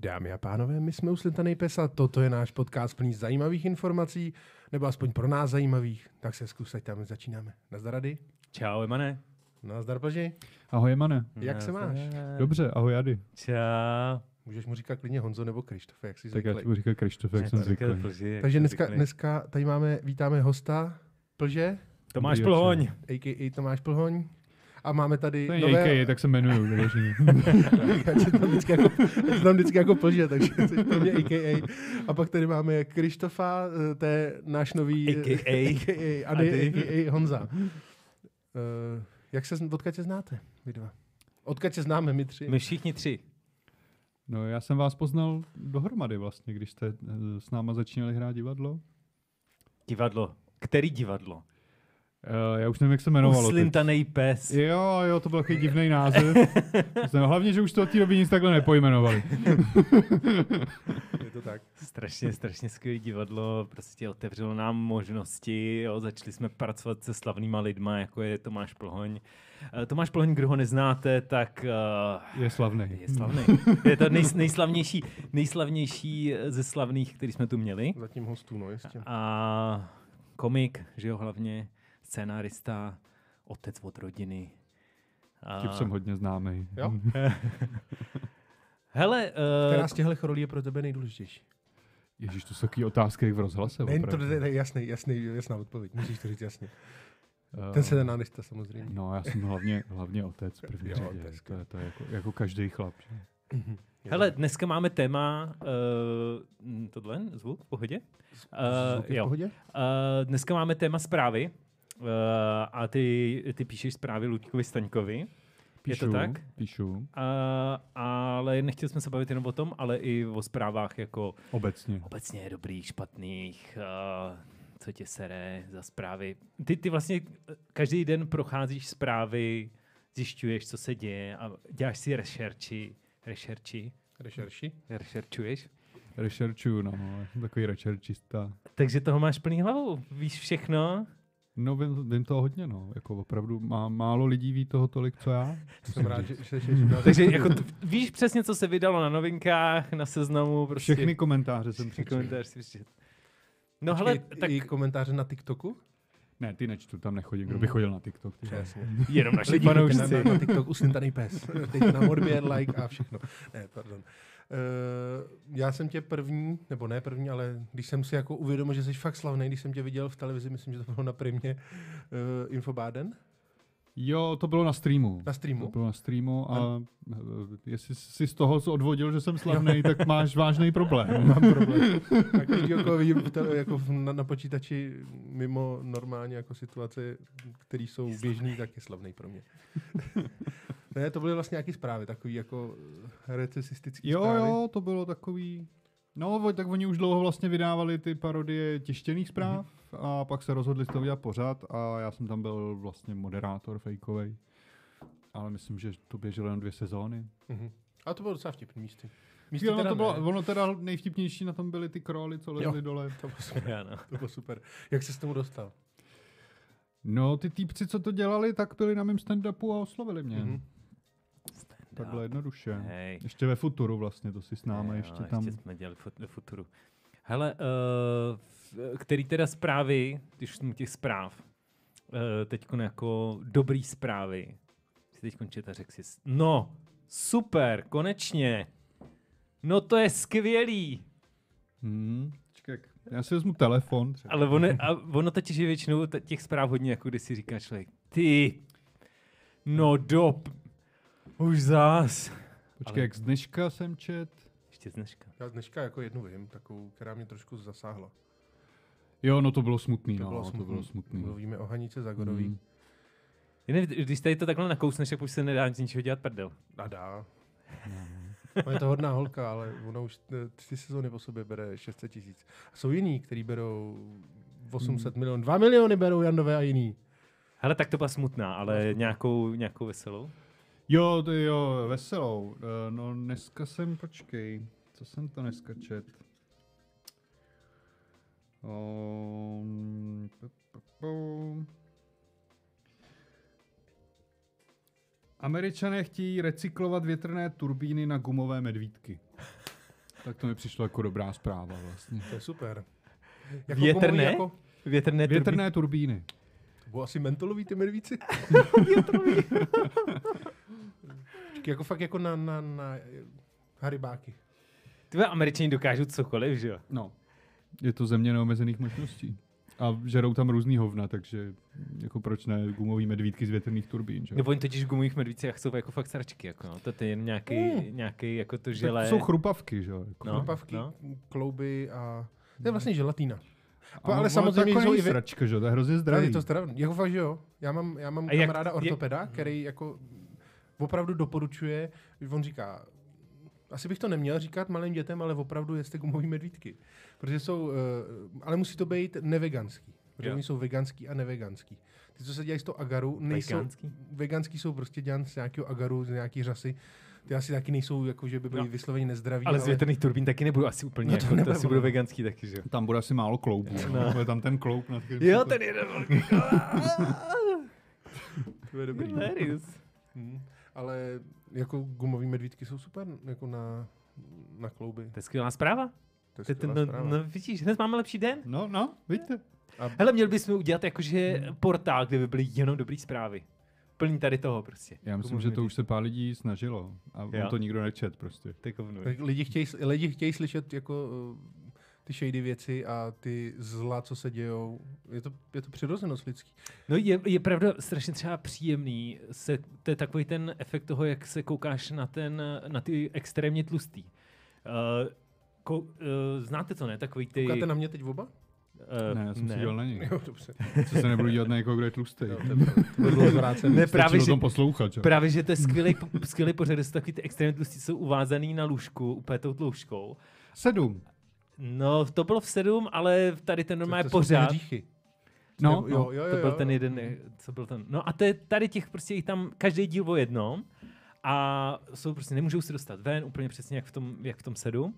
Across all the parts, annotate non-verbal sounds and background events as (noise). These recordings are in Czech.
Dámy a pánové, my jsme Uslintanej pes a toto je náš podcast plný zajímavých informací, nebo aspoň pro nás zajímavých, tak se zkusaďte, my začínáme. Nazdar Rady, Čau, Emane. nazdar Plži, Ahoj, Mane. jak se máš? Dobře, ahoj, Ady. Čau. Můžeš mu říkat klidně Honzo nebo Krištof, jak jsi Tak já zvyklý. ti budu říkat Krištof, jak jsem zvyklý. prostě- Takže dneska, dneska tady máme, vítáme hosta Plže, Tomáš Dobrý večer. Plhoň. a.k.a. Tomáš Plhoň. A máme tady To je nové... AKA, tak se jmenuju. (laughs) vyloženě. Já se tam vždycky jako, já se tam vždycky jako Plže, takže (laughs) jsi pro mě a.k.a. A pak tady máme Krištofa, eh, to je náš nový... eh, (laughs) AKA. a.k.a. Ady, Ady. a.k.a. Honza. Eh, jak se, odkud se znáte, vy dva? Odkud se známe my tři? My všichni tři. No, já jsem vás poznal dohromady vlastně, když jste eh, s náma začínali hrát divadlo. Divadlo. Který divadlo? Eh, Já už nevím, jak se jmenovalo. teď. Uslintanej pes. Jo, jo, to byl takový divný název. Jsem- Hlavně, že už to od té doby nic takhle nepojmenovali. Je to tak. Strašně, strašně skvělé divadlo. Prostě otevřelo nám možnosti. Jo. Začali jsme pracovat se slavnýma lidma, jako je Tomáš Plhoň. Eh, Tomáš Plhoň, kdo ho neznáte, tak eh, Je slavný. je (laughs) slavný. Je to nej, nejslavnější, nejslavnější ze slavných, který jsme tu měli. Zatím hostů, no jistě. A komik, že jo, hlavně scénárista, otec od rodiny. A... Tím jsem hodně známý. Jo? Mm. Eh, Hele, Která uh, z těchto rolí je pro tebe nejdůležitější? Ježíš, to jsou takový otázky, jak v rozhlase. Ne, to opravdu. je jasný, jasný, jasná odpověď, musíš to říct jasně. Eh, Ten se nenánista samozřejmě. No, já jsem hlavně, hlavně otec v první Jo, řadě. to je To je, to je jako, jako každý chlap. že? hele, dneska máme téma, uh, tohle, zvuk, v pohodě? Eh, Zvuk je v jo. pohodě? Uh, dneska máme téma zprávy uh, a ty, ty píšeš zprávy Luďkovi Staňkovi. Píšu, je to tak? Píšu. Uh, ale nechtěli jsme se bavit jenom o tom, ale i o zprávách jako Obecně. obecně dobrých, špatných, uh, co tě sere za zprávy. Ty, ty vlastně každý den procházíš zprávy, zjišťuješ, co se děje a děláš si rešerči, rešerči, (laughs) Rešerši? rešerčuješ. Rešerčuju, no, ale jsem takový rešerčista. Takže toho máš plný hlavou, víš všechno. No, vím, vím toho hodně, no. Jako opravdu má, málo lidí ví toho tolik, co já. Jsem rád, že že- že- že- Takže jako t- víš přesně, co se vydalo na novinkách, na seznamu, prostě. Všechny komentáře jsem všechny přečetl. (laughs) komentář si přečet. No hele, I- tak I komentáře na TikToku? Ne, ty nečtu, tam nechodím. Mm. Kdo by chodil na TikTok? Ty. vole? Přesně. (laughs) jenom naši Lidi, na, fanoušci. na, na TikTok uslintaný pes. Teď nám odběr, like a všechno. Ne, pardon. Uh, já jsem tě první, nebo ne první, ale když jsem si jako uvědomil, že jsi fakt slavný, když jsem tě viděl v televizi, myslím, že to bylo na primě eh, uh, Infobáden, Jo, to bylo na streamu. na To streamu. bylo na streamu a eh, jestli si z toho odvodil, že jsem slavný, tak máš (laughs) vážný problém. Mám problém. A každý, koho vidím v tele, jako v- na, na, počítači mimo normálně jako situace, které jsou běžné, tak je slavný pro mě. (laughs) ne, to byly vlastně nějaké zprávy, takový jako eh, recesistický Jo, zprávy. jo, to bylo takový... No, vo- tak oni už dlouho vlastně vydávali ty parodie tištěných zpráv a pak se rozhodli z toho udělat pořád a já jsem tam byl vlastně moderátor fejkovej. Ale myslím, že to běželo jen dvě sezóny. Mhm. A to bylo docela vtipný místy. Místy Jo, teda ono, to bylo, ne. ono teda nejvtipnější na tom byly ty króly, co lezly dole. To bylo, super, Já, no. to bylo super. Jak jsi s tomu dostal? No, ty týpci, co to dělali, tak byli na mém stand-upu a oslovili mě. Mhm. Mm-hmm. Takhle jednoduše. Hej. Ještě ve futuru vlastně, to si s náma Jo, ještě tam... Ještě jsme dělali fot- futuru. Hele, uh, který teda zprávy, když jsme u těch zpráv, uh, teď jako dobrý zprávy, si teď čet a řekl si, s- no, super, konečně, no to je skvělý, Hmm. Čekaj, já si vezmu telefon třeba. ale ono, a ono totiž je většinou t- těch zpráv hodně, jako když si říká člověk, ty, no dop, už zás. Počkej, Ale- jak z dneška jsem čet. Ještě z dneška. Já dneška jako jednu vím, takovou, která mě trošku zasáhla. Jo, no to bylo smutný, To no, bylo to bylo smutný. smutný. Mluvíme o Hanice Zagorový. Mm. Jen, Když tady to takhle nakousneš, tak už se nedá z ničeho dělat prdel. A dá. No, je to hodná holka, ale ona už eh, tři sezóny po sobě bere 600 tisíc. A jsou jiní, kteří berou 800 milionů. 2 miliony berou Jandové a jiný. Hele, tak to byla smutná, ale Nějakou, nějakou veselou. Jo, to jo, veselou. Eh, No dneska jsem, počkej, co jsem to dneska čet? Um, pa, pa, pa. Američané chtějí recyklovat větrné turbíny na gumové medvídky. Tak to mi přišlo jako dobrá zpráva vlastně. To je super. Větrné? komu- Jako, Větrné, turbíny. Větrné turbíny. to bylo asi mentolový ty medvíci. Počkej, jako fakt jako na, na, na eh, haribáky. Tvoje američani dokážou cokoliv, že jo? No. Je to země neomezených možností. A žerou tam různý hovna, takže jako proč ne gumový medvídky z větrných turbín, že? jo? Nebo oni totiž v gumových medvících jsou jako fakt sračky, jako no. To je jen nějaký, Mm. nějaký jako to Tak žele. to jsou chrupavky, že jo? Jako. No, Chrupavky, no. klouby a... To je vlastně želatína. A ale ono- samozřejmě to jako jsou není i vy- sračka, že jo? To je hrozně To zdravý. je to zdravý. Jako fakt, že jo. Já mám, já mám A jak- kamaráda jak- Mhm. ortopeda, který jako opravdu doporučuje, on říká, asi bych to neměl říkat malým dětem, ale opravdu jeste gumový medvídky. Protože jsou, eh, ale musí to být neveganský. Protože Jo. oni jsou veganský a neveganský. Ty, co se dělají z toho agaru, nejsou... Veganský? Veganský jsou prostě dělan z nějakého agaru, z nějaký řasy. Ty asi taky nejsou, jako, že by byly No. vysloveně nezdraví. Ale z větrných turbín taky nebudou asi úplně, No no to to jako, to asi nebude. budou veganský taky, že jo? Tam bude asi málo kloubů. No. Bude tam ten kloub, nad kterým Jo, se to... ten jeden (laughs) velký to je dobrý. Hmm. Ale jako gumový medvídky jsou super jako na, na klouby. To je skvělá zpráva. To je To je ten, skvělá no, zpráva. no, vidíš, hned máme lepší den. No, no, vidíte. Hele, měli bychom udělat jakože portál, kde by byly jenom dobrý zprávy. Plní tady toho prostě. Já myslím, že to už se pár lidí snažilo. A Jo. on to nikdo nečet prostě. Tak hovno. Tak lidi chtějí, lidi chtějí slyšet jako eh, ty shady věci a ty zla, co se dějou. Je to, je to přirozenost lidský. No je, je pravda strašně třeba příjemný, se, to je takový ten efekt toho, jak se koukáš na, ten, na ty extrémně tlustý. Uh, ko, uh, znáte to, ne? Takový ty... Koukáte na mě teď oba? (laughs) eh, Ne, já jsem si dělal na něj. Jo, (laughs) dobře. Co se nebudu dělat na někoho, kdo je tlustý. Jo, to je pravda. To bylo zvrácený. Ne, Právě právě, o že, tom poslouchat, že? právě, že to je skvělý, po- (laughs) skvělý pořad, že jsou takový ty extrémně tlustí, jsou uvázaný na lůžku, úplně tou tloušťkou. Sedm. No, to bylo v sedm, ale tady ten normálně To- to jsou ty pořád. hříchy. No, jo, jo, jo, to byl jo. Mhm. ten jeden, eh, co byl ten. No a to je tady těch prostě jich tam každý díl o jednom a jsou prostě, nemůžou se dostat ven úplně přesně jak v tom, jak v tom sedm.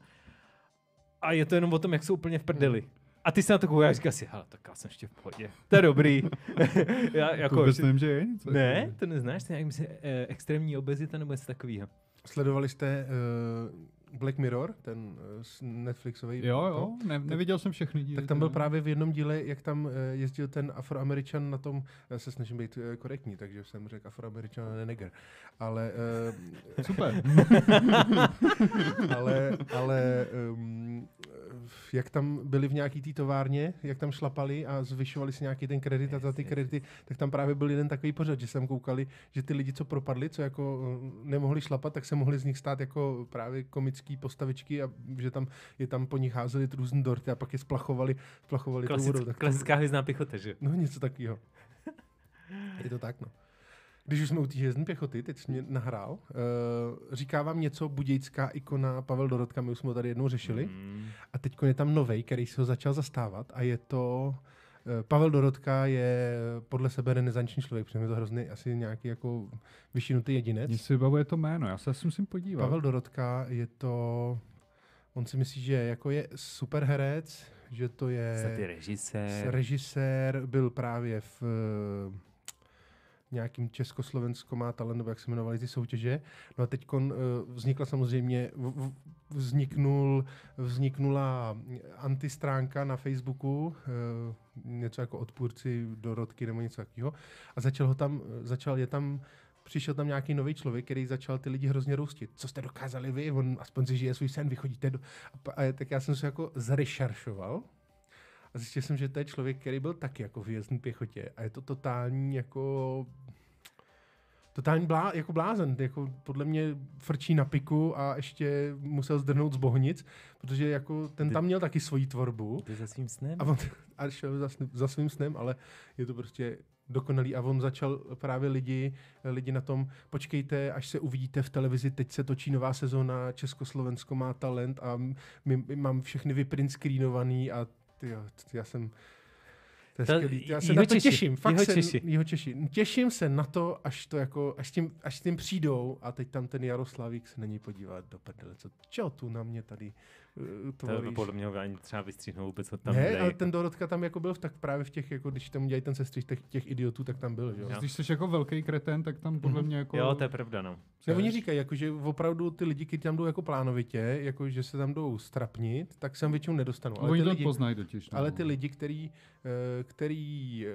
A je to jenom o tom, jak jsou úplně v Mhm. prdeli. A ty se na to koukáš a říkáš si, hele, tak já jsem ještě v pohodě. To je dobrý. (laughs) já, Jako, jako, to vůbec že- nevím, že je něco. ne, to neznáš, to je nějak, myslím, eh, extrémní obezita nebo něco takového. Sledovali jste eh, Black Mirror, ten eh, s- Netflixový. Jo, jo, ne, neviděl jsem všechny díly. Tak tam byl teda. právě v jednom díle, jak tam eh, jezdil ten afroameričan na tom, já se snažím být eh, korektní, takže jsem řekl afroameričan a ne neger. Ale, eh, (laughs) Super. ale, ale um, jak tam byli v nějaký té továrně, jak tam šlapali a zvyšovali si nějaký ten kredit a za ty kredity, tak tam právě byl jeden takový pořad, že jsem koukali, že ty lidi, co propadli, co jako eh, nemohli šlapat, tak se mohli z nich stát jako právě komický postavičky a že tam je tam po nich házeli různý dorty a pak je splachovali, splachovali tou vodou. Klasick, Tak to- klasická hvězdná pichota, že? jo? No něco takového. Je to tak, no. Když už jsme u té hvězdní pěchoty, teď jsi mě nahrál, uh, říká vám něco budějská ikona Pavel Dorotka, my už jsme ho tady jednou řešili. Mm. Mm. A teď je tam novej, který se ho začal zastávat a je to... eh, Pavel Dorotka je podle sebe renesanční člověk, protože je to hrozně asi nějaký jako vyšinutý jedinec. Mně se vybavuje to jméno, já se asi musím podívat. Pavel Dorotka je to... On si myslí, že jako je superherec, že to je... Snad je Eh, S- režisér. režisér, byl právě v eh, nějakým Československo má talent, nebo jak se jmenovaly ty soutěže. No a teď vznikla samozřejmě, v- v- vzniknul, vzniknula antistránka na Facebooku, eh, něco jako odpůrci Dorotky nebo něco takového. A začal ho tam, eh, začal je tam přišel tam nějaký nový člověk, který začal ty lidi hrozně roustit. Co jste dokázali vy? On aspoň si žije svůj sen, vy chodíte do... A, pa- a, tak já jsem se jako zrešaršoval a zjistil jsem, že to je člověk, který byl taky jako v jezdní pěchotě a je to totální jako totální blá, jako blázen, jako podle mě frčí na piku a ještě musel zdrhnout z bohnic, protože jako ten tam měl taky svoji tvorbu Jde za svým snem. a on a šel za, sn- za svým snem, ale je to prostě dokonalý a on začal právě lidi, lidi na tom, počkejte, až se uvidíte v televizi, teď se točí nová sezóna, Československo má talent a m- my, my mám všechny vyprint screenovaný a tyjo, t- já jsem to je To- skvělý. Já se na to Jihočeši, těším. Fakt Jihočeši. se, jeho Češi. Těším se na to, až to jako, až s tím, až s tím přijdou a teď tam ten Jaroslavík se na něj podívá do prdele. Co, čeho tu na mě tady eh, To by tvoříš. podle mě ani třeba vystříhnout vůbec od tam. ne, dej. ale ten Dorotka tam jako byl v, tak právě v těch, jako když tam dělají ten sestřih těch, těch idiotů, tak tam byl, že jo. Jo. Když jsi jako velký kreten, tak tam podle Mhm. mě jako... Jo, to je pravda, no. Ne, oni říkají, jako, že opravdu ty lidi, kteří tam jdou jako plánovitě, jako, že se tam jdou strapnit, tak se tam většinou nedostanou. Ale Oni ty to lidi, poznají totiž. no. ale ty lidi který, eh, který eh,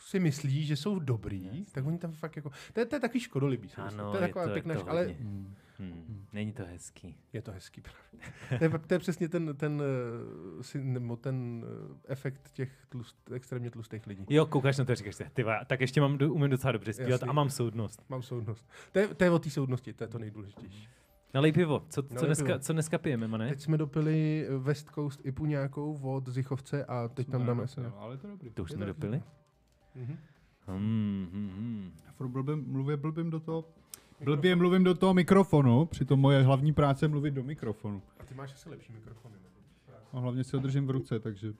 si myslí, že jsou dobrý, tak oni tam fakt jako... To je, to je taky škodolibý. si myslím. Ano, to je taková je to, pěkná, je to šk- ale hodně. Hmm. Hmm. Není to hezký. Je to hezký právě. (laughs) to, je, to je přesně ten, ten, eh, syn- nebo ten eh, efekt těch tlust, extrémně tlustých lidí. Jo, koukáš na to a říkáš si, ty vole, tak ještě mám, do- umím docela dobře zpívat Jasný. a mám soudnost. Mám soudnost. To je, to je o té soudnosti, to je to nejdůležitější. Nalej pivo. Co, co, Nalej dneska, pivo. co dneska pijeme, Mane? Teď jsme dopili eh, West Coast IPu nějakou od Zichovce a teď tam dáme se. No, Ale to je dobrý. To už je jsme to dopili? Mhm. Hmm, hmm, hmm. Já furt blbě, mluvě blbím do toho... Blbě mluvím do toho mikrofonu, přitom moje hlavní práce je mluvit do mikrofonu. A ty máš asi lepší mikrofony. Nebo? A hlavně si ho držím v ruce, takže...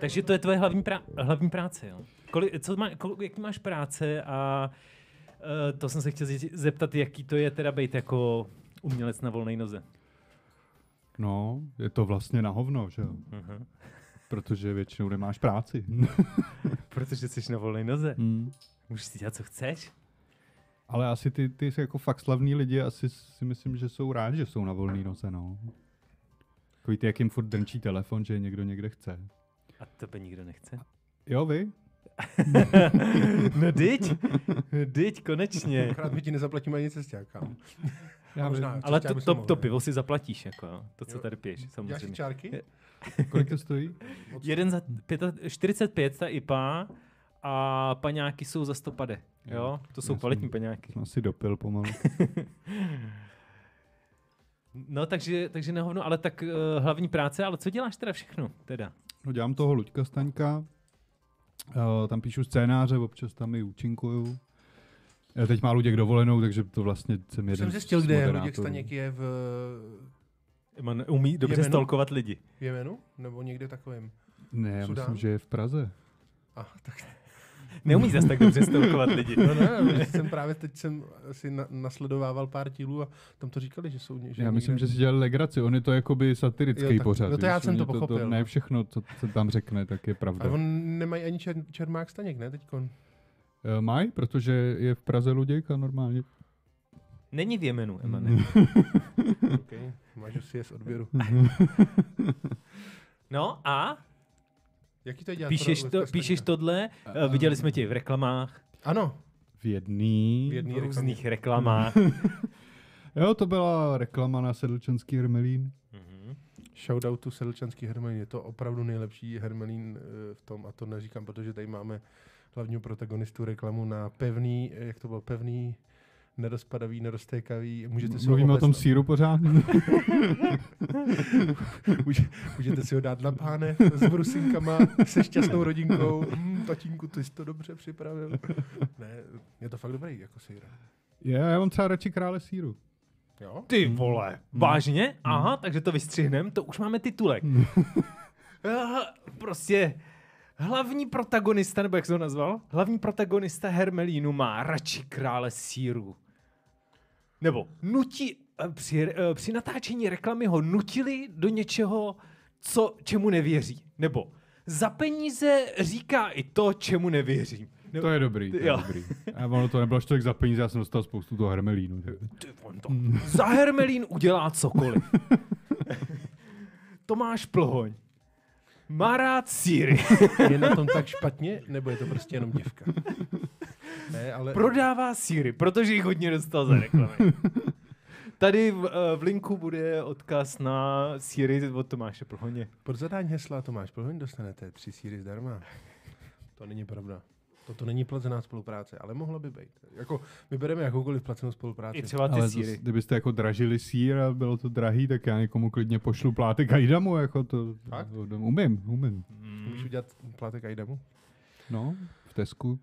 Takže to je tvoje hlavní, prá- hlavní práce, jo? Koli, co má, kol, jaký máš práce a e, to jsem se chtěl zje- zeptat, jaký to je teda být jako umělec na volné noze. No, je to vlastně na hovno, že jo? Aha. Protože většinou nemáš práci. Mhm. Protože jsi na volné noze. Hmm. Můžeš si dělat, co chceš. Ale asi ty, ty jako fakt slavní lidi, asi si myslím, že jsou rádi, že jsou na volný noze, no. Takový ty, jak jim furt drnčí telefon, že je někdo někde chce. A tebe nikdo (laughs) nechce. Jo, vy? no dyť, dyť, konečně. Akorát my ti nezaplatíme ani cestáka. Já No, Možná, vím. co Ale chtěla, to, by se to, mohlo, to ne? pivo si zaplatíš, jako jo. To, co Jo. tady piješ, Děláš si samozřejmě. čárky? Kolik to stojí? Jeden za pěta- 45, ta IPA, a paňáky jsou za 150, jo? To jsou Jasný. kvalitní paňáky. Jsem asi dopil pomalu. No, takže, takže na hovno, ale tak uh, hlavní práce, ale co děláš teda všechno, teda? No, dělám toho Luďka Staňka. Eh, tam píšu scénáře, občas tam i účinkuju. Eh, teď má Luděk dovolenou, takže to vlastně jsem jeden Jsem z zjistil, kde je Luděk moderátorů. Staněk je v Man umí dobře Jemenu? stalkovat lidi. v Jemenu? Nebo někde takovém? Ne, já Sudán? myslím, že je v Praze. Aha, tak (laughs) Neumí zas tak dobře stalkovat lidi. No ne, já jsem právě teď jsem si na, nasledovával pár dílů a tam to říkali, že jsou že Já myslím, někde- že si dělal legraci, on je to jakoby satirický Jo, jo, tak- pořad. no to já víš, jsem oni to To, pochopil, ne no. všechno, co se tam řekne, tak je pravda. Ale on nemají ani čer, Čermák Staněk, ne teďkon? Eh, Maj, protože je v Praze Luděk a normálně. Není v Jemenu, Emane. Okay. Máš si je z odběru. No a Jaký to je dělat? píšeš, pro- to, pro- píšeš tohle, uh, viděli jsme tě i v reklamách, Ano. V jedný. V jedný. v různých reklamách. Jo, to byla reklama na sedlčanský hermelín. Mhm. Shoutout to Sedlčanský Hermelín. Je to opravdu nejlepší Hermelín eh, v tom a to neříkám, protože tady máme hlavního protagonistu reklamu na pevný, eh, jak to bylo, pevný, nedospadavý, neroztékavý. Můžete si, ho Mluvíme o obléct- tom síru (laughs) pořád. (laughs) Může- můžete si ho dát na páne s brusinkama, se šťastnou rodinkou. Hmm, tatínku, ty jsi to dobře připravil. Ne, je to fakt dobrý, jako sýr. Já, já mám třeba radši krále síru. Jo? Ty Mm. vole. Vážně? Aha, takže to vystřihnem, to už máme titulek. Mm. (laughs) Ah, prostě hlavní protagonista, nebo jak jsi ho nazval? Hlavní protagonista Hermelínu má radši krále síru. Nebo nutí, eh, při, eh, při natáčení reklamy ho nutili do něčeho, co, čemu nevěří. Nebo za peníze říká i to, čemu nevěří. Nebo, To je dobrý, to je Jo. dobrý. A ono to nebylo až tolik za peníze, já jsem dostal spoustu toho hermelínu. Ty on to. Za Hermelín udělá cokoliv. (laughs) Tomáš Plhoň. Má rád síry. (laughs) Je na tom tak špatně, nebo je to prostě jenom děvka? Ne, ale... Prodává síry, protože jich hodně dostal za reklamy. Tady v, eh, v linku bude odkaz na síry od Tomáše Plhoně. Pod zadání hesla Tomáš Plhoň dostanete tři síry zdarma. To není pravda. Toto není placená spolupráce, ale mohlo by být. Jako, my bereme jakoukoliv placenou spolupráci. I třeba ty Ale síry. zas, kdybyste jako dražili sír a bylo to drahý, tak já někomu klidně pošlu plátek a jdemu, jako to, Fakt? to umím, umím. Můžeš udělat plátek a jdemu? No, v Tesku.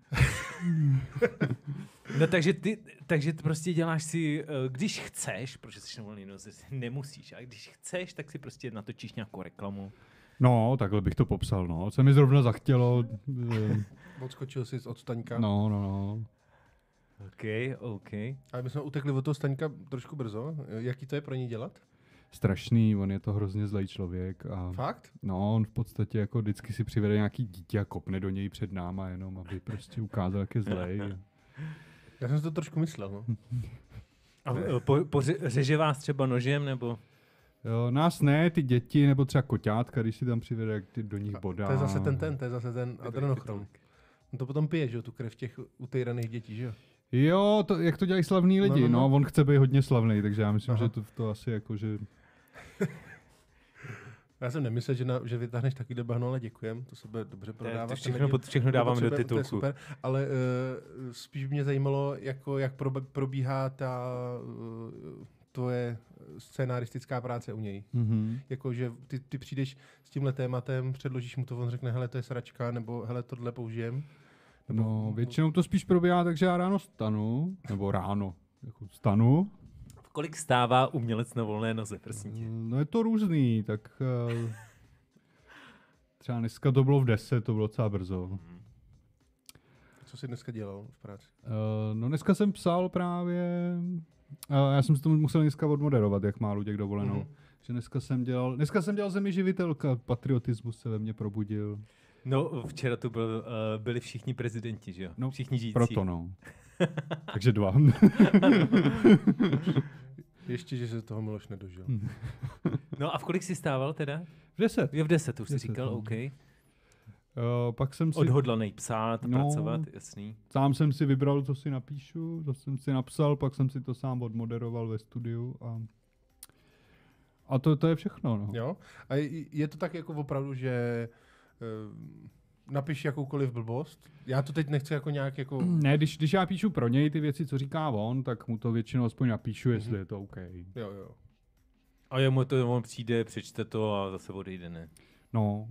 No takže ty, takže ty prostě děláš si, eh, když chceš, protože jsi na volný noze, nemusíš, ale když chceš, tak si prostě natočíš nějakou reklamu. No, takhle bych to popsal, no. Se mi (laughs) zrovna zachtělo. eh, Odskočil jsi od Staňka. No, no, no. OK, OK. Ale my jsme utekli od toho Staňka trošku brzo. Jaký to je pro ní dělat? strašný, on je to hrozně zlej člověk a Fakt? no, on v podstatě jako vždycky si přivede nějaký dítě a kopne do něj před náma jenom, aby prostě ukázal, jak (laughs) je zlej. Já jsem si to trošku myslel, no. A eh, po, po, řeže vás třeba nožem, nebo... Jo, nás ne, ty děti, nebo třeba koťátka, když si tam přivede, jak ty do nich bodá. To je zase ten ten, to je zase ten adrenochrom. No to potom pije, že jo, tu krev těch utejraných dětí, že jo. Jo, to, jak to dělají slavní lidi, no, no, no. no on chce být hodně slavný, takže já myslím, Aha. že to, to asi jako, že Já jsem nemyslel, že, na, že vytáhneš takovýhle bahno, ale děkujem, to se bude dobře prodávat. to ten všechno, lidi- pod, všechno bude dáváme do potřeba- To je titulku. super, ale uh, spíš mě zajímalo, jako, jak prob, probíhá ta uh, tvoje scénaristická práce u něj. mm-hmm. Jako, že ty, ty přijdeš s tímhle tématem, předložíš mu to, on řekne, hele, to je sračka, nebo hele, tohle použijem. No, většinou to spíš probíhá, takže já ráno stanu, nebo ráno, jako stanu. Kolik stává umělec na volné noze, prosím tě? No je to různý, tak eh, třeba dneska to bylo v 10, to bylo docela brzo. Co jsi dneska dělal v práci? Eh, No dneska jsem psal právě, eh, já jsem si to musel dneska odmoderovat, jak má Luděk dovolenou. Mhm. Mm-hmm. Že dneska jsem dělal, dneska jsem dělal zemi živitelka, patriotismus se ve mně probudil. No, včera tu byl, uh, byli všichni prezidenti, že jo? No, všichni žijící. Proto no. Takže dva. Ještě, že se toho Miloš nedožil. No a v kolik jsi stával teda? v 10. Jo, v 10 už jsi 10, říkal, no. OK. Eh, pak jsem si... Odhodlaný psát, no. No. pracovat, jasný. Sám jsem si vybral, co si napíšu, to jsem si napsal, pak jsem si to sám odmoderoval ve studiu a, a to, to je všechno. No. Jo? A je- je to tak jako opravdu, že eh, napiš jakoukoliv blbost. Já to teď nechci jako nějak jako... Ne, když, když já píšu pro něj ty věci, co říká on, tak mu to většinou aspoň napíšu, jestli je to OK. Jo, jo. A jemu to, on přijde, přečte to a zase odejde, ne? No,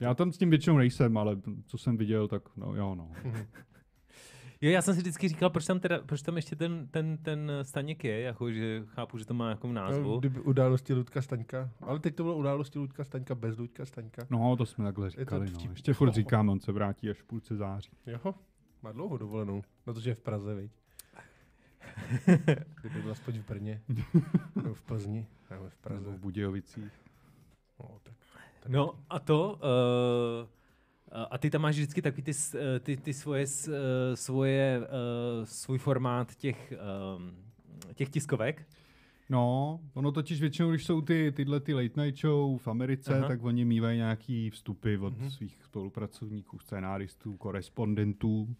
já tam s tím většinou nejsem, ale co jsem viděl, tak no jo no. Jo, já jsem si vždycky říkal, proč tam, teda, proč tam ještě ten, ten, ten Staněk je, jako, že chápu, že to má jako No, názvu. kdyby události Ludka Staňka. Ale teď to bylo události Ludka Staňka bez Ludka Staňka. No, to jsme takhle to říkali, vtip. no. Ještě furt říkáme, on se vrátí až v půlce září. Jo, má dlouho dovolenou. No to, že je v Praze, (laughs) viď? Kdyby byl aspoň v Brně. Nebo v Plzni. Nebo v Nebo Praze. v Budějovicích. No, tak. No a to, uh, a ty tam máš vždycky takový ty, s- eh, ty, ty svoje, s- eh, svoje uh, svůj formát těch, um, těch tiskovek. No, ono totiž většinou, když jsou ty, tyhle ty late night show v Americe, Aha. Aha. tak oni mývají nějaký vstupy od Mhm. mm-hmm. svých spolupracovníků, scénáristů, korespondentů.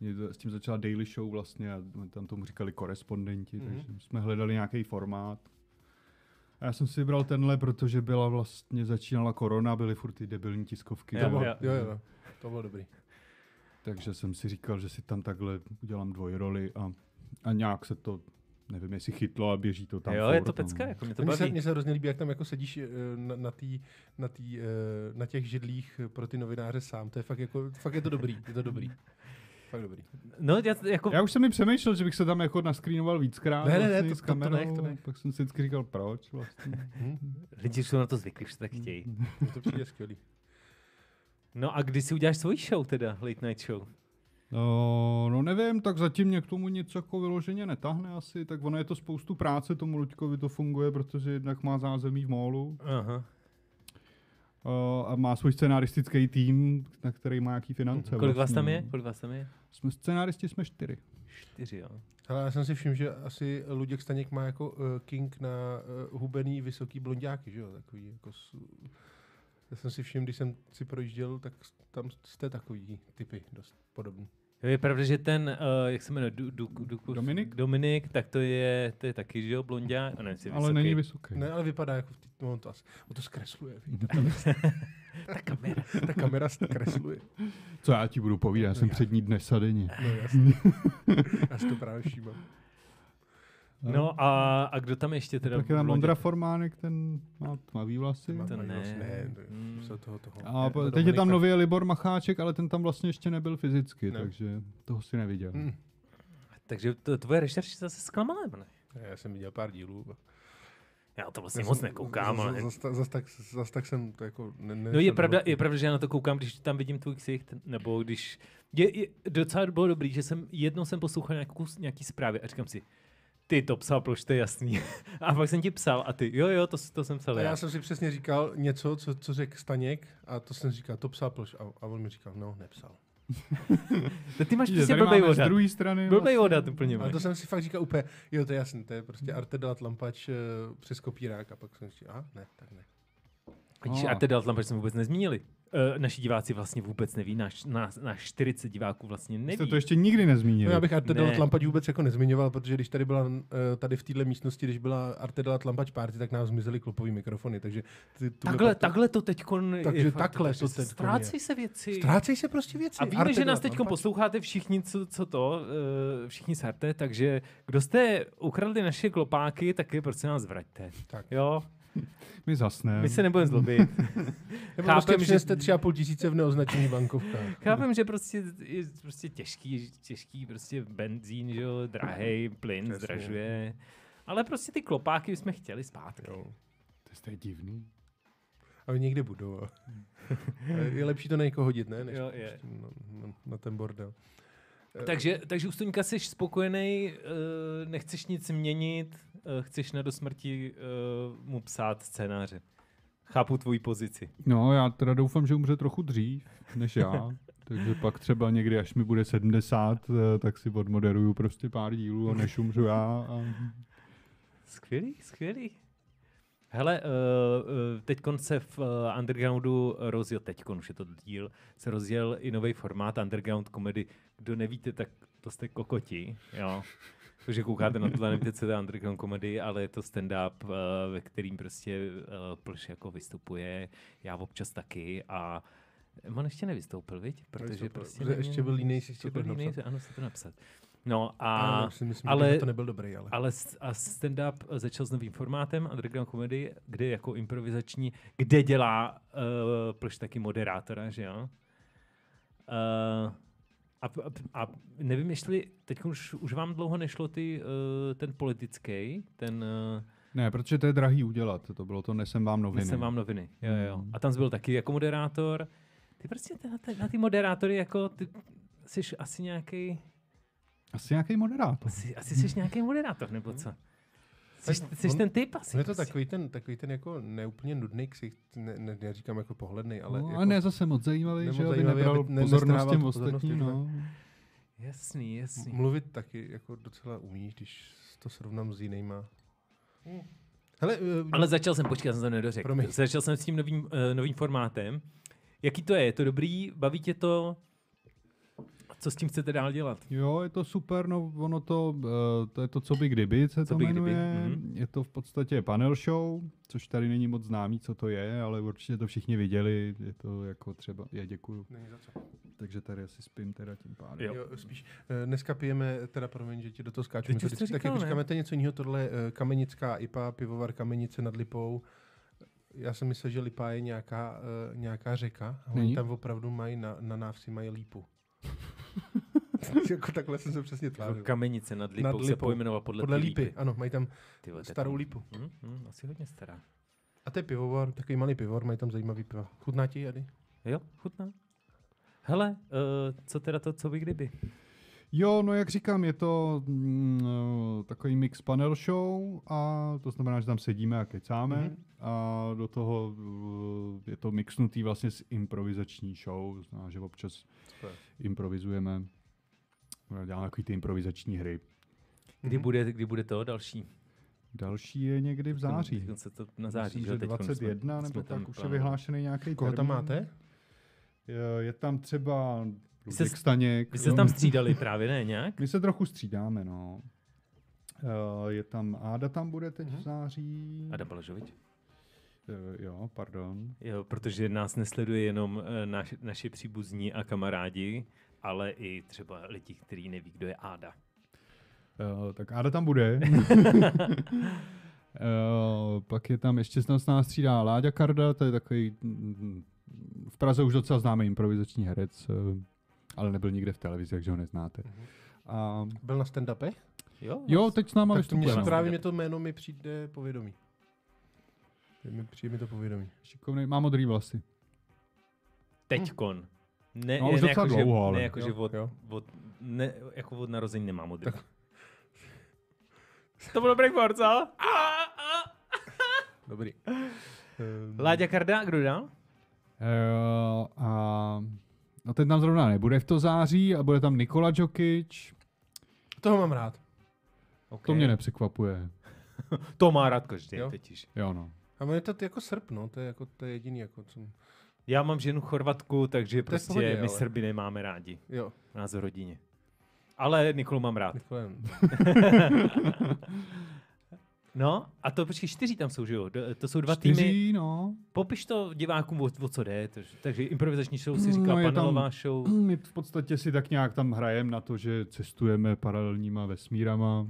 Mě to- S tím začala Daily Show vlastně a tam tomu říkali korespondenti, Mhm. mm-hmm. takže jsme hledali nějaký formát. A já jsem si vybral tenhle, protože byla vlastně, začínala korona, byly furt ty debilní tiskovky. Jo, To bylo, jo. jo, jo. no. To bylo dobrý. Takže jsem si říkal, že si tam takhle udělám dvojroli a, a nějak se to, nevím, jestli chytlo a běží to tam. jo, je furt, to no. pecka, jako mě to To mně, se, baví. mně se hrozně líbí, jak tam jako sedíš eh, na, na, tý, na, tý, eh, na těch židlích pro ty novináře sám. To je fakt, jako, fakt je to dobrý, je to (laughs) dobrý. Fakt dobrý. No, já, jako, Já už jsem mi přemýšlel, že bych se tam jako naskrýnoval víckrát. Ne, ne, ne, vlastně, to- s to- to kamerou, nech, to nech. Pak jsem si vždycky říkal, proč vlastně. lidi jsou na to zvyklí, že to tak chtějí. Mhm. Mně to přijde skvělý. No a kdy si uděláš svoji show teda, late night show? No, no nevím, tak zatím mě k tomu nic jako vyloženě netahne asi, tak ono je to spoustu práce, tomu Luďkovi to funguje, protože jednak má zázemí v mólu Aha. eh, a má svůj scenaristický tým, na který má nějaký finance. Kolik vás vlastně, tam no. je? Kolik vás tam je? Jsme scenaristi, jsme čtyři. Čtyři, jo. Ale já jsem si všiml, že asi Luděk Staněk má jako uh, king na uh, hubený vysoký blondiáky, že jo? Takový jako... S... Já jsem si všiml, když jsem si projížděl, tak tam jste takový typy dost podobný. Jo, Je pravda, že ten, uh, jak se jmenuje, du, du, du, du, Dominik? Dominik, tak to je, to je taky, že jo, blonděk. Ale Ale není vysoký. Ne, ale vypadá jako... v tý- No, on to, asi, on to zkresluje. víš? Ta kamera. Ta kamera zkresluje. (laughs) Co já ti budu povídat, já jsem před ní dnes a denně. No jasně. Já si to právě všímám. (laughs) No a, a kdo tam ještě teda? Tak je tam blonděk? Ondra Formánek, ten má tmavý vlasy. Má- To mají vlastně- ne. ne, to je Hmm. musel toho, toho. A ne, po- toho teď je tam No, Dominika. nově Libor Macháček, ale ten tam vlastně ještě nebyl fyzicky, Ne. ne. takže toho si neviděl. Hmm. Takže to, tvoje rešerše zase zklamala, ne? Já jsem viděl pár dílů. Já to vlastně moc nekoukám, ale... Zas, zas, zas, tak, zas tak jsem to jako... Ne, ne, No je jsem pravda, velký. je pravda, že já na to koukám, když tam vidím tvůj ksicht, nebo když... Je, je, docela bylo dobrý, že jsem jednou jsem poslouchal nějakou, nějaký zprávy a říkám si, ty to psal, proč to je jasný. (laughs) a pak jsem ti psal a ty, jo, jo, to, to jsem psal A já. já jsem si přesně říkal něco, co, co řekl Staněk a to jsem říkal, to psal Plš a, a on mi říkal, no, nepsal. To ty máš Že prostě tady blbej máme z vodat. druhé strany. vlastně. Blbej vodat úplně. Ale máš. to jsem si fakt říkal úplně, jo, to je jasný, to je prostě Arte dala tlampač eh, přes kopírák a pak jsem si říkal, a ne, tak ne. Vidíš, No. a teda Atlant jsme vůbec nezmínili. Uh, naši diváci vlastně vůbec neví, náš, náš, náš 40 diváků vlastně neví. Jste to ještě nikdy nezmínili. No, já bych Arte dala Ne. tlampač vůbec jako nezmiňoval, protože když tady byla, eh, tady v téhle místnosti, když byla Arte dala tlampač party, tak nám zmizely klopový mikrofony, takže ty, tuhle takhle, partu- takhle to teď Takže takhle to teďkon je. Ztrácí se věci. Ztrácej se prostě věci. A víme, Arte no, že dala nás teď tlampač. posloucháte všichni, co, co to, eh, všichni z Arte, takže kdo jste ukradli naše klopáky, tak je prostě nás vraťte. Tak. Jo, My zasneme. my se (laughs) nebudeme zlobit. Nebo prostě Chápem, že- přineste tři a půl tisíce v neoznačených bankovkách. Chápem, že prostě je prostě těžký, těžký prostě benzín, že jo, drahej, plyn Přesně. zdražuje. Ale prostě ty klopáky jsme chtěli zpátky. Jo. To je divný. A oni někde budou. (laughs) a- Ale je lepší to na někoho hodit, ne? Než Jo, jo, je. je. Na, na, na, ten bordel. Eh, Takže, takže u Stoňka jsi spokojený, eh, nechceš nic měnit, eh, chceš na do smrti eh, mu psát scénáře. Chápu tvoji pozici. No, já teda doufám, že umře trochu dřív než já. (laughs) Takže pak třeba někdy, až mi bude 70, eh, tak si odmoderuju prostě pár dílů a než umřu já. A... Skvělý, skvělý. Hele, eh, teď se v eh, Undergroundu rozjel, teď už je to díl, se rozjel i nový formát Underground komedy. Kdo nevíte, tak to jste kokoti, jo. Protože koukáte na tohle, nevíte, co to je Underground komedy, ale je to stand-up, eh, ve kterým prostě eh, Plš jako vystupuje, já občas taky a Man ještě nevystoupil, viď? Protože Nevystoupil, prostě... protože neměl- ještě byl línej si ještě to byl línej, napsat. ano, si to napsat. No a... A, si myslím, ale- ale, že to nebyl dobrý, ale. ale Ale s- a stand-up začal s novým formátem Underground Comedy, kde jako improvizační, kde dělá uh, Plš taky moderátora, že jo? Uh, a, p- a, p- a nevím, jestli teď už, už vám dlouho nešlo ty, uh, ten politický, ten uh, Ne, protože to je drahý udělat. To bylo to nesem vám noviny. nesem vám noviny. Jo, jo. Mm. A tam jsi byl taky jako moderátor. Ty prostě na, ty- na ty moderátory jako, ty jsi asi nějaký, Asi nějaký moderátor. asi, asi jsi nějaký moderátor, nebo co? Jsi, Tak jsi Mm. on- ten typ asi. No je to prostě. takový ten, takový ten jako neúplně nudný ksicht, ne, ne, neříkám jako pohledný, ale Ale, no, jako, ale ne zase moc zajímavý, Nemoc že aby zajímavý, nebral aby ne- pozornost nestrával těm tu pozornost ostatním. těm, No. Jasný, jasný. mluvit taky jako docela umíš, když to srovnám s jinýma. Hele, eh, Ale začal jsem, počkej, já jsem to nedořekl. Promiň. Začal jsem s tím novým, uh, novým formátem. Jaký to je? Je to dobrý? Baví tě to? Co s tím chcete dál dělat? Jo, je to super, no ono to, eh, to je to, co by kdyby se Co to by kdyby, jmenuje. mhm. Je to v podstatě panel show, což tady není moc známý, co to je, ale určitě to všichni viděli. Je to jako třeba, já děkuju, není za co. takže tady asi spím teda tím pádem. Jo. Jo. jo, spíš. eh, Dneska pijeme, teda promiň, že ti do toho skáču, Teď my to už jsi vždycky tak říkal, jako ne? říkáme, to je něco jiného, tohle je eh, kamenická IPA, pivovar kamenice nad Lipou. Já jsem myslel, že Lipa je nějaká, eh, nějaká řeka a Není. oni tam opravdu mají, na, na návsi mají (laughs) lípu. jako takhle jsem se přesně Jako tvářil. Kamenice nad Lipou, Nad se Lipou. pojmenoval podle, Podle té lípy, ano, mají tam Ty vole, to je starou to- lípu. Hm, hm, asi hodně stará. A to je pivovar, takový malý pivovar, mají tam zajímavý piva. Chutná ti, Jady? Jo, chutná. Hele, uh, co teda to, co by kdyby? Jo, no jak říkám, je to mm, eh, takový mix panel show a to znamená, že tam sedíme a kecáme Mhm. a do toho eh, je to mixnutý vlastně s improvizační show, to znamená, že občas Super. improvizujeme, eh, děláme takový ty improvizační hry. Kdy, Mhm. bude, kdy bude to další? Další je někdy v září. Teď se to na září, Myslím, jo, že teďkon jsme- 21, jsme nebo tam tak už je plánovali. vyhlášený nějaký Koho Jako tam termín. máte? Je, je tam třeba Vy se- Luděk Staněk. Vy jste tam střídali právě, ne nějak? My se trochu střídáme, no. Eh, Je tam Áda tam bude teď v Mhm. září. Adam Balažovič? Eh, Jo, pardon. Jo, protože nás nesleduje jenom eh, naš, naši příbuzní a kamarádi, ale i třeba lidi, kteří neví, kdo je Áda. Eh, Tak Áda tam bude. Eh, Pak je tam ještě s nás střídá Láďa Karda, to je takový mm, v Praze už docela známý improvizační herec, eh, ale nebyl nikde v televizi, takže ho neznáte. Mhm. A Byl na stand-upech? Jo, jo, teď s náma Tak to mě, vystupuje. no. právě mě to jméno mi přijde povědomí. Přijde mi- Přijde mi to povědomí. Šikovnej, má modrý vlasy. teďkon. Ne, No, ne, už ne docela jako, dlouho, že, ale. ne jako, že Jo, od, jo. od, ne, jako od narození nemám modrý. Tak- To bylo Breakboard, co? Dobrý. Ehm, Láďa Karda, kdo dál? Jo, Eh, a, no ten tam zrovna nebude v to září a bude tam Nikola Djokic. Toho mám rád. Okay. To mě nepřekvapuje. To má rád každý Jo. totiž. Jo no. A on je to t- jako srp, no, to je jako to je jediný, jako co... Já mám ženu Chorvatku, takže To je v prostě pohodě, my ale. Srby nemáme rádi. Jo, U Nás v rodině. Ale Nikolu mám rád. Nikolem. No, a to počkej, čtyři tam jsou, že jo? D- To jsou dva Čtyři, týmy. no. Popiš to divákům, o, o co jde. Takže, takže improvizační show si No, říká no, je tam- panelová show. Hmm, My v podstatě si tak nějak tam hrajeme na to, že cestujeme paralelníma vesmírama.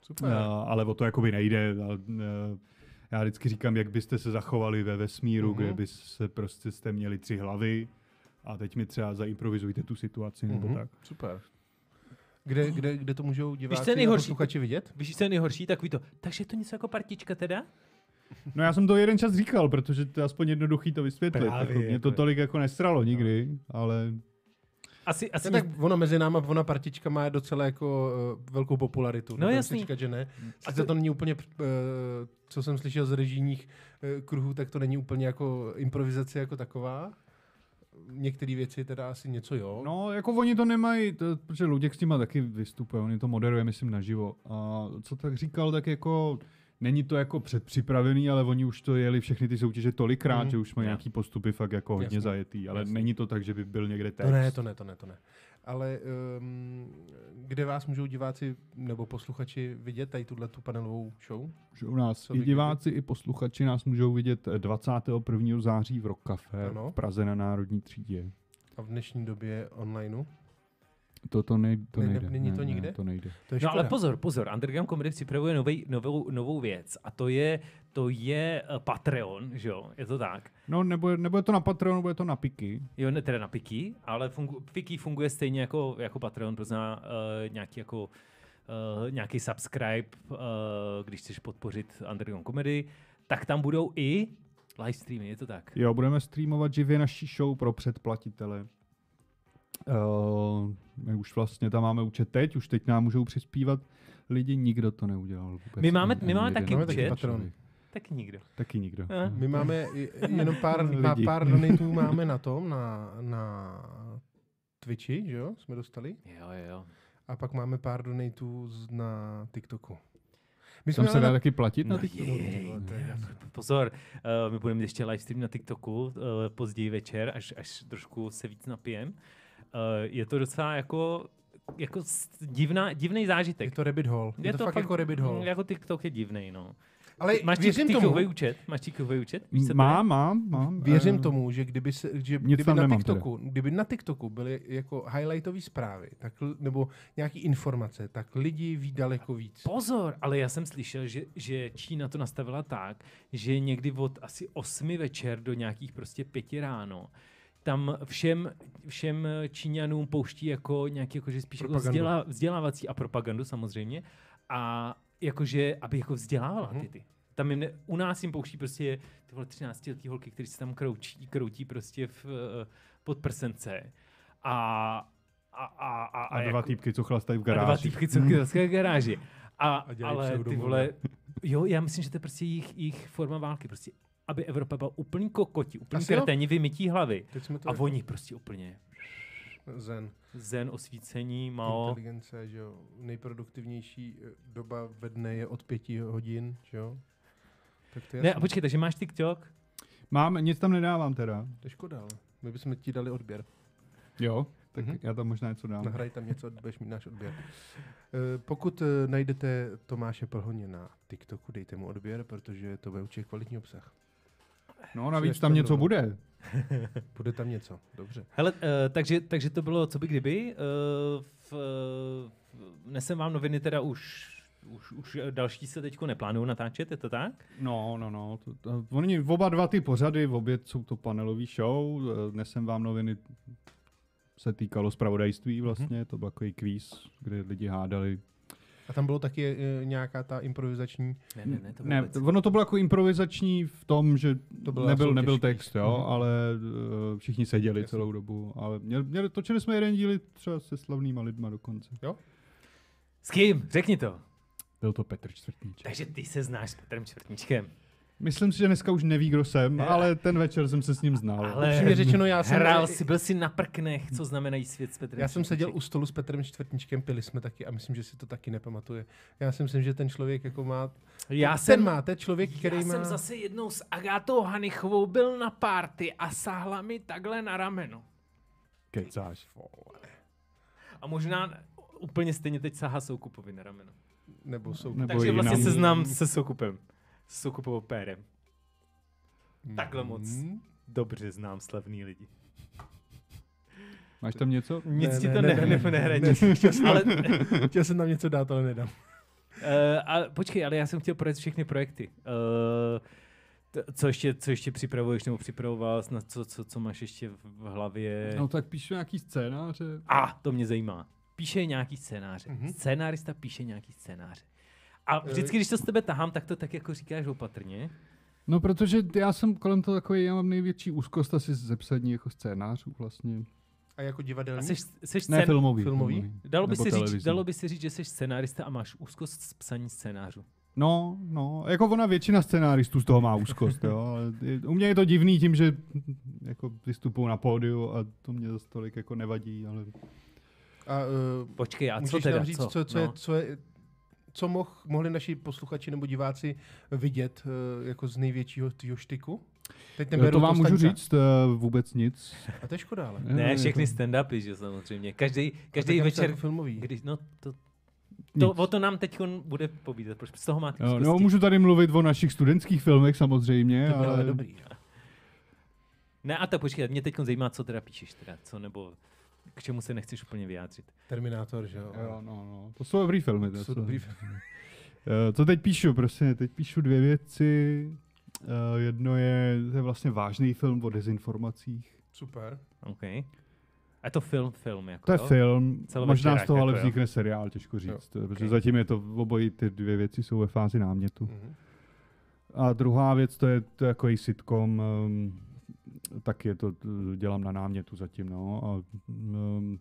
Super. A, ale o to jakoby nejde. A, e, já vždycky říkám, jak byste se zachovali ve vesmíru, Mhm. mm-hmm. kde by se prostě jste měli tři hlavy a teď mi třeba zaimprovizujte tu situaci mm-hmm. nebo Mhm, tak. Super. Kde, kde, kde to můžou diváci je a nejhorší? posluchači vidět? Víš, co je nejhorší? Takový to. Takže je to něco jako partička teda? No já jsem to jeden čas říkal, protože to je aspoň jednoduchý to vysvětlit. Právě, jako, mě jako to je. tolik jako nestralo nikdy, ale Asi, asi No, Ne, tak ona mezi náma, ona partička má docela jako uh, velkou popularitu. Nebudem No, jasný. Si říkat, že ne. A A to, to- to není úplně, uh, co jsem slyšel z režijních uh, kruhů, tak to není úplně jako improvizace jako taková. Některé věci teda asi něco jo. No, jako oni to nemají, to, protože Luděk s nima taky vystupuje, oni to moderuje, myslím, naživo. A co tak říkal, tak jako není to jako předpřipravený, ale oni už to jeli všechny ty soutěže tolikrát, Mhm. že už mají Jo. nějaký postupy fakt jako hodně Jasně. zajetý, ale Jasně. není to tak, že by byl někde text. to ne, to ne, to ne, to ne. Ale um, kde vás můžou diváci nebo posluchači vidět tady tuhle tu panelovou show? Že u nás Co i vy- diváci, i posluchači nás můžou vidět eh, 21. září v Rock Café Ano. v Praze na Národní třídě. A v dnešní době onlineu? To, to, nej, to Ne- ne- nejde. není ne, to ne, nikde? to nejde. To je No ale škoda. pozor, pozor, Underground Comedy připravuje novej, novou, novou věc a to je, to je eh, Patreon, že jo, je to tak. No, nebo, nebo je to na Patreonu, bude to na Piky. Jo, ne teda na Piki, ale fungu, Piki funguje stejně jako, jako Patreon, to znamená uh, nějaký jako uh, nějaký subscribe, uh, když chceš podpořit Underground Comedy, tak tam budou i live streamy, je to tak. Jo, budeme streamovat živě naší show pro předplatitele. Uh, my už vlastně tam máme účet teď, už teď nám můžou přispívat lidi, nikdo to neudělal vůbec. My máme- Ani- my ani máme jeden taky Máme taky účet. patron. člověk. Tak nikdo. Taky nikdo. Hmm. Eh. My máme i- jenom pár, Lidi. pár, pár donatů máme na tom, na, na Twitchi, že jo, jsme dostali. Jo, jo, jo. A pak máme pár donatů z- na TikToku. My Tam jsme se ale na... dá taky platit na No TikToku? jej, to je jako- Pozor, uh, my budeme ještě live stream na TikToku uh, později večer, až, až trošku se víc napijem. Uh, je to docela jako, jako s- divná, divný zážitek. Je to rabbit hole. Je, je to, to fakt jako rabbit hole. mm, Jako TikTok je divný, no. Ale Máš věřím tomu, TikTokový účet? Máš TikTokový účet? Víš, co to je? Hmm, Mám, mám, mám. věřím Ehm, eh, tomu, že kdyby, se, že Nic kdyby, tam na nemám TikToku, kdyby na TikToku byly jako highlightové zprávy, tak, l- nebo nějaký informace, tak lidi ví daleko víc. Pozor, ale já jsem slyšel, že, že Čína to nastavila tak, že někdy od asi 8 večer do nějakých prostě pěti ráno tam všem, všem Číňanům pouští jako nějaký, jako, že spíš jako Propagandu. vzdělá, vzdělávací a propagandu samozřejmě a jakože, aby jako vzdělávala Mhm. ty ty. Tam jim ne, u nás jim pouští prostě ty vole 13 letý holky, které se tam kroučí, kroutí prostě v, eh, pod prsence. A, a, a, a, jako- A dva týpky, co chlastají v a dva garáži. týpky, co v garáži. A, Hmm. A dělají ale ty pseudomoda. vole, jo, já myslím, že to je prostě jejich, jejich forma války. Prostě, aby Evropa byla úplný kokoti, úplný Asi jo. kreténi, vymytí hlavy. Teď jsme to A jako oni prostě úplně zen. zen, osvícení, mao. Inteligence, že jo. Nejproduktivnější eh, doba ve dne je od pěti hodin, že jo. Tak to je, Ne, jasný. a počkej, takže máš TikTok? Mám, nic tam nedávám teda. to je škoda, ale my bychom ti dali odběr. Jo, tak Mhm. já tam možná něco dám. Nahraj tam něco, budeš mít náš odběr. Eh, Pokud eh, najdete Tomáše Plhoně na TikToku, dejte mu odběr, protože to bude určitě kvalitní obsah. No Přijdeš navíc tam tam něco rovnou. bude. Bude tam něco, dobře. Hele, uh, takže, takže to bylo co by kdyby. Uh, v, uh, nesem vám noviny teda už už, už další se teďko neplánují natáčet, je to tak? No, no, no. To, to, oni oba dva ty pořady, v obě jsou to panelový show. eh, Dnes jsem vám noviny se týkalo zpravodajství vlastně, to byl takový kvíz, kde lidi hádali. A tam bylo taky eh, nějaká ta improvizační, Ne, ne, ne, to ne, vůbec. to, ono to bylo jako improvizační v tom, že to byla nebyl, soutěž nebyl kvíz. text, jo, Mhm. ale eh, všichni seděli Jasně. celou dobu. Ale měli, měli, točili jsme jeden díl třeba se slavnýma lidma dokonce. S kým? Řekni to. Byl to Petr Čtvrtníček. Takže ty se znáš s Petrem Čtvrtníčkem. Myslím si, že dneska už neví, kdo jsem, ale ten večer jsem se s ním znal. Ale Upřímně řečeno, já jsem- hrál si, byl si na prknech, co znamenají svět s Petrem Já jsem seděl u Čtvrtníčkem. stolu s Petrem Čtvrtničkem, pili jsme taky a myslím, že si to taky nepamatuje. Já si myslím, že ten člověk jako má... Já ten jsem, má, ten člověk, který já má... jsem zase jednou s Agátou Hanichovou byl na párty a sáhla mi takhle na rameno. Kecáš. A možná úplně stejně teď sahá Soukupovi na rameno. Nebo jsou... Nebo Takže vlastně jinam. se znám se Soukupem. S Soukupovou pérem. Takhle moc Hmm? dobře znám slavný lidi. Máš tam něco? Nic Ne, ti ne, to ne, ne, ne, ne, ne, (laughs) nehraje. ne, ale, Chtěl jsem tam něco dát, ale nedám. eh, a, počkej, ale já jsem chtěl projet všechny projekty. Eh, t- co, ještě, co ještě připravuješ nebo připravoval, na co, co, co máš ještě v- v hlavě? No tak píšu nějaký scénáře. A to mě zajímá. Píše nějaký scénáře. Mhm. Mm-hmm. Scénárista píše nějaký scénáře. A Eh, vždycky, když to z tebe tahám, tak to tak jako říkáš opatrně. No protože já jsem kolem toho takový, já mám největší úzkost asi ze psaní jako scénářů vlastně. A jako A divadelní? seš, seš Ne, scén- filmový. filmový? Dalo by, Nebo se říct, televizní. dalo by se říct, že jsi scenárista a máš úzkost z psaní scénářů. No, no, jako ona většina scenáristů z toho má úzkost, jo, ale je- u mě je to divný tím, že jako vystupuju na pódiu a to mě zase tolik jako nevadí, ale A, uh, Počkej, a Můžeš co teda? nám říct, co, co, no. je, co, je, co moh, mohli naši posluchači nebo diváci vidět eh, jako z největšího tvýho štyku? Teď Já neberu to vám můžu Staňka. říct, eh, (laughs) vůbec nic. A to je škoda, ale. Ne, je všechny to- stand-upy, že samozřejmě. Každý, A tak každý já myslím, večer, Jako filmový. když, no to, Nic. to, o to nám teď bude povídat, proč z toho máte Jo, úzkosti. no, můžu tady mluvit o našich studentských filmech To samozřejmě, bylo ale ale dobrý. Ne, a tak počkej, mě teď zajímá, co teda píšeš teda, co nebo k čemu se nechceš úplně vyjádřit. Terminátor, že jo. Jo, no, no. To jsou dobrý filmy. To To jsou dobrý filmy. Eh, Co teď píšu, prosím, teď píšu dvě věci. Eh, Jedno je, to je vlastně vážný film o dezinformacích. Super. OK. A je to film, film jako To je jo? film, Celovečerák, možná z toho ale jako jo. vznikne seriál, těžko říct, jo, protože ok. zatím je to, obojí ty dvě věci jsou ve fázi námětu. Mhm. A druhá věc, to je to je takový sitcom, um, tak je to, t- dělám na námětu zatím, no. A, um,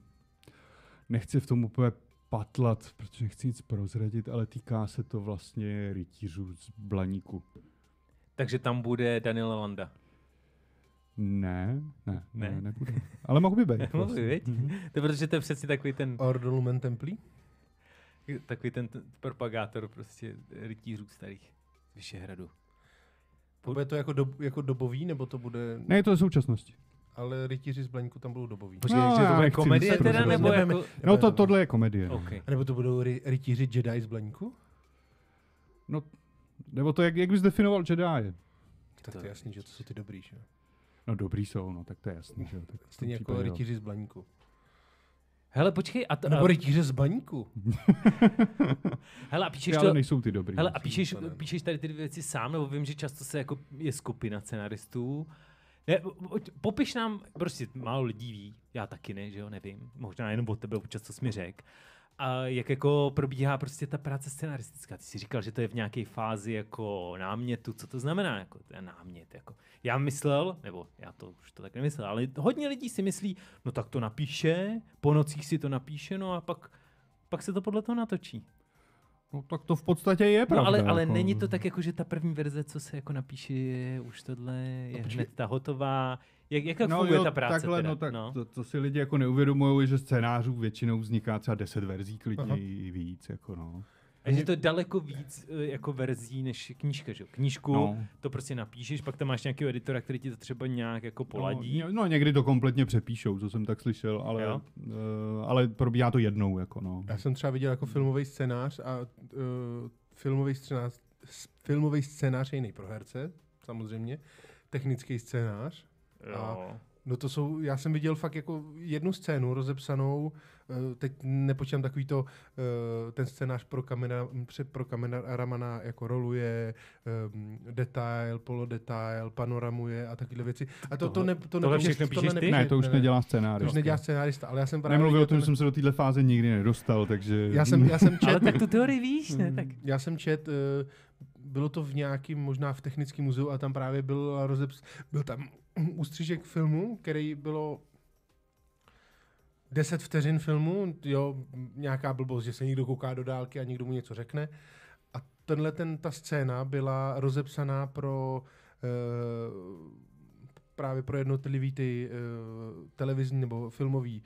nechci v tom úplně patlat, protože nechci nic prozradit, ale týká se to vlastně rytířů z Blaníku. Takže tam bude Daniela Landa. Ne, ne, ne, Ne. ne. nebude. Ale mohl by (laughs) být. Mhm. Mohl by, viď? To je protože to je přesně takový ten, Ordo Lumen Templí? takový ten t- propagátor prostě rytířů starých Vyšehradu. Bude to jako, dob, jako dobový, nebo to bude... Ne, je to je současnosti. Ale rytíři z Blaňku tam budou dobový. Počkej, takže to já bude nechci komedie nic teda, prozrazovat. nebo Nebudeme- jako- nebudeme No to, dobovat. tohle je komedie. no. OK. A nebo to budou ry, rytíři Jedi z Blaňku? No, nebo to, jak, jak bys definoval Jedi? Tak to je jasný, že to jsou ty dobrý, že jo. No dobrý jsou, no tak to je jasný, že jo. tak v tom Stejně jako případě, jo. rytíři z Blaňku. Hele, počkej, a, to, A nebo a, rytíře z Baníku. Mhm. hele, a píšeš Ty to, Ale nejsou ty dobrý. hele, a myslím. píšeš, to ne, no. píšeš tady ty dvě věci sám, nebo vím, že často se jako je skupina scenaristů. Ne, o- o- popiš nám, prostě málo lidí ví, já taky ne, že jo, nevím, možná jenom od tebe občas, co jsi mi řek. A jak jako probíhá prostě ta práce scenaristická? Ty jsi říkal, že to je v nějaké fázi jako námětu, co to znamená jako ten námět? Jako. Já myslel, nebo já to už to tak nemyslel, ale hodně lidí si myslí, no tak to napíše, po nocích si to napíše, no a pak, pak se to podle toho natočí. No tak to v podstatě je pravda. No, ale, ale jako. není to tak, jako, že ta první verze, co se jako napíše, je už tohle, No, je hned ta hotová. Jak, jak no, funguje jo, ta práce? takhle, teda? no tak To, to, si lidi jako neuvědomují, že scénářů většinou vzniká třeba 10 verzí, klidně Aha. i víc, jako no. A že to je daleko víc eh, jako verzí než knížka, že jo? Knížku no. No. to prostě napíšeš, pak tam máš nějakého editora, který ti to třeba nějak jako poladí. No, ně- no, někdy to kompletně přepíšou, co jsem tak slyšel, ale, Jo. uh, ale probíhá to jednou, jako no. Já jsem třeba viděl jako filmový scénář a uh, filmový scénář, s- filmový scénář je jiný pro herce, samozřejmě. Technický scénář. jo. No to jsou, já jsem viděl fakt jako jednu scénu rozepsanou, eh, teď nepočítám takový to, eh, ten scénář pro, kamera, pře- pro kameramana jako roluje, em, detail, polodetail, panoramuje a takovéhle věci. A to, to, ne, to tohle nepíšeš- všechno tohle píšeš ty? nepíšeš- Ne, to už nedělá scénář. To už nedělá scénárista, ale já jsem právě... Nemluvil o viděl tom, že ten- jsem se do téhle fáze nikdy nedostal, takže... Já jsem, já jsem Ale čet, tak tu teorii víš, Hmm. ne? Tak. já jsem čet, eh, bylo to v nějakým, možná v technickém muzeu a tam právě byl, (clears throat) rozeps, byl tam ústřížek filmu, který bylo 10 vteřin filmu, jo, nějaká blbost, že se někdo kouká do dálky a někdo mu něco řekne. A tenhle, ten, ta scéna byla rozepsaná pro eh, právě pro jednotlivý ty eh, televizní nebo filmový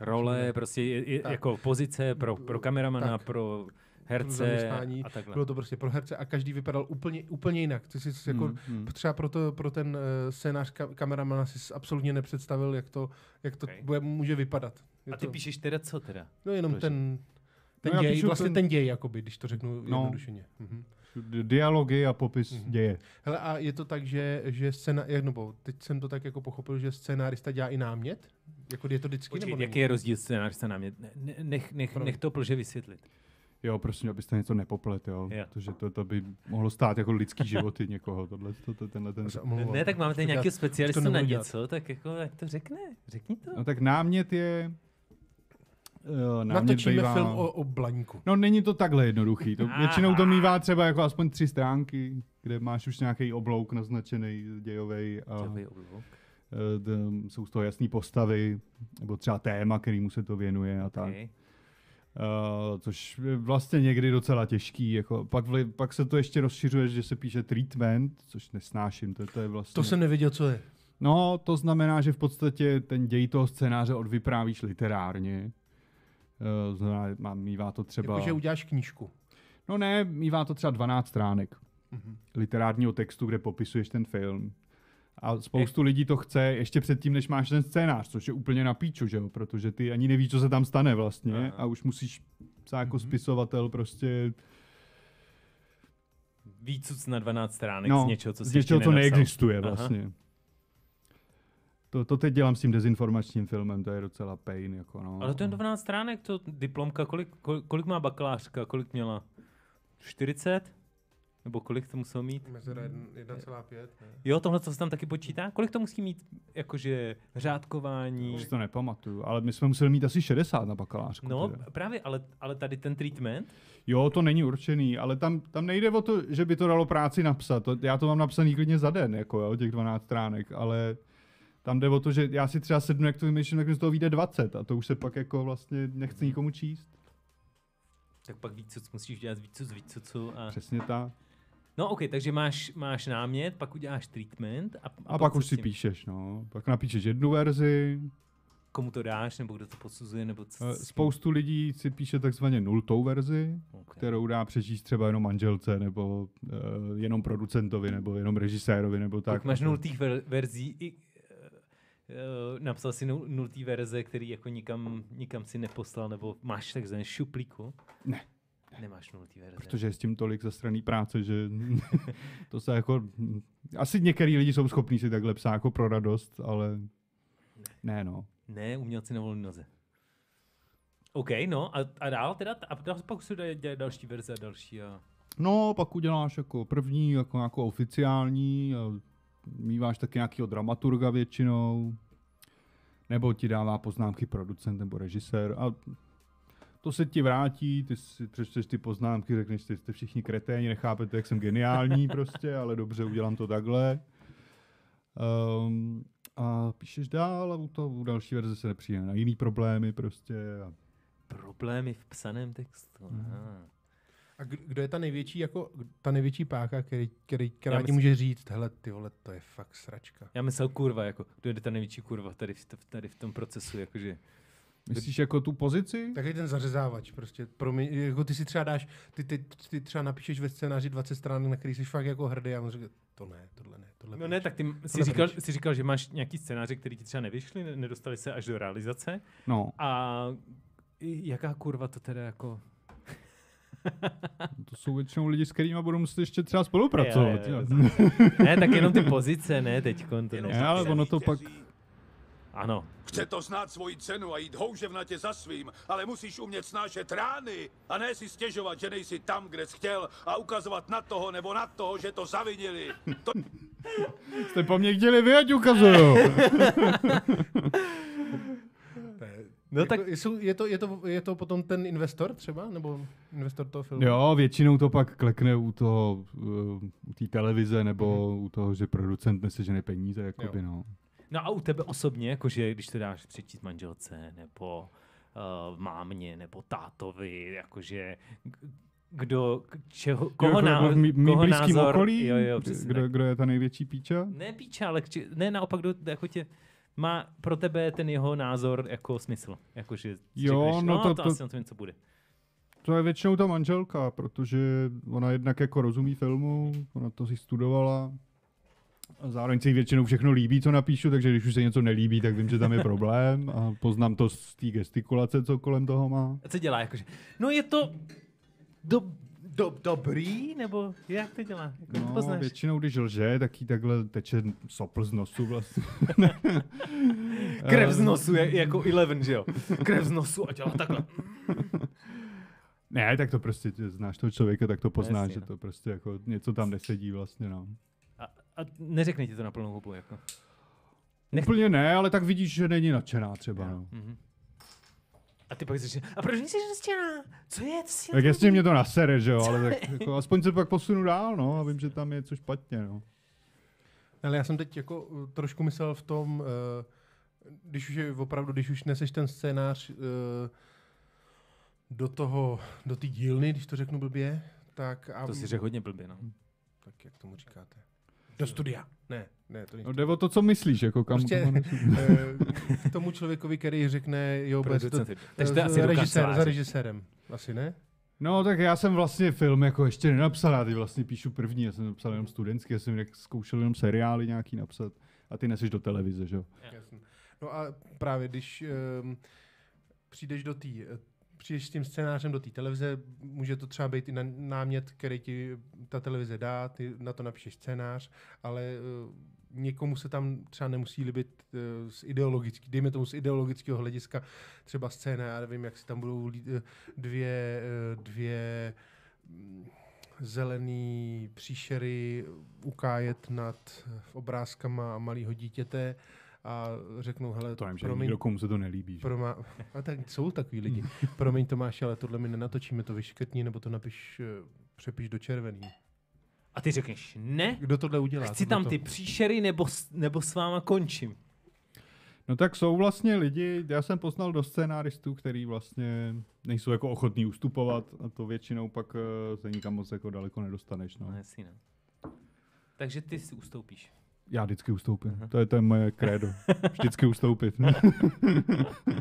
Role, prostě je, je, Tak. jako pozice pro, pro kameramana, Tak. pro Pro herce zaměstnání. a takhle. Bylo to prostě pro herce a každý vypadal úplně, úplně jinak. Ty jsi si jako Mm, Hmm, hmm. Třeba pro, to, pro ten eh, scénář ka- kameramana si absolutně nepředstavil, jak to, jak to Ok. bude, může vypadat. Je A ty to, píšeš teda co teda? no jenom Proč? ten, ten No, já děj, píšu vlastně ten... ten- ten děj, jakoby, když to řeknu No. jednodušeně. Mhm. D- Dialogy a popis Mhm. děje. Hele, a je to tak, že, že scéna, jak- nebo teď jsem to tak jako pochopil, že scénárista dělá i námět? Jako je to vždycky? Počkej, nebo není? jaký je rozdíl scénárista námět? Ne- ne- Nech, nech, Promiň. nech to plže vysvětlit. Jo, prosím, abyste něco nepoplet, jo. Jo. Protože to, to by mohlo stát (laughs) jako lidský životy někoho, tohle, to, to, tenhle ten. Já se omlouvám. Ne, tak máme tady Už to nějakého dělat- specialistu na nebudu dělat. něco, tak jako, jak to řekne? Řekni to. No tak námět je... eh, Námět Natočíme bývá... film o, o Blaňku. No není to takhle jednoduchý. To, Ah. většinou to mývá třeba jako aspoň tři stránky, kde máš už nějaký oblouk naznačený dějový a Dělej oblouk. eh, d- jsou z toho jasné postavy, nebo třeba téma, kterýmu se to věnuje a tak. Okay. Uh, což je vlastně někdy docela těžký. Jako, pak, vli, pak se to ještě rozšiřuje, že se píše treatment, což nesnáším. To, to je vlastně... To jsem nevěděl, co je. No, to znamená, že v podstatě ten děj toho scénáře odvyprávíš literárně. Eh, Znamená, má- mívá to třeba... Jakože uděláš knížku. No ne, mívá to třeba 12 stránek Mhm. literárního textu, kde popisuješ ten film. A spoustu lidí to chce ještě předtím, než máš ten scénář, což je úplně na píču, že jo? Protože ty ani nevíš, co se tam stane vlastně Aha. a už musíš psát jako Mhm. spisovatel prostě Výcuc na 12 stránek z něčeho, co No, z si ještě něčeho, co nenapsal. neexistuje Aha. vlastně. To, to teď dělám s tím dezinformačním filmem, to je docela pain. Jako no. Ale to je 12 stránek, to diplomka, kolik, kolik, kolik má bakalářka, kolik měla? 40? Nebo kolik to musel mít? Mezera 1,5. Jo, tohle to se tam taky počítá? Kolik to musí mít, jakože řádkování? Už si to nepamatuju, ale my jsme museli mít asi 60 na bakalářku. No, teda. právě, ale, ale tady ten treatment, Jo, to není určený, ale tam, tam nejde o to, že by to dalo práci napsat. To, já to mám napsaný klidně za den, jako jo, těch 12 stránek, ale tam jde o to, že já si třeba sednu, jak to vymýšlím, tak mi z toho vyjde 20 a to už se pak jako vlastně nechci nikomu číst. tak pak výcuc musíš dělat z výcuc, z výcucu a... Přesně tak. No ok, takže máš, máš námět, pak uděláš treatment a, A, pak co už s si tím? píšeš, no. Pak napíšeš jednu verzi, Komu to dáš, nebo kdo to posuzuje, nebo co. Eh, s tím? Spoustu lidí si píše takzvaně nultou verzi, Ok. kterou dá přečíst třeba jenom manželce, nebo uh, jenom producentovi, nebo jenom režisérovi, nebo tak. Tak máš nultých ver- verzí i eh, eh, napsal si nul- nultý verze, který jako nikam, nikam si neposlal, nebo máš takzvané šuplíku? Ne. Nemáš nultý verze. Protože je s tím tolik zastraný práce, že to se jako... Asi některý lidi jsou schopní si takhle psát jako pro radost, ale ne no. Ne, umělci na volné noze. OK, no a, a dál teda, a dál pak se dají dělat další verze a další a... No, pak uděláš jako první, jako nějakou oficiální, a míváš taky nějakého dramaturga většinou, nebo ti dává poznámky producent nebo režisér a to se ti vrátí, ty si přečteš ty poznámky, řekneš, že jste všichni kreténi, nechápete, jak jsem geniální (laughs) prostě, ale dobře, udělám to takhle. Um, a píšeš dál a u, to, u další verze se nepřijde na jiný problémy prostě. A Problémy v psaném textu. Mhm. Aha. A kd- kdo je ta největší, jako, ta největší páka, který, který, která Já ti myslím- může říct, hele, ty vole, to je fakt sračka. Já myslel kurva, jako, kdo je ta největší kurva tady v, to- tady v tom procesu, jakože... myslíš jako tu pozici? Takový ten zařezávač, prostě, pro mě, jako ty si třeba dáš, ty, ty, ty třeba napíšeš ve scénáři 20 stran, na který jsi fakt jako hrdý a on říká, to ne, tohle ne, tohle No pryč." ne, tak ty m- jsi Tohle říkal, pryč. jsi říkal, že máš nějaký scénáře, který ti třeba nevyšly, ne- nedostali se až do realizace. No. A i- jaká kurva to teda jako... To jsou většinou lidi, s kterými budu muset ještě třeba spolupracovat. Jo, Jo, jo, (laughs) Ne, tak jenom ty pozice, ne teďkon. To Ne, ne. ale ono to pak... Ano. Chce to znát svoji cenu a jít houževnatě za svým, ale musíš umět snášet rány a ne si stěžovat, že nejsi tam, kde jsi chtěl a ukazovat na toho nebo na toho, že (laughs) to zavinili. To Jste po mně chtěli vy, ať ukazuju. Ne. No Jako, tak- Jsou, je, to, je, to, je to potom ten investor třeba, nebo investor toho filmu? jo, většinou to pak klekne u eh, Mhm. toho, uh, u té televize nebo u toho, že producent nese žene peníze, jakoby, no. No a u tebe osobně, jakože když to dáš přečíst manželce, nebo uh, mámě, nebo tátovi, jakože k- kdo, k- čeho, koho, jako ná, v mý, mý koho blízkém názor, okolí, jo, jo, přesně kdo, tak. kdo je ta největší píča. Ne píče, ale kči, ne naopak, kdo jako tě, má pro tebe ten jeho názor jako smysl. Jakože si Jo, řekneš, no no to- to, to- asi na tom něco bude. To je většinou ta manželka, protože ona jednak jako rozumí filmu, ona to si studovala. A zároveň se jí většinou všechno líbí, co napíšu, takže když už se něco nelíbí, tak vím, že tam je problém a poznám to z té gestikulace, co kolem toho má. A co dělá? Jakože, no je to do, do, dobrý, nebo jak to dělá? Jako no, to No, poznáš? většinou, když lže, tak jí takhle teče sopl z nosu vlastně. (laughs) Krev z nosu je jako Eleven, že jo? Krev z nosu a dělá takhle. Ne, tak to prostě, tě- znáš toho člověka, tak to poznáš, jasně, že no. to prostě jako něco tam nesedí vlastně, no. A, a neřekne ti to na plnou hubu, jako. Nech- Úplně ne, ale tak vidíš, že není nadšená třeba, no. A ty pak řekne, a proč nejsi nastěná? Co je? Co si na Tak tom jasně mě to nasere, že jo, ale tak jako, aspoň se pak posunu dál, no, a vím, že tam je co špatně, no. Ale já jsem teď jako uh, trošku myslel v tom, uh, když už je opravdu, když už neseš ten scénář uh, do toho, do té dílny, když to řeknu blbě, tak a To si řekl hodně blbě, no. tak jak tomu říkáte? Do studia. Ne, ne, to není. no jde o to, co myslíš, jako kam... Prostě kam- eh, k tomu člověkovi, který řekne, jo, bude to, Producenty. Takže to je eh, asi do režisér, za kanceláře. režisérem. Asi ne? No, tak já jsem vlastně film jako ještě nenapsal, já ty vlastně píšu první, já jsem napsal jenom studentský, já jsem jak zkoušel jenom seriály nějaký napsat a ty neseš do televize, že jo. Jasně. No a právě když um, přijdeš do té přijdeš s tím scénářem do té televize, může to třeba být i na, námět, který ti ta televize dá, ty na to napíšeš scénář, ale uh, někomu se tam třeba nemusí líbit uh, z ideologický, dejme tomu z ideologického hlediska třeba scéna, já nevím, jak si tam budou lí, eh, dvě, eh, dvě mm, zelený příšery ukájet nad eh, obrázkama malého dítěte a řeknou, hele, To nevím, že promiň, nikdo komu se to nelíbí, že? jo. Proma... A tak jsou takový lidi. Promiň Tomáši, ale tohle my nenatočíme, to vyškrtni, nebo to napiš, eh, přepiš do červený. A ty řekneš, ne, Kdo tohle udělá? chci Tohle tam ty příšery, nebo, s- nebo s váma končím. No tak jsou vlastně lidi, já jsem poznal do scénáristů, který vlastně nejsou jako ochotní ustupovat a to většinou pak eh, se nikam moc jako daleko nedostaneš, no. No, jasný, no. Takže ty si ustoupíš. Já vždycky ustoupím. To je, to je (laughs) moje krédo. Vždycky ustoupit.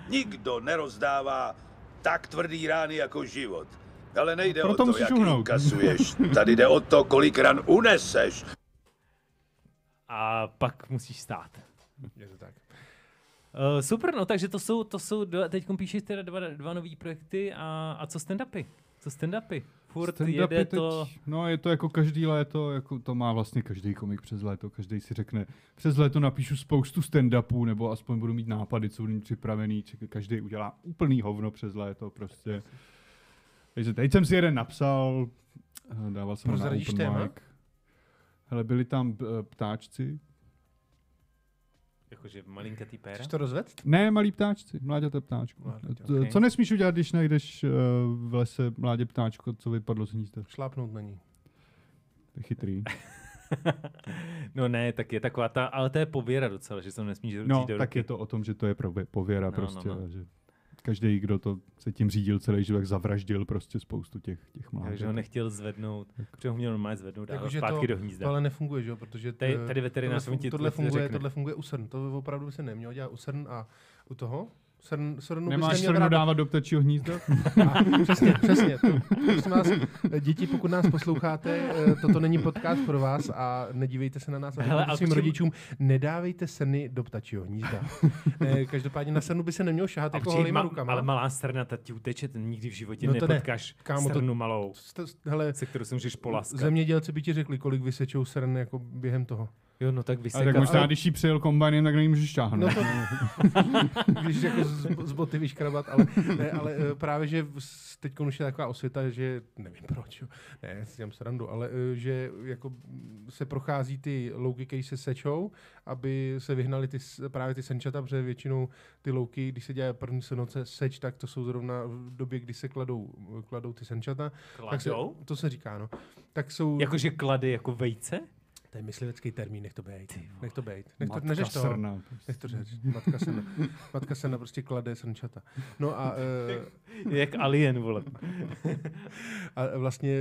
Nikdo nerozdává tak tvrdý rány jako život. Ale nejde Proto o to, musíš jak uhnout. (laughs) kasuješ. Tady jde o to, kolik ran uneseš. A pak musíš stát. Je to tak. Uh, super, no takže to jsou, to jsou teď píšeš teda dva, dva nový projekty a, a co stand-upy? Co stand-upy? Furt stand Stand-upy jede to... no je to jako každý léto, jako to má vlastně každý komik přes léto, každý si řekne, přes léto napíšu spoustu stand-upů, nebo aspoň budu mít nápady, co budu mít připravený, či- každý udělá úplný hovno přes léto prostě. Takže teď jsem si jeden napsal, eh, dával jsem ho na Prozradíš open téma? mic. Hele, byli tam eh, ptáčci. Jakože malinkatý péra? Chceš to rozved? Ne, malí ptáčci, mláďata ptáčku. Mláďata, T- ok. Co nesmíš udělat, když najdeš eh, v lese mládě ptáčko, co vypadlo z hnízda? Šlápnout na ní. To je chytrý. (laughs) No ne, tak je taková ta, ale to je pověra docela, že se to nesmíš vzít No, do tak ruky. je to o tom, že to je prově- pověra No, no, prostě. no. No, Že každý, kdo to se tím řídil celý život, tak zavraždil prostě spoustu těch, těch Takže mláďat. ho nechtěl zvednout, protože ho měl normálně zvednout a Jakože zpátky to- do To hnízda. ale nefunguje, že jo? Protože t- Tady- tady veterinář tohle, mi ti fun- tohle, to funguje, řekne. tohle funguje u srn. To opravdu by se nemělo dělat u srn a u toho? Srn, srnu Nemáš bys se neměl brát dávat do ptačího hnízda? A, přesně, přesně. To, prosím vás, děti, pokud nás posloucháte, eh, toto není podcast pro vás a nedívejte se na nás. Hele, Hele, a a k svým čemu- rodičům nedávejte srny do ptačího hnízda. Eh, Každopádně na srnu by se nemělo šahat A jako protože holýma ma, rukama. ale malá srna, ta ti uteče, ten nikdy v životě No to ne. nepotkáš Kámo, to- srnu malou, St- st- Hele, se kterou se můžeš polaskat. zemědělci by ti řekli, kolik vysečou srn jako během toho. Jo, no tak A vysekat. tak možná, když jí přejel kombajnem, tak nemůžeš No šáhnout. (laughs) to, když jako z, z boty vyškrabat, ale, ne, ale eh, právě, že teď už je taková osvěta, že nevím proč, jo, ne, si dělám srandu, ale eh, že jako mm, se prochází ty louky, které se sečou, aby se vyhnali ty, s- právě ty senčata, protože většinou ty louky, když se dělá první senoce seč, tak to jsou zrovna v době, kdy se kladou, kladou ty senčata. Tak se, Kladou? to se říká, no. Tak jsou... Jakože klady jako vejce? (laughs) To je myslivecký termín, nech to bejt. Nech to bejt. Nech to, Matka neřeš to. srna. Nech to řeš. Matka sena. Matka sena prostě klade srnčata. No a, eh, Jak alien, vole. a vlastně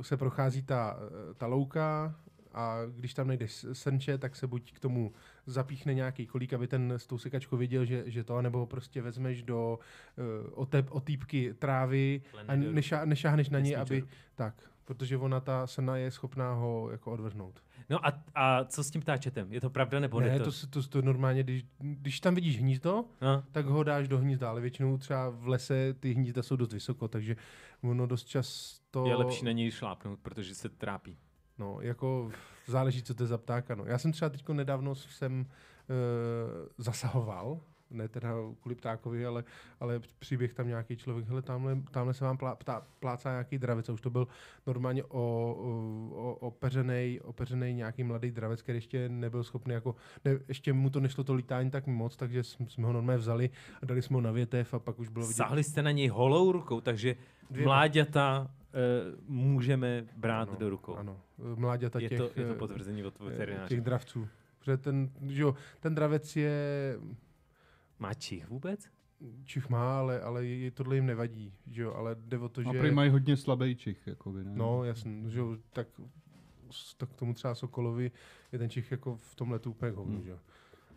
eh, se prochází ta, eh, ta louka a když tam najdeš s- srnče, tak se buď k tomu zapíchne nějaký kolík, aby ten s tou sekačkou věděl, že, že to, nebo ho prostě vezmeš do uh, otep, otýpky trávy a Leny do ruky. neša, nešáhneš na ní, Nesmí do aby... ruky. Tak, protože ona, ta sena, je schopná ho jako odvrhnout. No a, a co s tím ptáčetem? Je to pravda nebo Ne, ne? to, s- to, to normálně, když, když tam vidíš hnízdo, no? tak ho dáš do hnízda, ale většinou třeba v lese ty hnízda jsou dost vysoko, takže ono dost často... Je lepší na něj šlápnout, protože se trápí. No, jako záleží, co to je za ptáka. No. Já jsem třeba teď nedávno jsem e, zasahoval, ne teda kvůli ptákovi, ale, ale příběh tam nějaký člověk, hele, tamhle, tamhle se vám plá, ptá, plácá nějaký dravec, a už to byl normálně o, o, opeřenej, opeřenej nějaký mladý dravec, který ještě nebyl schopný, jako, ne, ještě mu to nešlo to lítání tak moc, takže jsme, jsme ho normálně vzali a dali jsme ho na větev a pak už bylo vidět, Sáhli jste na něj holou rukou, takže Dvěma. mláďata e, můžeme brát Ano, do rukou. ano, mláďata Je, těch, to, je to eh, potvrzení od těch veterináře. dravců. Protože ten, že jo, ten dravec je, Má čich vůbec? čich má, ale, ale je, tohle jim nevadí, že jo, ale jde o to, A že... No, prý mají hodně slabejčích, jakoby, ne? No, jasný, že jo, tak, s- tak tomu třeba Sokolovi je ten Čich jako v tom letu úplně hovnu, Hmm. že jo.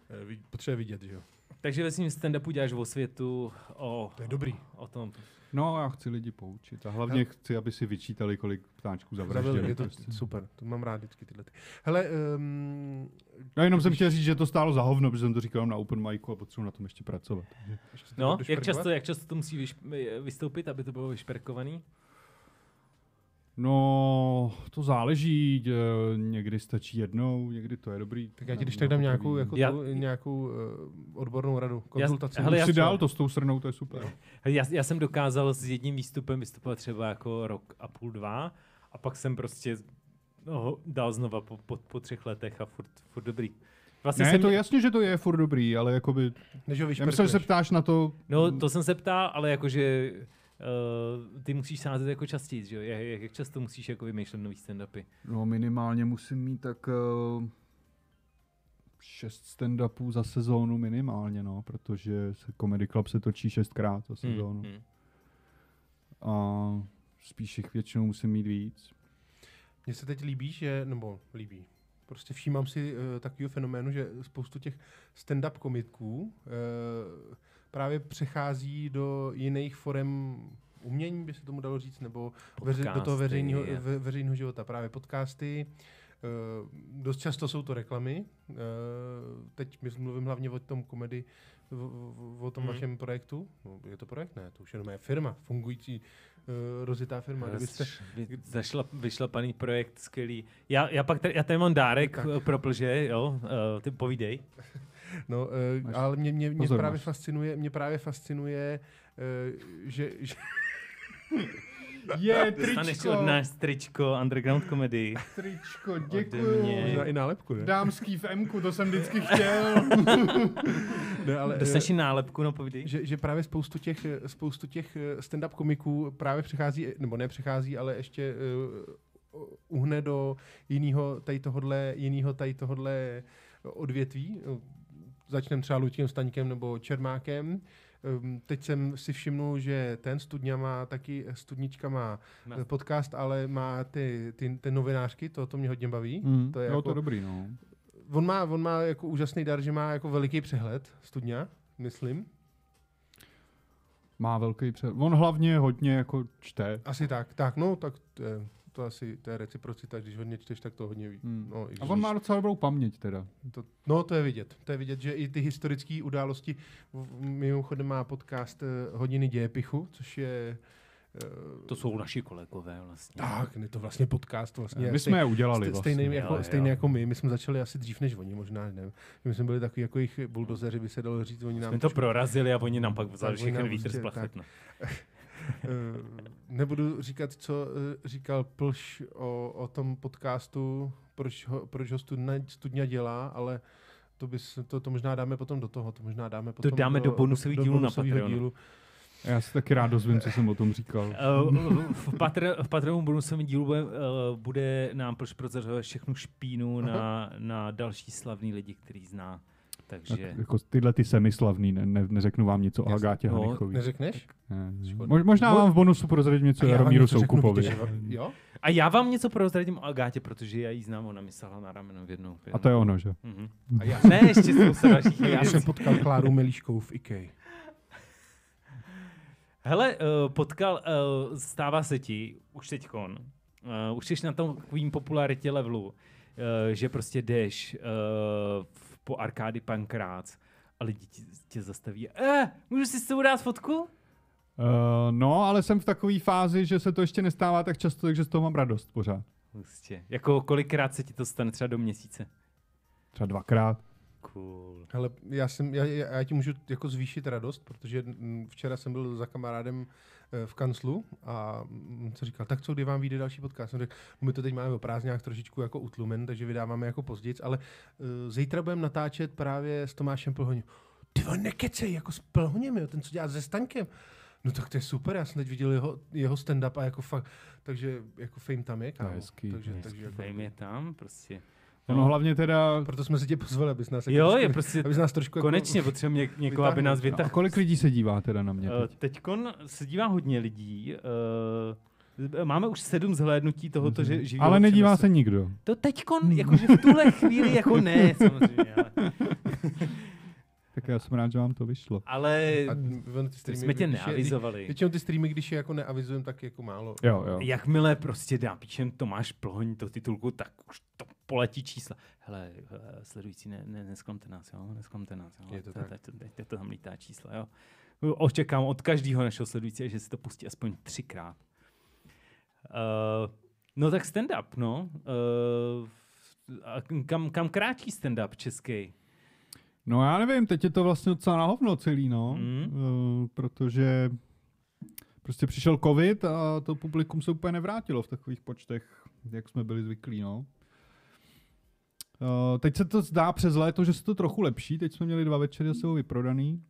Eh, vid- Potřebuje vidět, že jo. Takže ve svým stand-upu děláš o světu, o, To je dobrý. o tom. No, já chci lidi poučit. A hlavně chci, aby si vyčítali, kolik ptáčků Zavřeli, zavraždili. je to prostě. super, to mám rád vždycky tyhle. ty. Hele, um, No, jenom jsem chtěl říct, že to stálo za hovno, protože jsem to říkal na open micu a potřebuji na tom ještě pracovat. ještě to No, budu jak šperkovat? často, jak často to musí vyš, vystoupit, aby to bylo vyšperkovaný? No, to záleží, dě- někdy stačí jednou, někdy to je dobrý. Tak já ti Ne- když tak dám nepoprvé. nějakou, jako No, Já- tu, nějakou uh, odbornou radu, konzultaci. hele, Už já si jsem- dál to s tou srnou, to je super. Hele, Já, já jsem dokázal s jedním výstupem vystupovat třeba jako rok a půl, dva a pak jsem prostě no, ho dal znova po, po, po třech letech a furt, furt dobrý. Vlastně Ne, jsem, to jasně, že to je furt dobrý, ale jakoby... Než ho Já myslím, že se vyšperkuješ. ptáš na to... No, to jsem se ptal, ale jakože uh, ty musíš sázet jako častěji, že jo? Jak, jak- jak často musíš jako vymýšlet nový stand-upy? No, minimálně musím mít tak... eh, šest stand-upů za sezónu minimálně, no, protože se Comedy Club se točí šestkrát za sezónu. Hmm. A spíš jich většinou musím mít víc. Mně se teď líbí, že, nebo líbí, prostě všímám si uh, takového fenoménu, že spoustu těch stand-up komiků uh, právě přechází do jiných forem umění, by se tomu dalo říct, nebo veře, do toho Podcasty, veřejného, jo. ve, veřejného života. Právě podcasty, uh, dost často jsou to reklamy. Uh, teď my mluvím hlavně o tom komedy, o- o- o tom Mhm. vašem projektu. No, je to projekt? Ne, to už jenom je firma, fungující, uh, rozitá firma. Kdybyste, Vy- Zašla, vyšlapaný projekt, skvělý. Já, já pak tady, já tady mám dárek Tak. eh, pro plže, jo, eh, ty povídej. No, uh, Máš- ale mě, mě, mě, pozor, právě máš. fascinuje, mě právě fascinuje, uh, že, že Je, Staneš od nás tričko Underground Comedy. tričko, mě. možná i nálepku, ne? Dámský v Mku, to jsem (laughs) vždycky chtěl. ne ale, eh, Dostaneš i nálepku, no povídej. že, že právě spoustu těch, eh, spoustu těch eh, stand-up komiků právě přechází, eh, nebo ne přechází, ale ještě uh, uhne do jiného tady tohodle, jinýho tady tohodle odvětví. Začneme třeba Lutěm Staňkem nebo Čermákem. Ehm, Teď jsem si všimnul, že ten studňa má taky, studnička má Má- eh, podcast, ale má ty, ty, ty novinářky, to, to mě hodně baví. Mm, To to je je jako- to je dobrý, no. On má, on má jako úžasný dar, že má jako veliký přehled studňa, myslím. Má velký přehled. On hlavně hodně jako čte. Asi tak, tak no, tak to, je, to asi, to je reciprocita, když hodně čteš, tak to hodně ví. Mm. No, i A když- on má docela dobrou paměť teda. to, no, to je vidět. To je vidět, že i ty historické události, v- mimochodem má podcast eh, Hodiny dějepichu, což je... eh, To jsou naši kolegové vlastně. Tak, ne, to vlastně podcast vlastně. My jak jsme je udělali Ste, stejný, vlastně. jako, Jo, jo. stejný jako my, my jsme začali asi dřív než oni, možná nevím. My jsme byli takový jako jejich buldozeři, by se dalo říct, oni nám Jsme to prorazili a oni nám pak vzali Tak, oni nám všechny vítr prostě- z no. plachetna. Eh, nebudu říkat, co eh, říkal Plš o, o tom podcastu, proč ho, proč ho studna, studňa dělá, ale to, bys, to, to možná dáme potom do toho, to možná dáme potom dáme do bonusový dílu na bonusovýho Patreonu. dílu. Já se taky rád dozvím, co jsem o tom říkal. Eh, v, patr, v Patreonu bonusovém dílu bude, eh, bude nám plš prozrazovat všechnu špínu na, na další slavný lidi, který zná. Takže Tak, jako tyhle ty semislavný, ne, ne, neřeknu vám nic o Jasně. Agátě No, Hanichový. Neřekneš? Ne. škoda. Mož, možná Mo- vám v bonusu prozradím něco A já vám Jaromíru něco řeknu, Soukupovi. protože- Jo? A já vám něco prozradím o Agátě, protože já ji znám, ona mi sahla na rameno v jednou. A to je ono, že? Mm-hmm. A já, Ne, ještě spousta dalších já jsem věcí. potkal Kláru Milíškou v IKEA. Hele, eh, potkal, eh, stává se ti, už teďkon, eh, už jsi na tom takovým popularitě levelu, eh, že prostě jdeš eh, v- po arkády Pankrác a lidi ti- tě zastaví. Eh, můžu si s tebou dát fotku? Uh, no, ale jsem v takové fázi, že se to ještě nestává tak často, takže z toho mám radost pořád. Prostě. Jako kolikrát se ti to stane třeba do měsíce? Třeba dvakrát. Cool. Hele, já, jsem, já, já já ti můžu jako zvýšit radost, protože mm, včera jsem byl za kamarádem eh, v kanclu a mm, co říkal, tak co, kdy vám vyjde další podcast? Jsem řekl, no my to teď máme o prázdninách trošičku jako utlumen, takže vydáváme jako později, ale uh, zítra budeme natáčet právě s Tomášem Plhoním. Ty vole, nekecej, jako s Plhoněm, jo, ten, co dělá se Stankem. No tak to je super, já jsem teď viděl jeho, jeho stand-up a jako fakt, takže jako fame tam je, kámo. No, je hezký, takže, to je takže jako, Dej mi je tam, prostě. No, no hlavně teda... proto jsme si tě pozvali, abys nás, jako Jo, trošku- je prostě, abys nás trošku jako- konečně (laughs) potřebujeme něk- někoho, aby nás A vytáhl. kolik lidí se dívá teda na mě? Eh, teď? Teďkon se dívá hodně lidí. eh, Máme už sedm zhlédnutí tohoto, že živého Mhm. Ale nedívá přenosu. se Hmm. nikdo. To teďkon, jakože v tuhle chvíli, jako ne, samozřejmě. Ale, Tak já jsem rád, že vám to vyšlo. ale A on ty streamy, jsme tě když je- neavizovali. Většinou ty streamy, když je jako neavizujem, tak jako málo. Jo, jo. Jakmile prostě dá píšem Tomáš Ploň do titulku, tak už to poletí čísla. Hele, eh, sledující, ne, ne, nesklamte nás, jo, nesklamte nás, jo. Je to Teď- tak. teď- Teď teď to tam lítá čísla, jo. Očekám od každého našeho sledujícího, že si to pustí aspoň třikrát. Uh, no tak stand-up, no. Uh, a kam, kam kráčí stand-up český? No já nevím, teď je to vlastně docela na hovno celý, no. Mm. Eh, protože prostě přišel covid a to publikum se úplně nevrátilo v takových počtech, jak jsme byli zvyklí, no. Eh, teď se to zdá přes léto, že se to trochu lepší, teď jsme měli dva večery, jsou vyprodaný.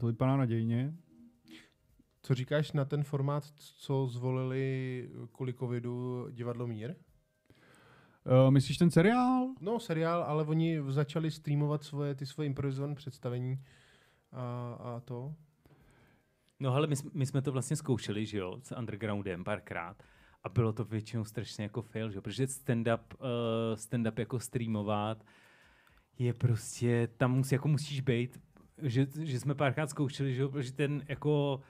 To vypadá nadějně. Co říkáš na ten formát, co zvolili kvůli covidu divadlo Mír? Eh, myslíš ten seriál? No, seriál, ale oni začali streamovat svoje, ty svoje improvizované představení a, a to. No ale my, jsme- my jsme to vlastně zkoušeli, že jo, s undergroundem párkrát. A bylo to většinou strašně jako fail, že jo, protože stand-up, uh, stand-up jako streamovat je prostě, tam mus, jako musíš být, že, že jsme párkrát zkoušeli, že jo, protože ten jako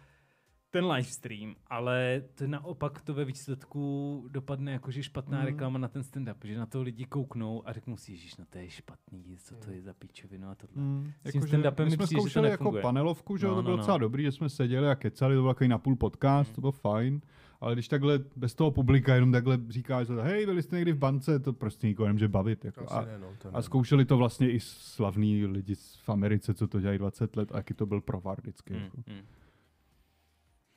ten livestream, ale to naopak to ve výsledku dopadne jako, že špatná mm. reklama na ten stand-up, že na to lidi kouknou a řeknou si, že no to je špatný, co to je za pičovinu a tohle. Mm, Hmm, S tím stand-upem my mi jsme přijde, že to zkoušeli jako nefunguje. panelovku, že no, No, no, to bylo no. Hmm. docela dobrý, že jsme seděli a kecali, to byl takový napůl podcast, to bylo fajn, ale když takhle bez toho publika jenom takhle říkáš, že hej, byli jste někdy v bance, to prostě nikoho nemůže bavit. Jako. Asi A, ne, no, to a ne. zkoušeli to vlastně i slavní lidi z- v Americe, co to dělají 20 let, a jaký to byl provar vždycky. Mm. Jako. Mm, mm.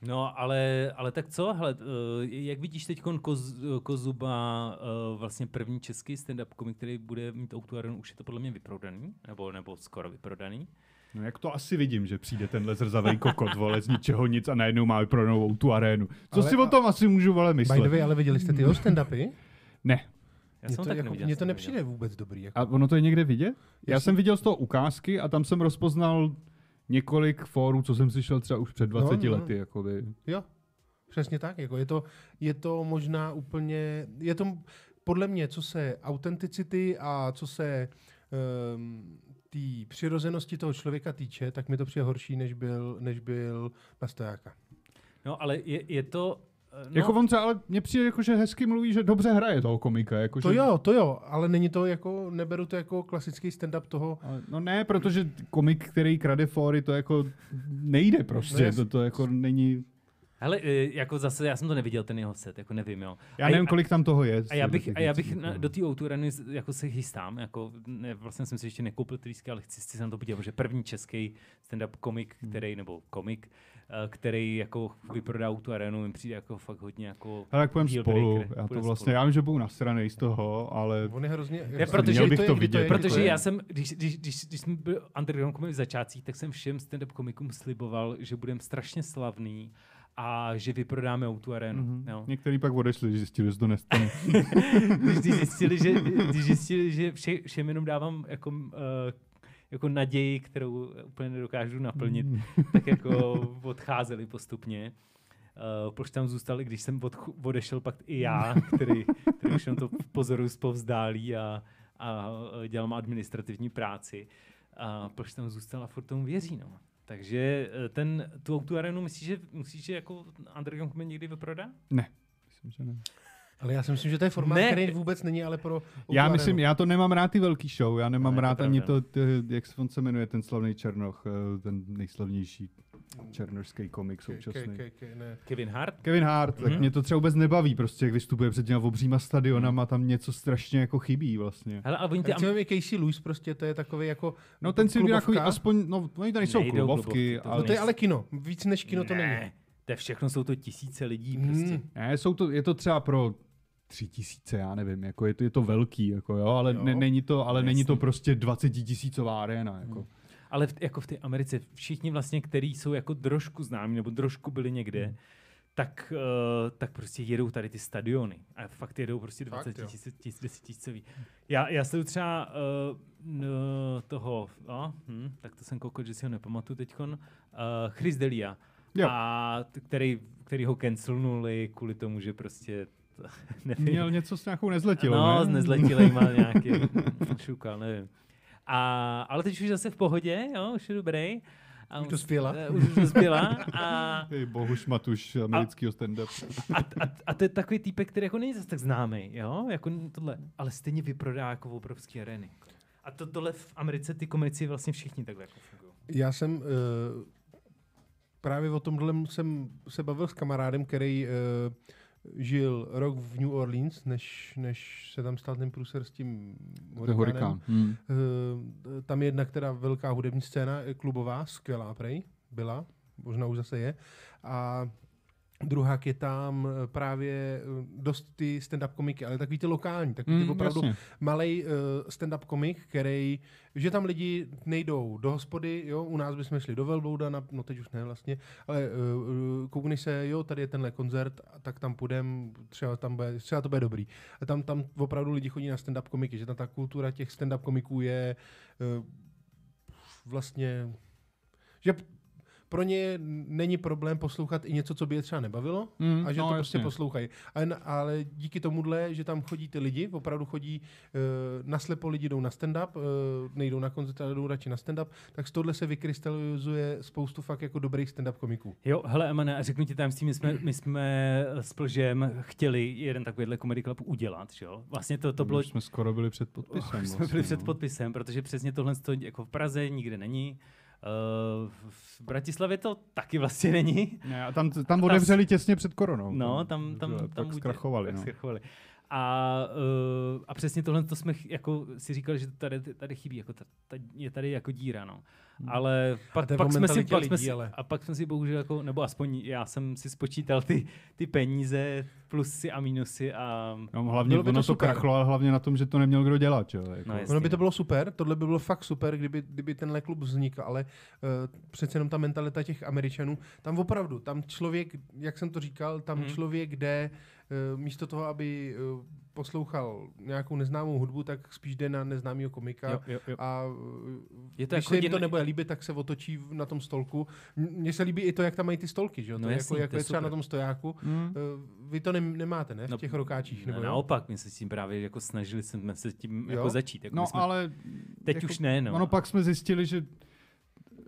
No, ale, ale tak co? Hele, eh, jak vidíš teď Koz, Kozuba, eh, vlastně první český stand-up komik, který bude mít Outu Arenu, už je to podle mě vyprodaný, nebo, nebo skoro vyprodaný. No jak to asi vidím, že přijde tenhle zrzavej kokot, vole, z ničeho nic a najednou má vyprodanou tu arénu. Co Ale- si o tom asi můžu, vole, myslet? By the way, ale viděli jste ty jeho stand-upy? Ne, Já Mně jsem ho to, taky jako, neviděl, mně jsem to ho nepřijde vůbec dobrý. Jako. A ono to je někde vidět? Já Jestli- jsem viděl z toho ukázky a tam jsem rozpoznal několik fórů, co jsem slyšel třeba už před 20 No, no. lety. Jakoby. Jo, přesně tak. Jako je, to, je to možná úplně... Je to podle mě, co se autenticity a co se um, té přirozenosti toho člověka týče, tak mi to přijde horší, než byl, než byl na stojáka. viděl. No, ale je, je to... eh, No, No. Jako on třeba, ale mně přijde, jako, že hezky mluví, že dobře hraje toho komika. Jako, To že... jo, to jo, ale není to jako, neberu to jako klasický stand-up toho, Ale- No ne, protože komik, který krade fóry, to jako nejde No prostě. jas- to, to jako není... hele, eh, jako zase, já jsem to neviděl, ten jeho set, jako nevím, jo. Já A- nevím, a- kolik tam toho je. A já bych, těch a já věcí, bych na, jako. do té Outu Areny z- jako se chystám, jako ne, vlastně jsem si Hmm. ještě nekoupil trýsky, ale chci chci se na to podívat, protože první český stand-up komik, který, nebo komik, eh, eh, který jako vyprodá tu arenu, mi přijde jako fakt hodně jako... Ale jak půjdem deal spolu, breaker. já to Půjdem vlastně, spolu. já vím, že budu nasranej z toho, ale On je hrozně... Ne, protože- Měl bych kdy to kdy vidět. kdy Protože je. já jsem, když, když, když, když jsem byl underground komik v začátcích, tak jsem všem stand-up komikům sliboval, že budem strašně slavný a že vyprodáme o tu arenu. Mhm. Mm-hmm. Mhm. No. některý pak odešli, že zjistili, že se (laughs) to nestane. Když, když zjistili, že, když zjistili, že vše, všem jenom dávám jako, uh, jako naději, kterou úplně nedokážu naplnit, tak jako odcházeli postupně. Uh, proč tam zůstali, když jsem od, odešel pak i já, který, který už jenom to pozoruju zpovzdálí a, a eh, dělám administrativní práci. A proč tam zůstala, furt tomu věří, no. Takže eh, ten, tu, tu arenu myslíš, že, myslíš, že jako Underground Comedy někdy vyprodá? ne, myslím, že ne. Ale já si myslím, že to je formát, Ne. který vůbec není, ale pro... Já Open myslím, Arenu. já to nemám rád ty velký show, já nemám no. Ne, to rád je ani pravda. to, ty, jak se on se jmenuje, ten slavný Černoch, eh, ten nejslavnější černošský komik Ke- ke- současný. ke- ke- ne. Kevin Hart? Kevin Hart, Mhm. tak mě to třeba vůbec nebaví, prostě jak vystupuje před těma obříma stadionama, tam něco strašně jako chybí vlastně. Mhm. Hele, a oni ty, A Třeba i Casey Lewis prostě, to je takový jako... No ten si vybírá takový klubovka. aspoň, no oni to nejsou Nejdou klubovky, klubovky, to No ale to je ale kino. Víc než kino to není. Ne, to je všechno, jsou to tisíce lidí prostě. Mm. Ne, jsou to, je to třeba pro tři tisíce, já nevím, jako je to, je to velký, jako jo, ale Jo. jo. Ne, není to, ale není to prostě 20 tisícová arena, (laughs) jako. Ale v, jako v té Americe všichni vlastně, kteří jsou jako trošku známí nebo trošku byli někde, hmm. tak, uh, tak prostě jedou tady ty stadiony. A fakt jedou prostě Fakt, 20 jo. tisíc, tis- 10 tisícový. Já, já sleduju třeba uh, no, toho, no, hm, tak to jsem koukal, že si ho nepamatuju teďkon, uh, Chris Delia. Jo. A t- který, který ho cancelnuli kvůli tomu, že prostě (laughs) t- nevím, Měl něco s nějakou nezletilou, no, ne? z nezletilej mal nějaký mm, šukal, nevím. A, ale teď už zase v pohodě, jo, už je dobrý. A Už dospěla. eh, Už dospěla. A, Ty bohuž Matuš amerického stand-up. a, t- a, t- a, to je takový týpek, který jako není zase tak známý, jo, jako n- tohle, ale stejně vyprodá jako obrovský areny. A to, tohle v Americe ty komerci vlastně všichni takhle jako fungují. Já jsem uh, právě o tomhle jsem se bavil s kamarádem, který uh, žil rok v New Orleans, než, než se tam stal ten průser s tím To je hurikánem. hurikán. Hmm. Eh, tam je jedna která velká hudební scéna, eh, klubová, skvělá prej, byla, možná už zase je. A druhá je tam eh, právě eh, dost ty stand-up komiky, ale takový ty lokální, takový ty Mm, opravdu jasně. malý uh, stand-up komik, který, že tam lidi nejdou do hospody, jo, u nás bychom šli do Velblouda, na, no teď už ne vlastně, ale uh, koukni se, jo, tady je tenhle koncert, a tak tam půjdem, třeba, tam bude, třeba to bude dobrý. A tam, tam opravdu lidi chodí na stand-up komiky, že tam ta kultura těch stand-up komiků je uh, vlastně, že p- pro ně není problém poslouchat i něco, co by je třeba nebavilo, Mm, a že no, no, to prostě jasně. poslouchají. A, n- ale díky tomuhle, že tam chodí ty lidi, opravdu chodí, uh, naslepo lidi jdou na stand-up, uh, nejdou na koncert, ale jdou radši na stand-up, tak z tohle se vykrystalizuje spoustu fakt jako dobrých stand-up komiků. Jo, hele, Emane, a řeknu ti tajemství, my jsme, my jsme s Plžem chtěli jeden takovýhle comedy club udělat, že jo? Vlastně to, to bylo Už jsme skoro byli před podpisem. Už jsme vlastně, byli před no. podpisem, protože přesně tohle to jako v Praze nikde není. Eh, v- V Bratislavě to taky vlastně není. Ne, a tam, tam odevřeli těsně před koronou. No, tam, tam, Že- tam, pak udě- zkrachovali. pak No. zkrachovali. A, eh, a přesně tohle to jsme ch- jako si říkali, že tady, tady chybí, jako ta, ta, je tady jako díra, no. Ale pak, Hmm. to je o pak, jsme si, mentalitě pak jsme lidí, si, ale. a pak jsme si bohužel, jako, nebo aspoň já jsem si spočítal ty, ty peníze, plusy a minusy a No, hlavně Bylo by to ono to, super. krachlo, ale hlavně na tom, že to neměl kdo dělat. Jo, jako. No, Ono by Jasně. to bylo super, tohle by bylo fakt super, kdyby, kdyby tenhle klub vznikl, ale uh, přece jenom ta mentalita těch Američanů, tam opravdu, tam člověk, jak jsem to říkal, tam Mhm. hmm. člověk jde uh, místo toho, aby uh, poslouchal nějakou neznámou hudbu, tak spíš jde na neznámého komika, jo, jo, jo. A Je je to to když jako se jim jen- to nebude líbit, tak se otočí v- na tom stolku. M- Mně se líbí i to, jak tam mají ty stolky, že jo? No No to je jasný, jako, jako to je je třeba super. na tom stojáku. Mm. Eh, Vy to ne- nemáte, ne? V No, těch rokáčích, Ne, nebo jo? naopak, my se s tím právě jako snažili jsme se s tím Jo? jako začít. Jako my No, jsme, ale teď jako- už ne, no. Ono pak jsme zjistili, že eh,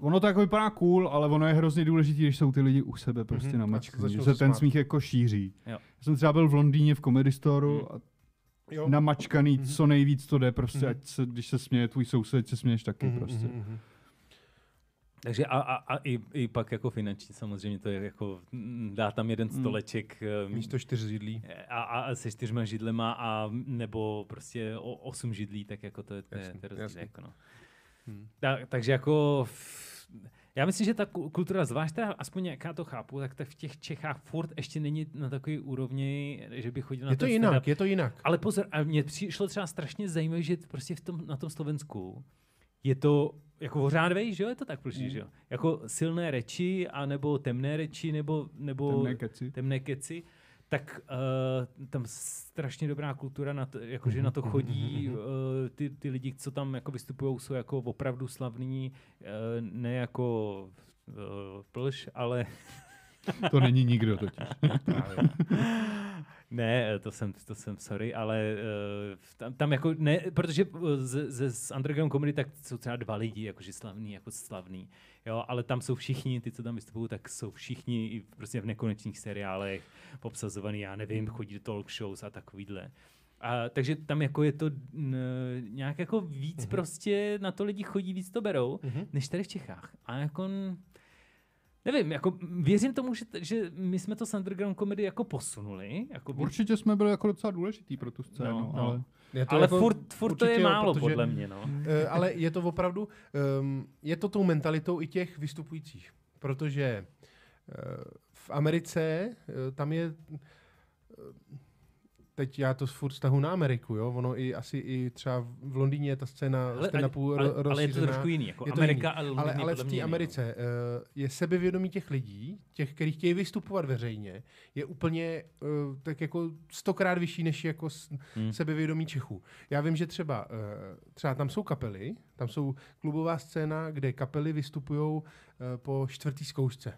ono to jako vypadá cool, ale ono je hrozně důležité, když jsou ty lidi u sebe prostě Mhm, mm-hmm, a namačkaní, že začnou se se ten smát. smích jako šíří. Jo. Já jsem třeba byl v Londýně v Comedy Storeu Mhm. a Mm-hmm. jo? namačkaný Mhm. co nejvíc to jde, prostě Mhm. ať se, když se směje tvůj soused, se směješ taky Mhm, prostě. mhm, mhm. Takže a, a, a i, i, pak jako finančně samozřejmě to je jako, mm, dá tam jeden stoleček mm. Místo čtyř židlí. a, a, a se čtyřma židlema a nebo prostě o, osm židlí, tak jako to je, to je, to je Jasný, rozdíl. jasný. Jako no. Hmm. Ta, takže jako f- Já myslím, že ta ku- kultura, zvlášť teda, aspoň jak já to chápu, tak ta v těch Čechách furt ještě není na takové úrovni, že by chodil na Je to ten jinak, stand-up. je to jinak. Ale pozor, a mně přišlo třeba strašně zajímavé, že prostě v tom, na tom Slovensku je to jako ořádvej, že jo, je to tak prostě, že jo? Jako silné reči, anebo temné reči, nebo, nebo Temné keci. temné keci tak uh, tam strašně dobrá kultura, na to, jakože na to chodí, uh, ty, ty lidi, co tam jako vystupují, jsou jako opravdu slavní, uh, ne jako uh, plš, ale To není nikdo totiž. (laughs) Ne, eh, to jsem, to jsem sorry, ale uh, tam, tam jako ne, protože eh, z, ze z underground comedy tak jsou třeba dva lidi, jakože slavný, jako slavný, jo, ale tam jsou všichni, ty, co tam vystupují, tak jsou všichni i prostě v nekonečných seriálech obsazovaný, já nevím, chodí do talk shows a takovýhle. A, takže tam jako je to n, nějak jako víc prostě, na to lidi chodí, víc to berou, než tady v Čechách. A jako... n- Nevím, jako věřím tomu, že, t- že my jsme to s underground comedy jako posunuli. Jako by- Určitě jsme byli jako docela důležitý pro tu scénu, No, no, no. ale Je ale jako furt, furt to je určitě jo, málo, protože- podle mě. No. Eh, ale je to opravdu, um, je to tou mentalitou i těch vystupujících, protože eh, v Americe eh, tam je, eh, teď já to furt stahu na Ameriku, jo, ono i asi i třeba v Londýně je ta scéna Ale, stand ale, ale je to trošku jiný. Jako je to Amerika jiný. a Londýn Ale, je ale podle v mě no. té jiný, Americe uh, je sebevědomí těch lidí, těch, kteří chtějí vystupovat veřejně, je úplně uh, tak jako stokrát vyšší než jako Hmm. hmm. sebevědomí Čechů. Já vím, že třeba, uh, třeba tam jsou kapely, tam jsou klubová scéna, kde kapely vystupují uh, po čtvrtý zkoušce.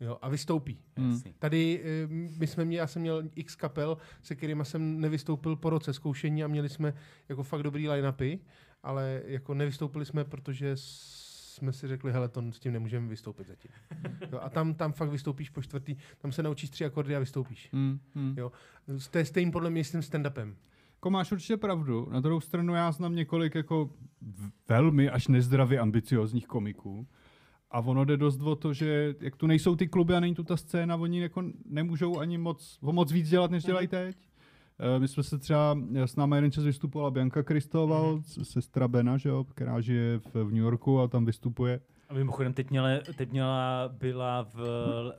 Jo, a vystoupí. No. Jasný. Tady eh, my jsme měli, já jsem měl x kapel, se kterými jsem nevystoupil po roce zkoušení a měli jsme jako fakt dobrý line-upy, ale jako nevystoupili jsme, protože jsme si řekli, hele, to s tím nemůžeme vystoupit (laughs) zatím. Jo, a tam, tam fakt vystoupíš po čtvrtý, tam se naučíš tři akordy a vystoupíš. Hmm, mm, mm. Jo. To je stejný podle mě s tím stand-upem. Jako máš určitě pravdu. Na druhou stranu já znám několik jako v- velmi až nezdravě ambiciozních komiků. A ono jde dost o to, že jak tu nejsou ty kluby a není tu ta scéna, oni jako nemůžou ani moc, o moc víc dělat, než Mhm. dělají teď. Eh, My jsme se třeba, eh, s námi jeden čas vystupovala Bianka Mhm. Kristoval, s- sestra Bena, že jo, která žije v, v New Yorku a tam vystupuje. A mimochodem, teď měla, teď měla byla v,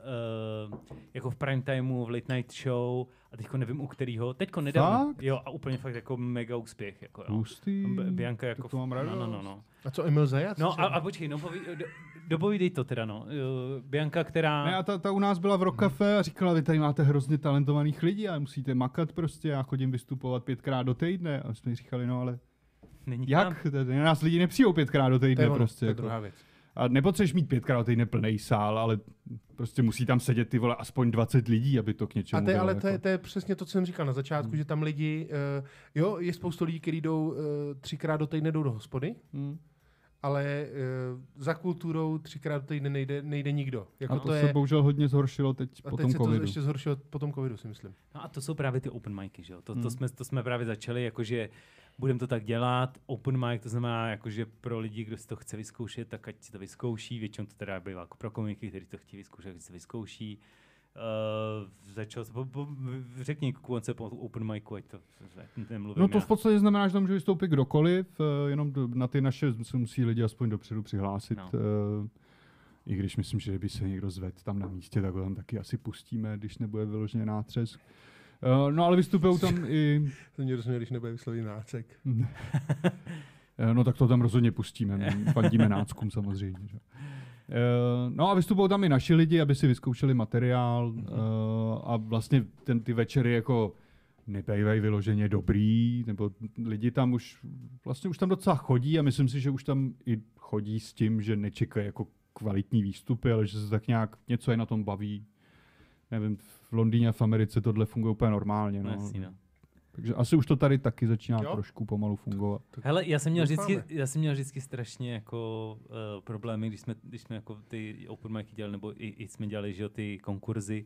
uh, jako v prime timeu, v late night show a teďko nevím u kterého. Teďko nedávno. Fakt? Jo, a úplně fakt jako mega úspěch. Jako, jo. Hustý. B- Bianka jako... Tak to mám no, no, no, radost. no. A co Emil Zajac? no a, třeba? a, počkej, no, poví, do, dopovídej to teda, no. Eh, Bianka, která... Ne, a ta, ta u nás byla v Rokafe a říkala, vy tady máte hrozně talentovaných lidí, ale musíte makat prostě, já chodím vystupovat pětkrát do týdne. A my jsme jí říkali, no ale není tam. jak? Tady na nás lidi nepřijou pětkrát do to je týdne ono, prostě. to je Jako. druhá věc. A nepotřebuješ mít pětkrát do týdne plný sál, ale prostě musí tam sedět ty vole aspoň 20 lidí, aby to k něčemu A to je, bylo, ale jako. Hmm. to je, to je přesně to, co jsem říkal na začátku, že tam lidi, uh, jo, je spoustu lidí, kteří jdou uh, třikrát do týdne jdou do hospody, Hmm. ale uh, za kulturou třikrát do týdne nejde, nejde nikdo. Jako A to, to, to se je, bohužel hodně zhoršilo teď a po teď tom se to covidu. ještě zhoršilo po tom covidu, si myslím. No a to jsou právě ty open micy, že jo? To, to, Hmm. jsme, to jsme právě začali, jakože budeme to tak dělat. Open mic, to znamená, jakože pro lidi, kdo si to chce vyzkoušet, tak ať si to vyzkouší. Většinou to teda bývá jako pro komiky, kteří to chtějí vyzkoušet, ať si to vyzkouší. Uh, začal se, po, po, řekni koncept o open micu, ať to ať nemluvím No to já. v podstatě znamená, že tam může vystoupit kdokoliv, eh, jenom do- na ty naše se musí lidi aspoň dopředu přihlásit. No. No. I když myslím, že kdyby se někdo zvedl tam na místě, tak ho tam taky asi pustíme, když nebude vyloženě nátřesk. Eh, No ale vystupují tam i... To mě rozuměl, když nebude vyslovit nácek. Hm. Eh, No tak to tam rozhodně pustíme, no, fandíme náckům samozřejmě. Že? Eh, No a vystupují tam i naši lidi, aby si vyzkoušeli materiál eh, a vlastně ten, ty večery jako nebejvají vyloženě dobrý, nebo lidi tam už, vlastně už tam docela chodí a myslím si, že už tam i chodí s tím, že nečekají jako kvalitní výstupy, ale že se tak nějak něco je na tom baví. Nevím, v Londýně a v Americe tohle funguje úplně normálně. No, No. jasný, no. Takže asi už to tady taky začíná Jo. trošku pomalu fungovat. Hele, já jsem měl vždycky, Doufáme. já jsem měl vždycky strašně jako uh, problémy, když jsme, když jsme jako ty open micy dělali, nebo i, i jsme dělali, že jo, ty konkurzy,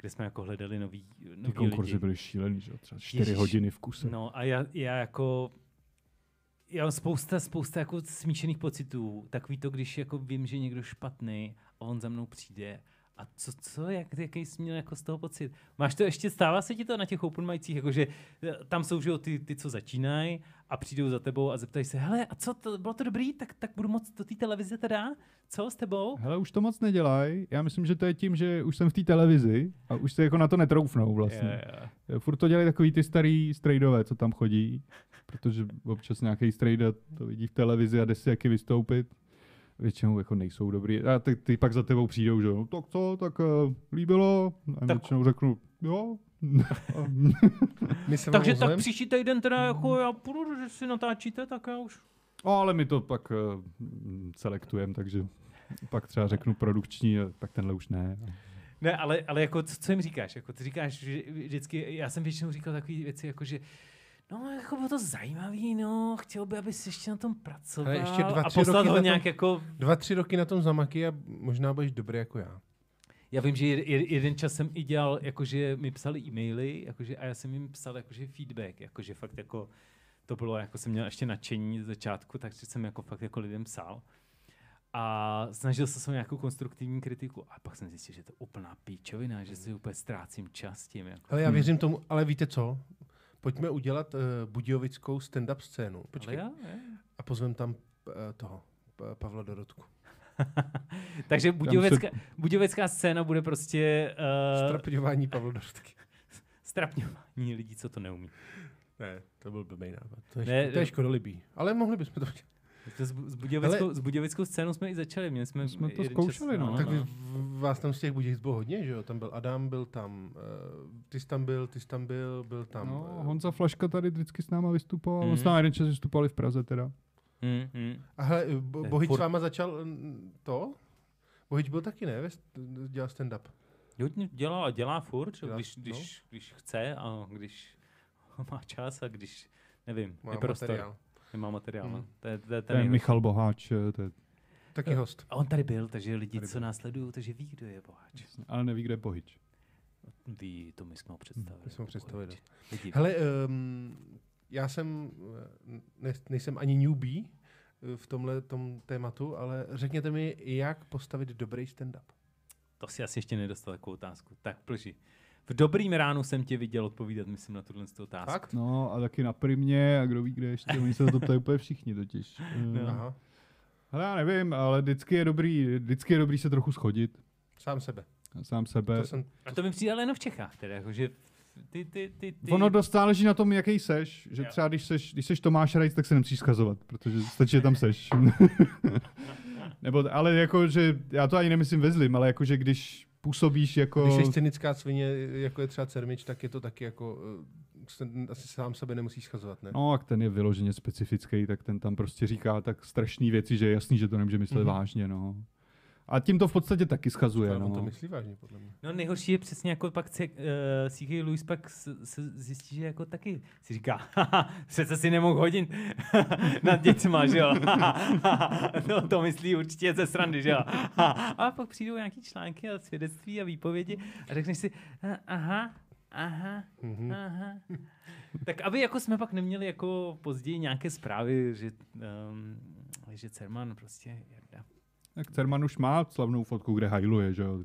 kde jsme jako hledali nový, nový Ty konkurzy lidi. byly šílený, že jo, třeba čtyři Ježiš. hodiny v kuse. No a já, já jako, já mám spousta, spousta jako smíšených pocitů. Takový to, když jako vím, že je někdo špatný a on za mnou přijde a A co, co, jak, jaký jsi měl jako z toho pocit? Máš to ještě, stává se ti to na těch open micích, jakože eh, tam jsou že jo, ty, ty, co začínají a přijdou za tebou a zeptají se, hele, a co, to, bylo to dobrý, tak, tak budu moc do té televize teda? Co s tebou? Hele, už to moc nedělají. Já myslím, že to je tím, že už jsem v té televizi a už se jako na to netroufnou vlastně. Jo, jo. Furt to dělají takový ty starý strejdové, co tam chodí, protože občas nějaký strejda to vidí v televizi a jde si jaký vystoupit. Většinou jako nejsou dobrý. A ty, ty pak za tebou přijdou, že jo, "No tak co, tak uh, líbilo. A Tak- tak... většinou řeknu, jo. (laughs) No, A My se vám Takže tak ozvem. příští týden teda jako já půjdu, že si natáčíte, tak já už. Ale my to pak uh, selektujeme, takže pak třeba řeknu produkční, eh, tak tenhle už ne. Ne, ale, ale jako co, co jim říkáš? Jako ty říkáš že vždycky, já jsem většinou říkal takové věci jako, že No, jako bylo to zajímavý, no, chtěl by, aby ještě na tom pracoval Ale ještě dva, a tři poslat roky ho na tom- nějak jako Dva, tři roky na tom zamaky a možná budeš dobrý jako já. Já vím, že jed- jed- jeden čas jsem i dělal, jakože mi psali e-maily jakože, a já jsem jim psal jakože feedback, jakože fakt jako to bylo, jako jsem měl ještě nadšení z začátku, takže jsem jako fakt jako lidem psal. A snažil jsem se o nějakou konstruktivní kritiku. A pak jsem zjistil, že to je úplná píčovina, že si úplně ztrácím čas tím. Jako. Ale Hmm. já věřím tomu, ale víte co? Pojďme udělat uh, budějovickou stand-up scénu. Počkej. Ale já, já. A pozvem tam eh, toho, Pa- Pavla Dorotku. Takže budějovická, budějovická scéna bude prostě uh, Strapňování Pavla Dorotky. strapňování lidí, co to neumí. Ne, to byl blbý nápad. To je, Ne, ne, to ne. je škodolibý. Ale mohli bychom to udělat. To s, bu- s, budějovickou, s budějovickou scénou jsme i začali. Měli jsme, Jsme to jeden zkoušeli, no. Tak vy, vás tam z těch Budějic bylo hodně, že jo? Tam byl Adam, byl tam, eh, ty jsi tam byl, ty jsi tam byl, byl tam... No, eh, Honza Flaška tady vždycky s náma vystupoval. Mhm. On s náma jeden čas vystupovali v Praze teda. Mm, mm. A hele, eh, bo, Ne, Bohyč furt. s váma začal mm, to? Bohyč byl taky, ne? Ve st- Dělal stand-up. Jo, dělá, a dělá furt, že Dělá, když, no. když, když chce a když (laughs) má čas a když, nevím, Má je prostor, materiál. nemá materiál. Mm. Mhm. To je, to je ten Ten nejlepší. Michal Boháč, eh, to je, Taky host. A on tady byl, takže lidi, Tady co byl. nás sledují, takže ví, kdo je boháč. ale neví, kde je Bohyč. Ví, to my jsme ho představili. my jsme ho představili, no. Boháč. Lidi. Hele, um, já jsem, eh, ne, nejsem ani newbie eh, v tomhle tom tématu, ale řekněte mi, jak postavit dobrý stand-up. To si asi ještě nedostal takovou otázku. Tak, plži. V dobrým ránu jsem tě viděl odpovídat, myslím, na tuhle tu otázku. Fakt? No a taky na primě a kdo ví, kde ještě. Oni se na to ptají úplně všichni totiž. No. No. Aha, Hele, já nevím, ale vždycky je dobrý, vždycky je dobrý se trochu schodit. sám sebe. Sám sebe. Eh, To jsem, A to mi přijde ale jenom v Čechách, teda, jakože ty, ty, ty, ty. Ono dost záleží na tom, jaký seš. Že Jo. třeba když seš, když seš Tomáš Rajc, tak se nemusíš skazovat, protože stačí, že (laughs) tam seš. Nebo, t- ale jako, že já to ani nemyslím ve zlým, ale jako, že když působíš jako... když jsi scénická svině, jako je třeba Cermič, tak je to taky jako, eh, se- asi sám sebe nemusíš schazovat, ne? No, a ten je vyloženě specifický, tak ten tam prostě říká tak strašné věci, že je jasný, že to nemůže myslet Mhm. mm-hmm. vážně, no. A tím to v podstatě taky schazuje, Ale on to no. myslí vážně, podle mě. No nejhorší je přesně jako pak se, uh, C.K. Lewis pak se, se zjistí, že jako taky si říká, "Haha, přece si nemohl hodit (laughs) nad dětma, že jo. (laughs) no, to myslí určitě ze srandy, že jo. a pak přijdou nějaký články a svědectví a výpovědi a řekneš si, "Eh, aha, aha, Mhm. aha. tak aby jako jsme pak neměli jako později nějaké zprávy, že, um, že Cerman prostě jarda Tak Cerman už má slavnou fotku, kde hajluje, že jo.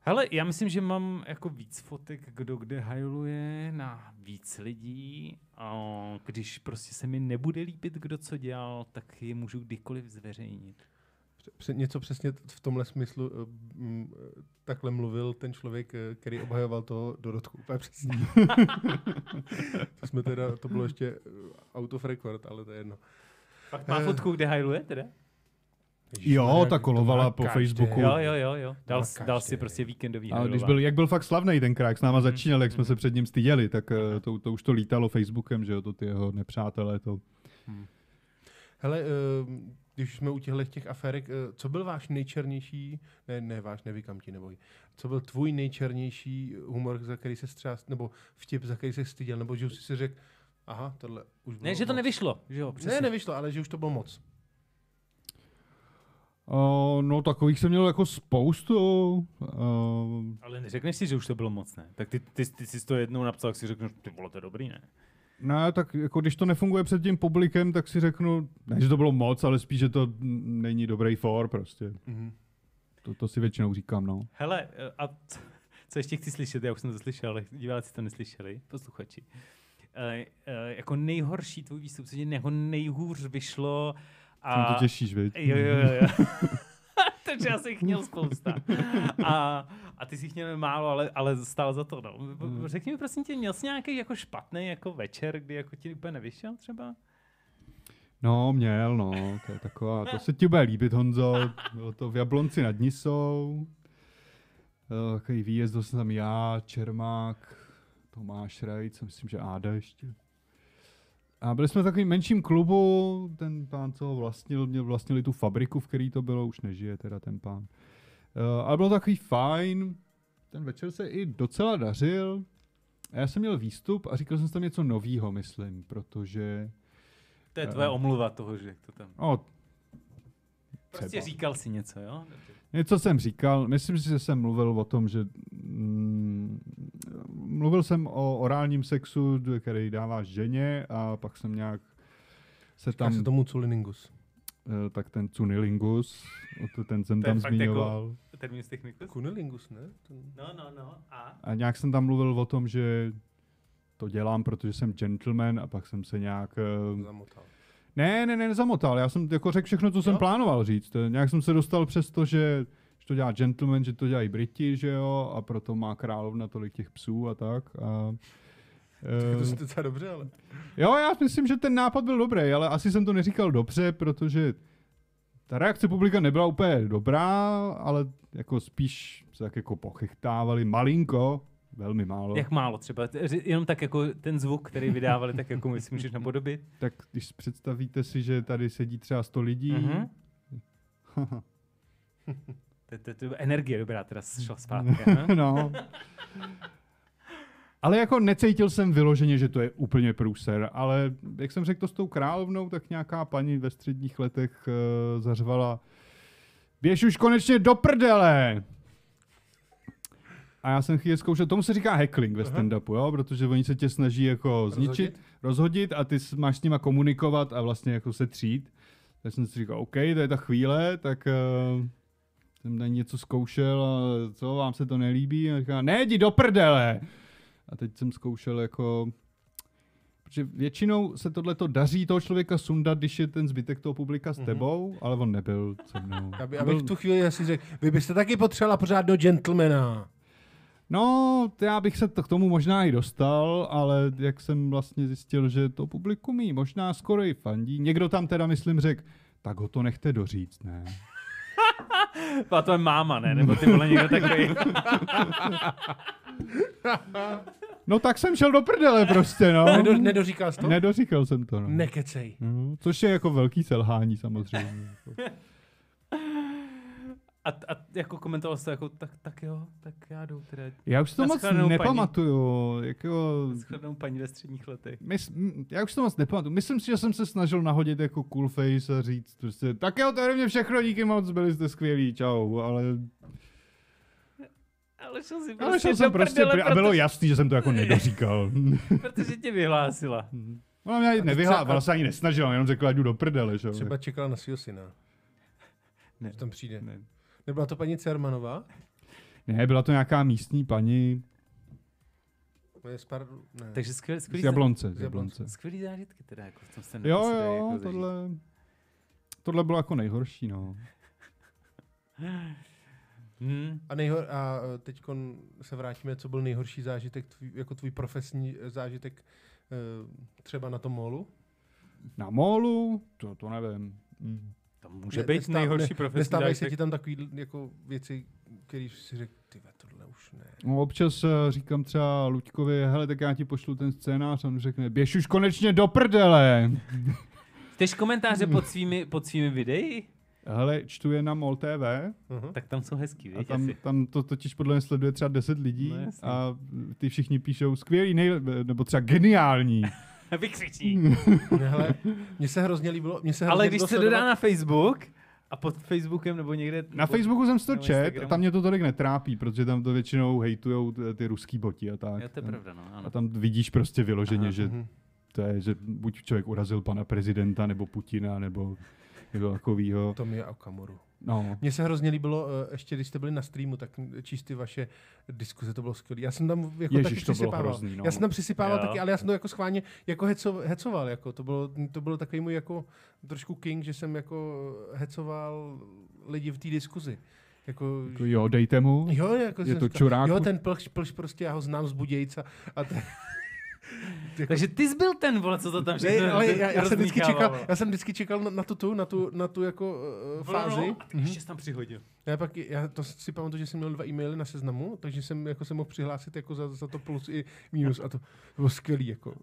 Hele, já myslím, že mám jako víc fotek, kdo kde hajluje na víc lidí. A když prostě se mi nebude líbit, kdo co dělal, tak je můžu kdykoliv zveřejnit. Pře- něco přesně t- v tomhle smyslu eh, mm, eh, takhle mluvil ten člověk, eh, který obhajoval toho Dorotku. Úplně (laughs) přesně. to, jsme teda, to bylo ještě eh, out of record, ale to je jedno. Pak má Eh. fotku, kde hajluje teda? Jo, Ježišmarja, ta to má kolovala po každý. Facebooku. Jo, jo, jo, jo. Dal, Makáš, dal si ty. prostě víkendový A když hajlování. byl, jak byl fakt slavný tenkrát, jak s Mhm, náma začínal, jak jsme se před ním styděli, tak eh, to, to už to lítalo Facebookem, že jo, to ty jeho nepřátelé, to. Hele, eh, když jsme u těchto těch aférek, eh, co byl váš nejčernější, ne, ne váš, nevykam ti, neboj, co byl tvůj nejčernější humor, za který se střást, nebo vtip, za který se styděl, nebo že už jsi si řekl, aha, tohle už bylo Ne, že to moc. nevyšlo, že jo, Ne, přesně. nevyšlo, ale že už to bylo moc. Uh, no takových jsem měl jako spoustu. Uh, Ale neřekneš si, že už to bylo moc, ne? Tak ty, ty, ty jsi to jednou napsal, tak si řekneš, ty vole, to je dobrý, ne? Ne, tak jako když to nefunguje před tím publikem, tak si řeknu, ne, že to bylo moc, ale spíš, že to mm, není dobrý for prostě. Mhm. To, to si většinou říkám, no. Hele, eh, a c- co ještě chci slyšet, já už jsem to slyšel, ale diváci to neslyšeli, posluchači. E, e, jako nejhorší tvůj výstup, co tě jako nejhůř vyšlo Tím a... to těšíš, viď? Jo, jo, jo. jo. (laughs) Takže já jsem jich měl spousta. A, a ty jsi jich měl málo, ale, ale stál za to. No. Hmm. V- v- Řekni mi prosím tě, měl jsi nějaký jako špatný jako večer, kdy jako ti úplně nevyšel třeba? No, měl, no, to je taková, to se ti bude líbit, Honzo, bylo to v Jablonci nad Nisou, Eh, takový výjezd, byl jsem tam já, Čermák, Tomáš Rejc, a myslím, že Áda ještě. A byli jsme v takovým menším klubu, ten pán, co ho vlastnil, měl vlastnili tu fabriku, v který to bylo, už nežije teda ten pán. Eh, Ale bylo to takový fajn, ten večer se i docela dařil, a já jsem měl výstup a říkal jsem si tam něco novýho, myslím, protože To je Eh, tvoje omluva toho, že jak to tam... O, Prostě No, třeba. říkal si něco, jo? něco jsem říkal, myslím si, že jsem mluvil o tom, že mm, mluvil jsem o orálním sexu, d- který dává ženě a pak jsem nějak se Tam... tam, se tomu culiningus. eh, tak ten cunilingus, o to- ten jsem To je tam fakt jako- zmiňoval. Terminus technicus? Kunilingus, ne? Ten... No, no, no. A? A nějak jsem tam mluvil o tom, že to dělám, protože jsem gentleman a pak jsem se nějak... eh, Zamotal. Ne, ne, ne, nezamotal. Já jsem jako řekl všechno, co jsem Jo? plánoval říct. Eh, Nějak jsem se dostal přes to, že, že to dělá gentleman, že to dělají Briti, že jo, a proto má královna tolik těch psů a tak. A, To eh, je docela dobře, ale... jo, já myslím, že ten nápad byl dobrý, ale asi jsem to neříkal dobře, protože ta reakce publika nebyla úplně dobrá, ale jako spíš se tak jako pochechtávali malinko, velmi málo. Jak málo třeba, t- ři- jenom tak jako ten zvuk, který vydávali, tak jako my si můžeš napodobit. Tak když představíte si, že tady sedí třeba 100 lidí, Mhm. (laughs) To- to- To je energie dobrá, teda šla (laughs) zpátky. aha. no. Ale jako necítil jsem vyloženě, že to je úplně průser, ale jak jsem řekl to s tou královnou, tak nějaká paní ve středních letech uh, zařvala Běž už konečně do prdele! A já jsem chvíli zkoušel, tomu se říká heckling ve stand-upu, jo? protože oni se tě snaží jako zničit, rozhodit, rozhodit a ty s- máš s nima komunikovat a vlastně jako se třít. Tak jsem si říkal, OK, to je ta chvíle, tak uh, jsem tady něco zkoušel a co, vám se to nelíbí? A říká, ne, jdi do prdele! A teď jsem zkoušel jako... Protože většinou se tohleto daří toho člověka sundat, když je ten zbytek toho publika s tebou, ale on nebyl se mnou. Mhm. Já by, abych v tu chvíli asi řekl, vy byste taky potřebovala pořádného gentlemana. No, t- já bych se to k tomu možná i dostal, ale jak jsem vlastně zjistil, že to publikum jí možná skoro i fandí. Někdo tam teda, myslím, řekl, tak ho to nechte doříct, ne? Byla to je máma, ne? Nebo ty vole někdo takový. No tak jsem šel do prdele prostě, no. (laughs) Nedo, nedoříkal jsi to? Nedoříkal jsem to, no. Nekecej. No, což je jako velký selhání samozřejmě. jako. A, a jako komentoval jsi to jako, tak, tak jo, tak já jdu teda. (laughs) Já už si to moc Naschledanou, paní. nepamatuju. Jako, Schlednou paní ve středních letech. mys, m- já už si to moc nepamatuju. Myslím si, že jsem se snažil nahodit jako cool face a říct prostě, tak jo, to je ode mě všechno, díky moc, byli jste skvělí, čau, ale, Ale šel si prostě, ale šel do jsem prostě, prdele, pr- a bylo protože, jasný, že jsem to jako (laughs) nedoříkal. protože tě vyhlásila. Hm. Ona mě ani nevyhlá, třeba- ona se ani nesnažila, jenom řekla, jdu do prdele, že jo. Třeba čekala na svého syna. Ne. Ne. Tam přijde. Ne. Nebyla to paní Cermanová? Ne, byla to nějaká místní paní To je Spar... Ne. Takže skvělý, z skvělý, Jablonce. Z z Jablonce. skvělý zážitky teda, jako v tom se jako Jo, jo, tohle, tohle bylo jako nejhorší, no. Hmm. A, nejhor, a teď se vrátíme, co byl nejhorší zážitek, tvý, jako tvůj profesní eh, zážitek eh, třeba na tom molu? Na molu, to, to nevím. Mm. To může Ne- být nestá- nejhorší ne- profesní Nestávají se zážitek. ti tam takový jako věci, které si řekl, ty tohle už ne. No, občas eh, říkám třeba Luďkovi, hele, tak já ti pošlu ten scénář, a on řekne, běž už konečně do prdele. (laughs) Tež komentáře Hmm. pod svými, pod svými videi? Hele, čtu je na MOL TV Uh-huh. Tak tam jsou hezký, a víš? tam, asi. (laughs) tam to totiž podle mě sleduje třeba 10 lidí No, jasně. a ty všichni píšou skvělý, nejle- nebo (laughs) třeba geniální. Vykřičí. Hele, mně se hrozně líbilo. Mně se hrozně Ale když líbilo se Hmm. sledovat- dodá na Facebook a pod Facebookem nebo někde... Na nebo- Facebooku jsem si to nebo čet a Instagramu. tam mě to tolik netrápí, protože tam to většinou hejtujou t- ty ruský boti a tak. Jo, to je pravda, no, A ano. tam vidíš prostě vyloženě, Aha. Aha. že Mhm. to je, že buď člověk urazil pana prezidenta, nebo Putina, nebo někoho takového. To mi je Okamoru. No. Mně se hrozně líbilo, eh, ještě když jste byli na streamu, tak číst ty vaše diskuze, to bylo skvělé. Já jsem tam jako Ježiš, taky to bylo přisypával. hrozný, no. Já jsem tam přisypával Jo. taky, ale já jsem to jako schválně jako heco, hecoval. Jako. To, bylo, to bylo takový můj jako trošku king, že jsem jako hecoval lidi v té diskuzi. Jako, Jako jo, dejte mu. jo, jako je jsem to říkal, čurák? Jo, ten plš, plš prostě, já ho znám z Budějca. A (laughs) ten, Takže ty jsi byl ten, vole, co to tam všechno jako- ne, ale já, já, jsem vždycky rozmíchávalo. čekal, já jsem vždycky čekal na, na tu, tu, na tu, na tu jako uh, Vlnu fázi. a Ještě jsi tam přihodil. Já pak, já to si pamatuju, že jsem měl dva e-maily na seznamu, takže jsem jako se mohl přihlásit jako za, za to plus i minus a to, to bylo skvělý jako.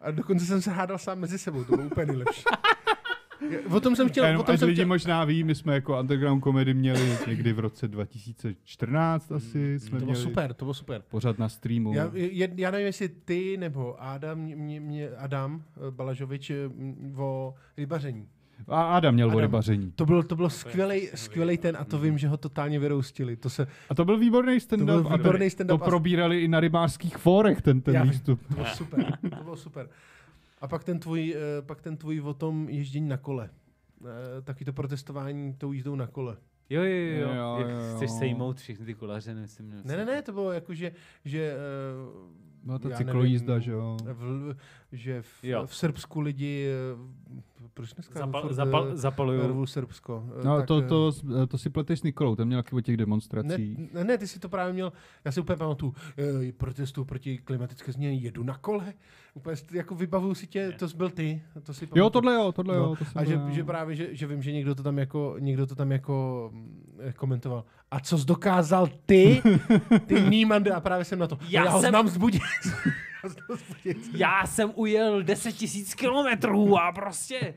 A dokonce jsem se hádal sám mezi sebou, to bylo úplně (laughs) nejlepší. Já- O tom jsem chtěl, Jenom, o tom ať jsem lidi chtěl, možná ví, my jsme jako underground komedy měli někdy v roce 2014 asi, jsme Mm, to bylo měli Mm. super, to bylo super. pořád na streamu. Já, je, já nevím, jestli ty nebo Adam, mě, mě, Adam eh, Balažovič eh, m- o rybaření. A Adam měl o Adam. rybaření. To bylo, to bylo skvělej, skvělej ten a to vím, že ho totálně vyroustili. To se, A to byl výborný to byl stand-up. a výborný to stand-up. a- probírali i na rybářských fórech ten, ten Já vím. výstup. To bylo super, to bylo super. A pak ten tvůj, eh, pak ten tvůj o tom ježdění na kole. Eh, Taky to protestování tou jízdou na kole. Jo, jo, jo. jo, jo, Jo, jo. jo, jo. Chceš sejmout všechny ty kolaře, nesem měl. Ne, ne, ne, to bylo jako, že, že, eh, Byla to Já cyklojízda, nevím. že jo. eh, v, že v, Jo. v Srbsku lidi, eh, proč dneska Zapal, furt, zapal, eh, zapaluju. rvou Srbsko. Eh, No tak, to, eh, to, s- to si pleteš s Nikolou, ten měl nějaký o těch Ne, demonstracích. ne, ne, ty si to právě měl, já si úplně pamatuju, eh, protestu proti klimatické změně, jedu na kole, úplně st- jako vybavuju si tě, Ne. to byl ty, to si Jo, pamatuju. tohle jo, tohle No, jo. To jsem A že, byl já. že právě, že, že vím, že někdo to tam jako, někdo to tam jako mm, komentoval. A co jsi dokázal (laughs) ty? Ty Niemande. A právě jsem na to. Já, Já já ho jsem- znám z Budějc. (laughs) Já ho znám z Budějc. Já jsem ujel 10 tisíc kilometrů a (laughs) prostě...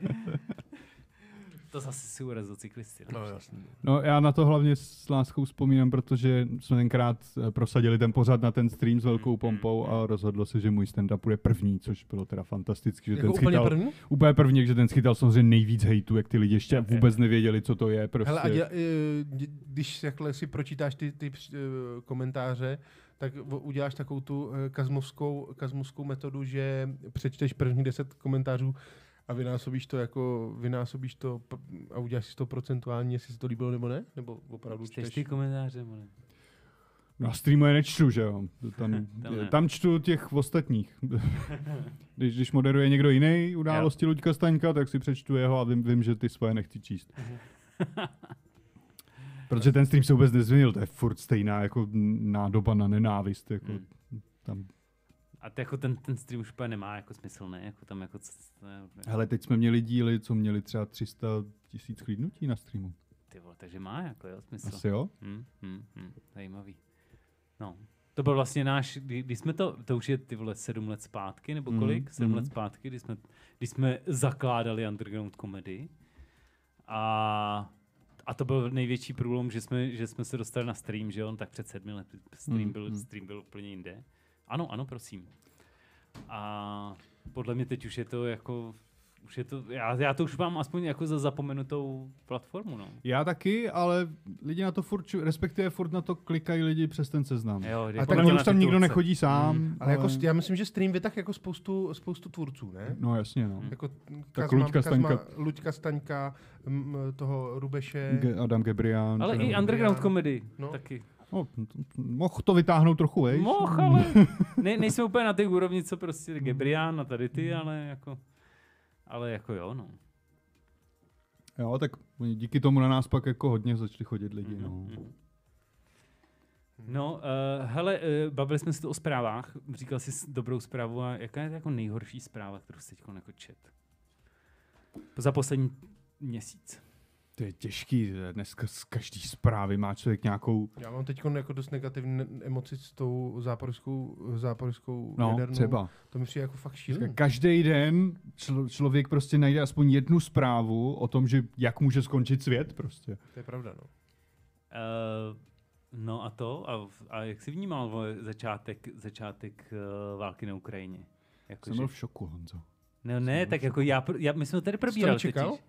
to zase si urazil cyklisty. No. No jasně. No já na to hlavně s láskou vzpomínám, protože jsme tenkrát eh, prosadili ten pořad na ten stream s velkou pompou a rozhodlo se, že můj stand-up bude první, což bylo teda fantastický, že Jako ten úplně schytal, první? úplně první, že ten schytal samozřejmě nejvíc hejtu, jak ty lidi ještě vůbec nevěděli, co to je prostě. Hele, a děla, eh, dě- když jakhle si pročítáš ty, ty při- eh, komentáře, tak v- uděláš takovou tu eh, kazmovskou, kazmovskou metodu, že přečteš první 10 komentářů a vynásobíš to jako, vynásobíš to p- a uděláš si to procentuálně, jestli se to líbilo nebo ne? Nebo opravdu Čteš čteš? ty komentáře, vole. Na streamu je nečtu, že jo. (laughs) Tam, Tam ne. tam čtu (laughs) těch ostatních. když, když moderuje někdo jiný události Luďka Staňka, tak si přečtu jeho a vím, vím že ty svoje nechci číst. (laughs) Protože ten stream se vůbec nezměnil, to je furt stejná jako nádoba na nenávist. Jako Mm. tam. A to jako ten, ten stream už úplně nemá jako smysl, ne? Jako tam jako... c- c- Hele, teď jsme měli díly, co měli třeba 300 tisíc chlídnutí na streamu. Ty vole, takže má jako jo smysl. Asi jo? Hmm, hm, hmm, hmm, zajímavý. No, to byl vlastně náš, kdy, kdy jsme to, to už je ty vole sedm let zpátky, nebo Mhm, kolik? sedm mhm. let zpátky, kdy jsme, kdy jsme zakládali underground komedy. A, a to byl největší průlom, že jsme, že jsme se dostali na stream, že on tak před sedmi lety stream Mhm, byl, mhm. stream byl úplně jinde. Ano, ano, prosím. A podle mě teď už je to jako, už je to, já, já to už mám aspoň jako za zapomenutou platformu, no. Já taky, ale lidi na to furt, ču- respektive furt na to klikají lidi přes ten seznam. Jo, A jako a podle Podle mě mě už tam nikdo nechodí sám. Mm, Ale, jako, já myslím, že stream vytah jako spoustu, spoustu tvůrců, ne? No jasně, no. Jako Tak Luďka Staňka. Luďka Staňka, m, toho Rubeše. Ge- Adam Gebrián. Hmm. Ale to i nebo- underground Já- comedy no. no. taky. No, t- t- mohl to vytáhnout trochu, vejš? Moch, ale (laughs) ne, nejsme úplně na té úrovni, co prostě Gebrián a tady ty, ale jako, ale jako jo, no. Jo, tak oni díky tomu na nás pak jako hodně začali chodit lidi, no. Mhm. No, uh, hele, uh, bavili jsme se tu o zprávách, říkal jsi s- dobrou zprávu a jaká je ta jako nejhorší zpráva, kterou jsi teď jako čet? Za poslední měsíc. To je těžký, že dneska z každý zprávy má člověk nějakou, Já mám teď jako dost negativní ne- emoci s tou záporskou, záporskou no jadernou. Hmm. třeba. To mi přijde jako fakt šílený. Každý den člo, člověk prostě najde aspoň jednu zprávu o tom, že jak může skončit svět prostě. To je pravda, no. Uh, no a to? A, a jak jsi vnímal vole, začátek, začátek uh, války na Ukrajině? Jako, Jsem že- byl v šoku, Honzo. No ne, tak jako já, pr- já my jsme to tady probírali. čekal? totiž.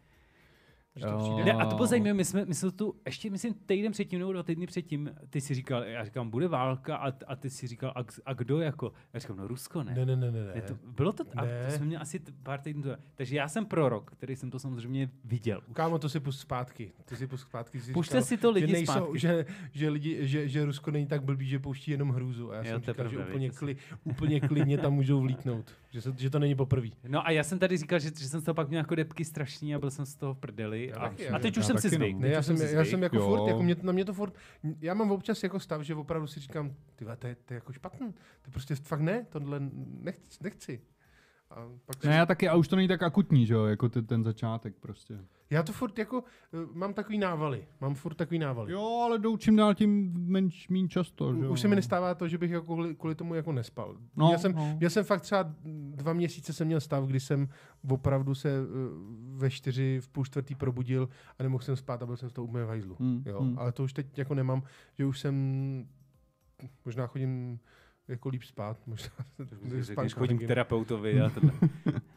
Když to přijde. Ne, a to bylo zajímavé, my jsme, my jsme to tu ještě, myslím, týden předtím nebo dva týdny předtím, ty si říkal, já říkám, bude válka a, a ty si říkal, a, k- a kdo jako? Já říkám, no Rusko ne. Ne, ne, ne, ne. Ne, ne. to, bylo to, a Ne. to jsme měli asi t- pár týdnů. to- Takže já jsem prorok, který jsem to samozřejmě viděl. už. Kámo, to si pust zpátky. To si pust zpátky. jsi Pusťte si to lidi že nejsou, zpátky. Že, že, lidi, že, že, Rusko není tak blbý, že pouští jenom hrůzu. A já Jo, jsem to je říkal, že pravda, úplně, víte, kli, úplně klidně tam můžou vlítnout. Že, se, že to není poprvé. No a já jsem tady říkal, že, že jsem z toho pak měl jako depky strašný a byl jsem z toho v prdeli. Já A, taky, a já teď už taky jsem si no. zvyk. Ne, teď já už jsem, si já zvyk. jsem jako Jo. furt, jako mě, na mě to furt, já mám občas jako stav, že opravdu si říkám, ty vole, to je, to je jako špatný, to prostě fakt ne, tohle nechci. nechci. A pak Ne, já taky, a už to není tak akutní, že jo, jako ten, ten začátek prostě. Já to furt jako, eh, mám takový návaly, mám furt takový návaly. Jo, ale jdou čím dál tím menš, mín často, že U- jo. Už se mi nestává to, že bych jako kvůli, kvůli tomu jako nespal. No, No, já jsem, no. no. Měl jsem fakt třeba dva měsíce jsem měl stav, kdy jsem opravdu se eh, ve čtyři, v půl čtvrtý probudil a nemohl jsem spát a byl jsem z toho úplně v hajzlu. Hmm, Jo, hmm. ale to už teď jako nemám, že už jsem, možná chodím jako líp spát, možná (laughs) Že spánková Když chodím k hygiena. terapeutovi a tohle.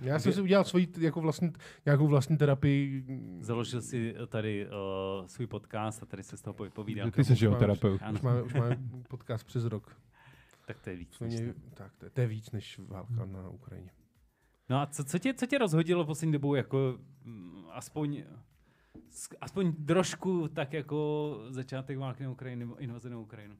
Já jsem si udělal svoji t- jako vlastní, nějakou vlastní terapii. (laughs) Založil si eh, tady uh, svůj podcast a tady se z toho vypovídal. Že Ty jsi, už že jo, mám- terapeut. Ano, Už máme, už (laughs) máme podcast přes rok. tak to je víc. Jsme než měli, to. tak, to, je, to je víc než válka Hmm. na Ukrajině. No a co, co, tě, co tě rozhodilo poslední dobou jako mm, aspoň s- aspoň trošku tak jako začátek války na Ukrajinu nebo invaze na Ukrajinu.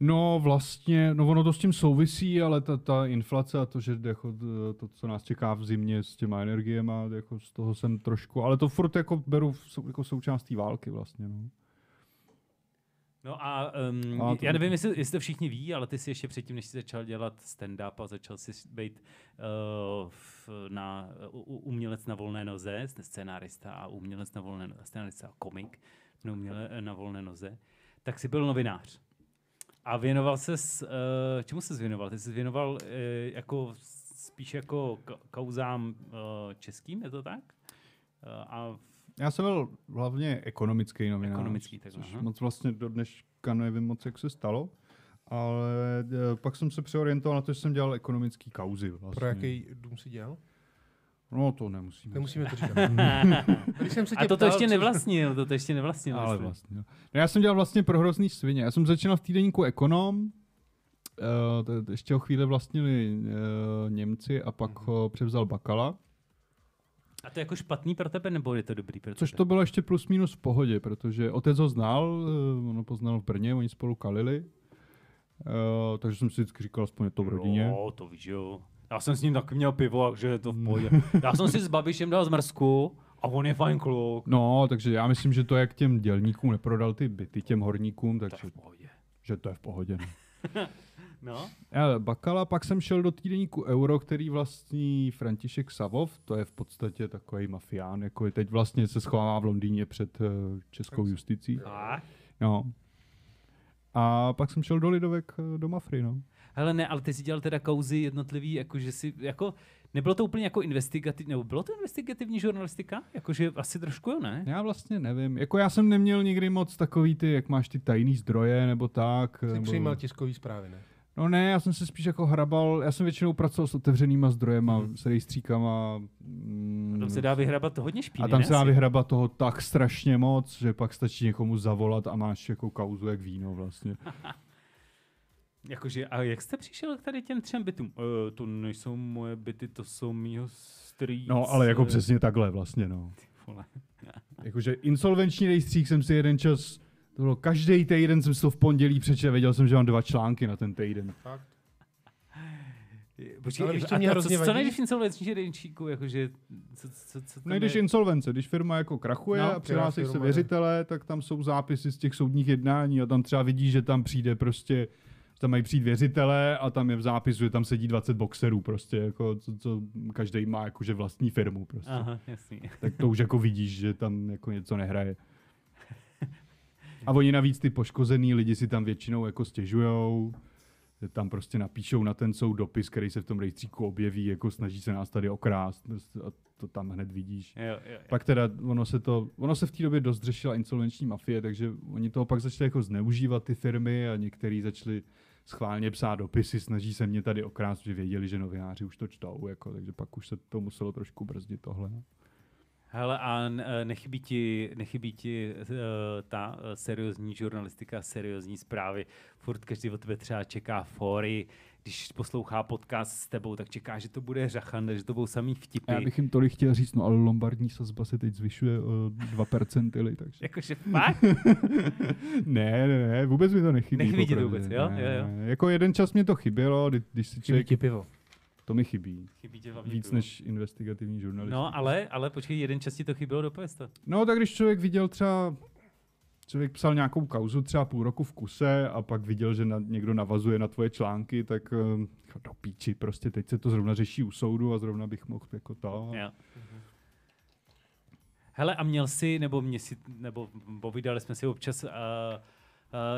No vlastně, no ono to s tím souvisí, ale ta, ta inflace a to, že jako t- to, co nás čeká v zimě s těma energiemi, jako z toho jsem trošku, ale to furt jako beru v sou- jako součást té války vlastně, no. No a, um, A a to- já nevím, jestli, jestli to všichni ví, ale ty jsi ještě předtím, než jsi začal dělat stand-up a začal jsi být uh, v, na, u, u- umělec na volné noze, jsi scénárista a umělec na volné noze, scénárista a komik no, uměle, na volné noze, tak jsi byl novinář. A věnoval se, uh, čemu se věnoval? Ty jsi věnoval uh, jako spíš jako ka- kauzám uh, českým, je to tak? Uh, a v, Já jsem byl hlavně ekonomický novinář. Ekonomický, tak No, což aha. moc vlastně do dneška nevím moc, jak se stalo. Ale eh, pak jsem se přeorientoval na to, že jsem dělal ekonomický kauzy. Vlastně. Pro jaký dům si dělal? No to nemusíme. Nemusíme to (laughs) říkat. Když jsem se a tě to, to ptal, ještě co- nevlastnil, to, to ještě nevlastnil. Ale myslím. vlastně. jo. No, já jsem dělal vlastně pro hrozný svině. Já jsem začínal v týdenníku Ekonom, eh, t- t- ještě o chvíli vlastnili eh, Němci a pak ho převzal Bakala. A to je jako špatný pro tebe, nebo je to dobrý pro Což tebe? to bylo ještě plus minus v pohodě, protože otec ho znal, eh, on ho poznal v Brně, oni spolu kalili. Eh, takže jsem si vždycky říkal, aspoň je to v rodině. Jo, to víš, jo. Já jsem s ním taky měl pivo, takže je to v pohodě. Mm. (laughs) Já jsem si s Babišem dal zmrzku a on je fajn kluk. No, takže já myslím, že to, jak těm dělníkům neprodal ty byty těm horníkům, To je takže v pohodě. že to je v pohodě. No. No, Ale Eh, Bakala, pak jsem šel do týdeníku Euro, který vlastní František Savov, to je v podstatě takový mafián, jako je teď vlastně se schovává v Londýně před eh, českou justicí. tak. No. A pak jsem šel do Lidovek eh, do Mafry, no. Hele, ne, ale ty jsi dělal teda kauzy jednotlivý, jako že si, jako, nebylo to úplně jako investigativní, nebo bylo to investigativní žurnalistika? Jakože asi trošku jo, ne? Já vlastně nevím, jako já jsem neměl nikdy moc takový ty, jak máš ty tajný zdroje nebo tak. Jsi nebo- přijímal tiskový zprávy, ne? No ne, já jsem se spíš jako hrabal, já jsem většinou pracoval s otevřenýma zdrojema, mm. s rejstříkama. Mm, Mhm. Tam se dá vyhrabat hodně špíny, a tam ne, se dá asi? vyhrabat toho tak strašně moc, že pak stačí někomu zavolat a máš jako kauzu jak víno vlastně. Jakože, Jako a jak jste přišel k tady těm třem bytům? E, to nejsou moje byty, to jsou mýho strýc. No ale jako eh, přesně takhle vlastně no. vole. Jakože insolvenční rejstřík jsem si jeden čas, to bylo každý týden jsem si to v pondělí přečetl, věděl jsem, že mám dva články na ten týden. Fakt. Počkej, Ale víš, a co mě to- hrozně co, co vadí? najdeš v insolvenčních rejstříku, jakože, co, co, co tam Najdeš je? insolvence, No když firma jako krachuje No, a přihlásí která se firma, ne? věřitele, tak tam jsou zápisy z těch soudních jednání a tam třeba vidí, že tam přijde prostě, že tam mají přijít věřitele a tam je v zápisu, že tam sedí 20 boxerů prostě, jako co, co každý má jakože vlastní firmu prostě. Aha, jasný. tak to už jako vidíš, že tam jako něco nehraje. A oni navíc ty poškozený lidi si tam většinou jako stěžujou, že tam prostě napíšou na ten soud dopis, který se v tom rejstříku objeví, jako snaží se nás tady okrást a to tam hned vidíš. Jo, jo, jo. Pak teda ono se to, ono se v té době dost řešila insolvenční mafie, takže oni toho pak začali jako zneužívat ty firmy a některý začali schválně psát dopisy, snaží se mě tady okrást, že věděli, že novináři už to čtou, jako, takže pak už se to muselo trošku brzdit tohle. no. Hele, a n- eh, nechybí ti, nechybí ti eh, ta eh, seriózní žurnalistika, seriózní zprávy. Furt každý od tebe třeba čeká fory, když poslouchá podcast s tebou, tak čeká, že to bude řachanda, že to budou samý vtipy. Já bych jim tolik chtěl říct, no ale lombardní sazba se teď zvyšuje o 2% ili, takže. Jakože (laughs) fakt? Ne, ne, ne, vůbec mi to nechybí. Nechybí ti to popravdě, vůbec, jo? ne, Jo, jo. ne. Jako jeden čas mě to chybělo, kdy- když si člověk, pivo. to mi chybí. Chybí ti hlavně Víc pivo. než investigativní žurnalistika. No, ale, ale počkej, jeden čas ti to chybělo do pesta. No, tak když člověk viděl třeba, člověk psal nějakou kauzu třeba půl roku v kuse a pak viděl, že na, někdo navazuje na tvoje články, tak ehm, do píči, prostě teď se to zrovna řeší u soudu a zrovna bych mohl jako to. Jo. Hele, a měl jsi, nebo mě si, nebo povídali jsme si občas, uh, uh,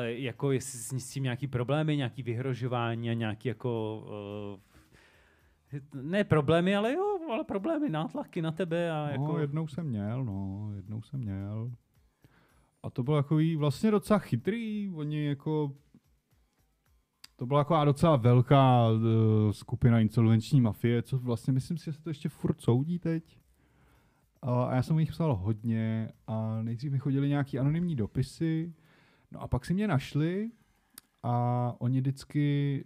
jako jestli jsi s tím nějaký problémy, nějaký vyhrožování a nějaký jako, uh, ne problémy, ale jo, ale problémy, nátlaky na tebe a jako... No, jednou jsem měl, no, jednou jsem měl. A to bylo takový vlastně docela chytrý, oni jako, to byla jako docela velká uh, skupina insolvenční mafie, co vlastně myslím si, že se to ještě furt soudí teď. A a já jsem o nich psal hodně a nejdřív mi chodili nějaký anonymní dopisy, no a pak si mě našli a oni vždycky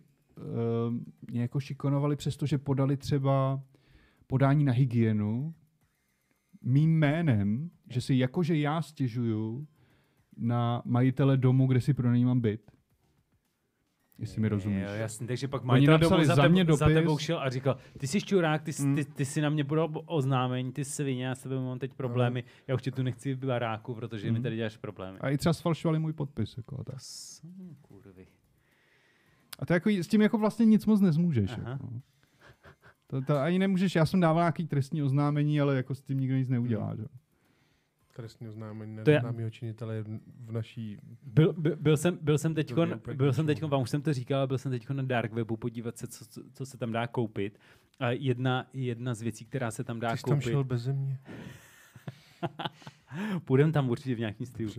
um, mě jako šikonovali, přestože podali třeba podání na hygienu mým jménem, že si jakože já stěžuju na majitele domu, kde si pronajímám byt. Jestli mi rozumíš. Jo, jasný, takže pak Oni majitel domu napsali za, za mě tebou, za dopis. Mm. tebou šel a říkal, ty jsi čurák, ty, jsi- ty, ty jsi na mě podal oznámení, ty svině, já s tebou mám teď problémy, já už tě tu nechci v baráku, protože mi tady děláš problémy. Mm. A i třeba sfalšovali můj podpis. Jako, a tak. Jsem kurvy. A to jako, s tím jako vlastně nic moc nezmůžeš. Aha. Jako. To, to, ani nemůžeš, já jsem dával nějaký trestní oznámení, ale jako s tím nikdo nic Hmm. neudělá. Že? Trestní oznámení na To je- známého činitele v naší... Byl, byl, byl, jsem, byl jsem teď, je úplně byl k jsem ničemu. teď, vám už jsem to říkal, ale byl jsem teď na dark webu podívat se, co, co, co se tam dá koupit. A jedna, jedna z věcí, která se tam dá Ty jsi tam koupit, šel bez mě. půjdem tam určitě v nějakým stylu.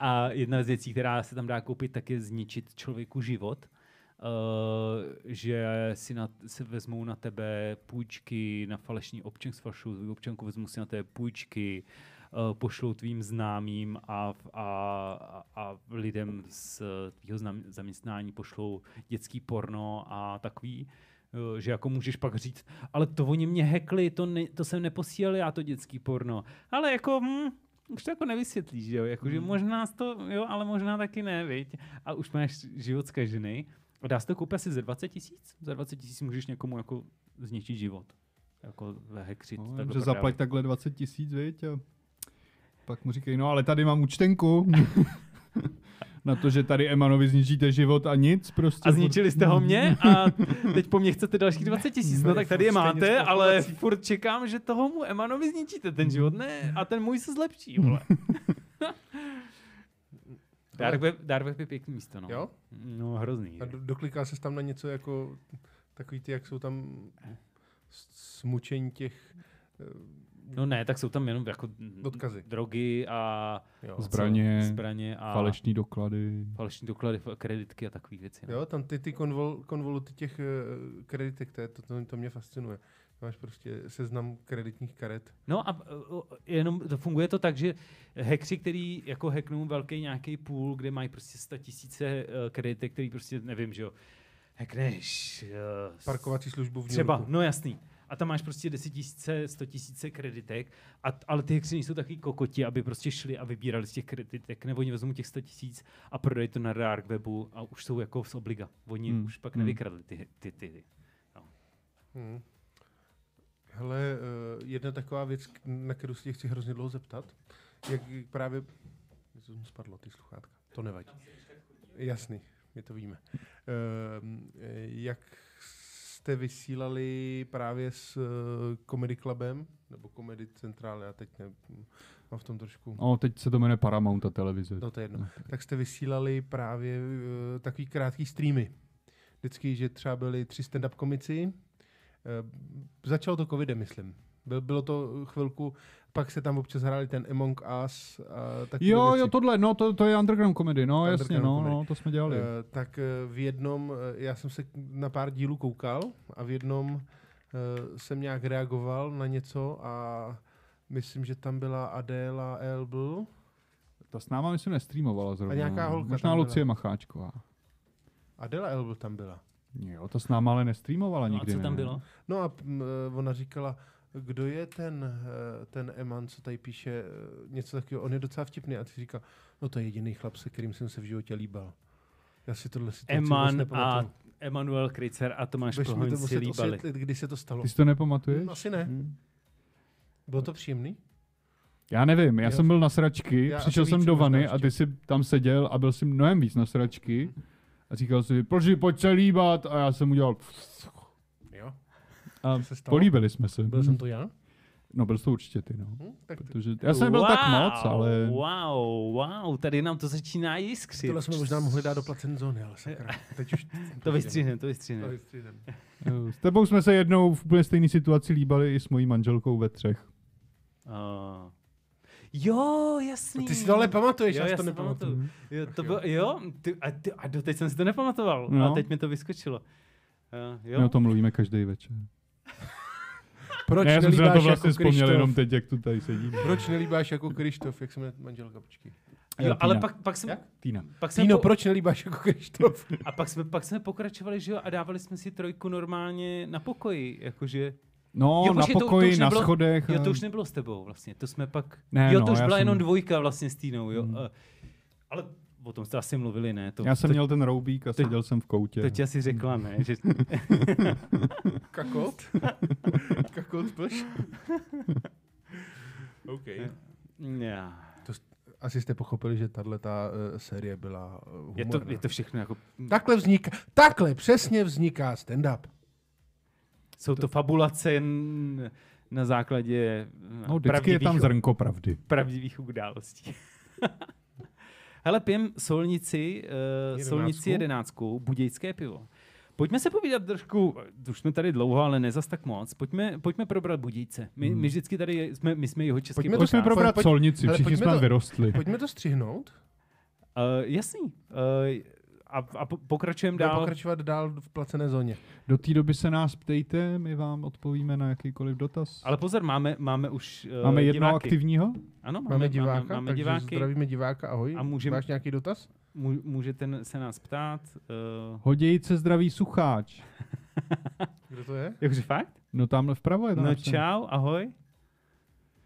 A jedna z věcí, která se tam dá koupit, tak je zničit člověku život. Uh, že si na, se vezmou na tebe půjčky, na falešní občan s falšou občanku vezmou si na tebe půjčky, uh, pošlou tvým známým a, v- a, a, a lidem z tvýho znam- zaměstnání pošlou dětský porno a takový, uh, že jako můžeš pak říct, ale to oni mě hekli, to, ne, to jsem neposílal já to dětský porno. Ale jako, hm, už to jako nevysvětlíš, že jo? Jakože hmm. možná to, jo, ale možná taky ne, viď? A už máš život zkažený. A dá se to koupit asi za 20 tisíc? Za 20 tisíc můžeš někomu jako zničit život. Jako hekřit. No, No, vím, že zaplať takhle 20 tisíc, viď? A pak mu říkají, no ale tady mám účtenku. (laughs) na to, že tady Emanovi zničíte život a nic prostě. A zničili jste ho mě a teď po mně chcete dalších 20 tisíc. No tak tady je Furt stejně máte, s ale populací. furt čekám, že toho mu Emanovi zničíte Hmm. ten život. Ne, a ten můj se (laughs) zlepší, vole. Dark web, dark web je pěkný místo, no. Jo? No, hrozný. A do, dokliká se tam na něco jako takový ty, jak jsou tam s- smučení těch No ne, tak jsou tam jenom jako Odkazy. drogy a jo. Zbraně, co- zbraně a falešní doklady. falešní doklady, fa- kreditky a takové věci. No. Jo, tam ty, ty konvol, konvoluty těch eh, kreditek, to, je- to, to, to mě fascinuje. Máš prostě seznam kreditních karet. no a uh, jenom to funguje to tak, že hekři, který jako hacknou velký nějaký půl, kde mají prostě 100 tisíce kreditek, který prostě nevím, že jo, hackneš. eh, s- Parkovací službu v New Třeba, Yorku. no jasný. A tam máš prostě 10 tisíce, 100 tisíce kreditek, a, t- ale ty hekři nejsou takový kokoti, aby prostě šli a vybírali z těch kreditek, nebo oni vezmou těch 100 tisíc a prodají to na dark webu a už jsou jako z obliga. Oni Hmm. hmm. už pak Hmm. nevykradli ty, ty, ty, ty. Hmm. Hele, eh, jedna taková věc, k- na kterou se tě chci hrozně dlouho zeptat, jak právě... Něco mu spadlo, ty sluchátka. To nevadí. Jasný, my to víme. Ehm, eh, Jak jste vysílali právě s eh, Comedy Clubem, nebo Comedy Central, já teď ne, mám v tom trošku... No, teď se to jmenuje Paramount a televize. No to je jedno. Tak jste vysílali právě uh, takový krátký streamy. Vždycky, že třeba byli tři stand-up komici. Uh, začalo to covidem, myslím. Byl, bylo to chvilku, pak se tam občas hráli ten Among Us. A takové Jo, věci. jo, tohle, no, to, to je underground comedy, no, Underground jasně, no, comedy. no, to jsme dělali. Eh, tak eh, v jednom, eh, já jsem se k- na pár dílů koukal a v jednom eh, jsem nějak reagoval na něco a Myslím, že tam byla Adéla Elbl. Ta s náma, myslím, nestreamovala zrovna. nějaká holka Možná tam byla. Lucie Macháčková. Adela Elbl tam byla. Jo, ta s náma ale nestreamovala No a nikdy. co tam ne? bylo? No a mm, eh, ona říkala, kdo je ten, eh, ten Eman, co tady píše eh, něco takového, on je docela vtipný. A ty říká, no to je jediný chlap, se kterým jsem se v životě líbal. Já si tohle situaci vůbec Eman a nepamatuju. Emanuel Kricer a Tomáš Budeš mi Plhoň to si muset líbali. osvětlit, kdy se to stalo. Ty si to nepamatuješ? Asi ne. Hm. Bylo to příjemný? Já nevím, já Jo. jsem byl na sračky, Já přišel asi jsem víc do jsem byl na vany a ty jsi tam seděl a byl jsi mnohem víc na sračky. A říkal si, proč pojď se líbat? A já jsem udělal... Jo. A Co se stalo? políbili jsme se. Byl Hm. jsem to já? No byl jsi to určitě ty, no. Hm? Tak Protože já jsem nebyl tak moc, ale... Wow, wow, tady nám to začíná jiskřit. tohle jsme možná mohli dát do placen zóny, ale sakra. (laughs) Teď už... To vystřihne, to To vystřihne. vystřihnem. Jo, S tebou jsme se jednou v úplně stejné situaci líbali i s mojí manželkou ve třech. Ah. A... Jo, jasný. Ty si to ale pamatuješ, Jo, já si já to si pamatuju. nepamatuju. Jo, to jo. bylo, jo, ty, a, ty, a doteď jsem si to nepamatoval. No. No. A teď mi to vyskočilo. Uh, jo. Jo? My o tom mluvíme každý večer. Proč ne, já jsem si na to nelíbáš vlastně jako vzpomněl Krištof? jenom teď, jak tu tady sedím. Proč nelíbáš jako Krištof, jak se jmenuje manželka, počkej. jo Týna. ale pak, pak jsme, Jak? Týna. pak jsme Týno, po- proč nelíbáš jako (laughs) Krištof? A pak jsme, pak jsme pokračovali, že jo, a dávali jsme si trojku normálně na pokoji, jakože... No, jo, jo, na počkej, to- to pokoji, už na nebylo- schodech. Jo, to a- už nebylo s tebou vlastně, to jsme pak... Ne, jo, to no, už já byla jsem- Hmm. jenom dvojka vlastně s Týnou, jo. A, ale o tom jste asi mluvili, ne? To, Já jsem to, měl ten roubík a to- seděl jsem v koutě. to ti asi řekla, ne? Že, (laughs) (laughs) Kakot? Kakot (laughs) plš? okay. já, Asi jste pochopili, že tahle ta série byla eh, je, humorná. to, je to všechno jako... Takhle vzniká, takhle přesně vzniká stand-up. Jsou to fabulace jen na základě eh, No, vždycky je tam pravdivých- zrnko No pravdy. pravdivých událostí. (laughs) Hele, pijem solnici, uh, Jedenáctku? solnici jedenáctku, budějské pivo. Pojďme se povídat trošku, eh, už jsme tady dlouho, ale ne zas tak moc. Pojďme, pojďme probrat Budějce. My, my vždycky tady jsme, my jsme jeho český Pojďme to Hmm. Pojďme Pojď- probrat pojď- solnici, hele, všichni pojďme jsme tam to- vyrostli. Pojďme to střihnout Uh, jasný. Uh, a, a pokračujeme a dál. pokračovat dál v placené zóně. Do té doby se nás ptejte, my vám odpovíme na jakýkoliv dotaz. Ale pozor, máme, máme už uh, Máme jednoho diváky. aktivního? Ano, máme, Máme diváka, máme, máme takže diváky. zdravíme diváka, ahoj. A můžem- Máš nějaký dotaz? Mů- Můžete se nás ptát. Uh, Hodějce zdraví sucháč. Kdo to je? jakože fakt? No tamhle vpravo je to No. No napsané. čau, ahoj.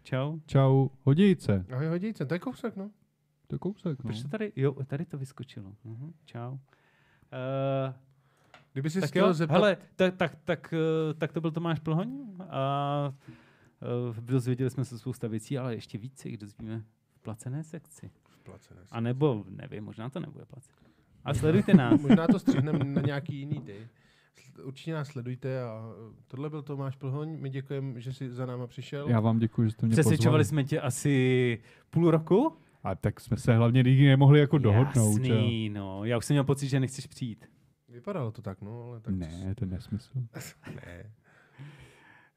Čau. Čau, hodějce. Ahoj, hodíce, to je kousek, no. To je kousek, no. Proč to tady? Jo, tady to vyskočilo. Mhm, čau. Uh, Kdyby si tak chtěl jo, zeptat, hele, tak, tak, tak, eh, tak to byl Tomáš Plhoň a uh, dozvěděli jsme se spousta věcí, ale ještě víc se jich dozvíme v placené sekci. Placené. A nebo, nevím, možná to nebude placené. (laughs) A sledujte nás. Možná to střihneme na nějaký jiný day. Sl- Určitě nás sledujte a eh, tohle byl Tomáš Plhoň. My děkujeme, že jsi za náma přišel. Já vám děkuji, že jste mě Přesvědčovali pozvali. jsme tě asi půl roku. A tak jsme se hlavně nikdy nemohli jako dohodnout. že? Jasný, no. Já už jsem měl pocit, že nechceš přijít. Vypadalo to tak, no, ale tak Ne, to je nesmysl. ne.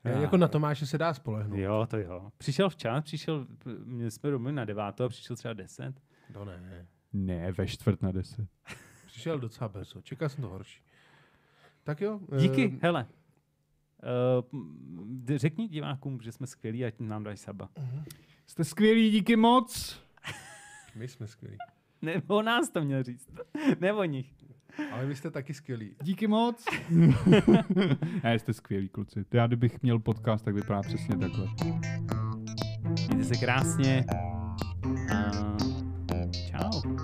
Ne, Jako na Tomáše se dá spolehnout. Jo, to jo. Přišel včas, přišel, měli jsme domluvili na devátou a přišel třeba deset. No ne. Ne, ve čtvrt na deset. Přišel docela brzo. Čekal jsem to horší. Tak jo. Díky, eh, hele. Uh, řekni divákům, že jsme skvělí, ať nám dají saba. Jste skvělí, díky moc. eh, My jsme skvělí. Nebo o nás to měl říct. Nebo o nich. Ale vy jste taky skvělí. Díky moc. ne, jste skvělí kluci. Já kdybych měl podcast, tak vypadá přesně takhle. Mějte se krásně. A čau.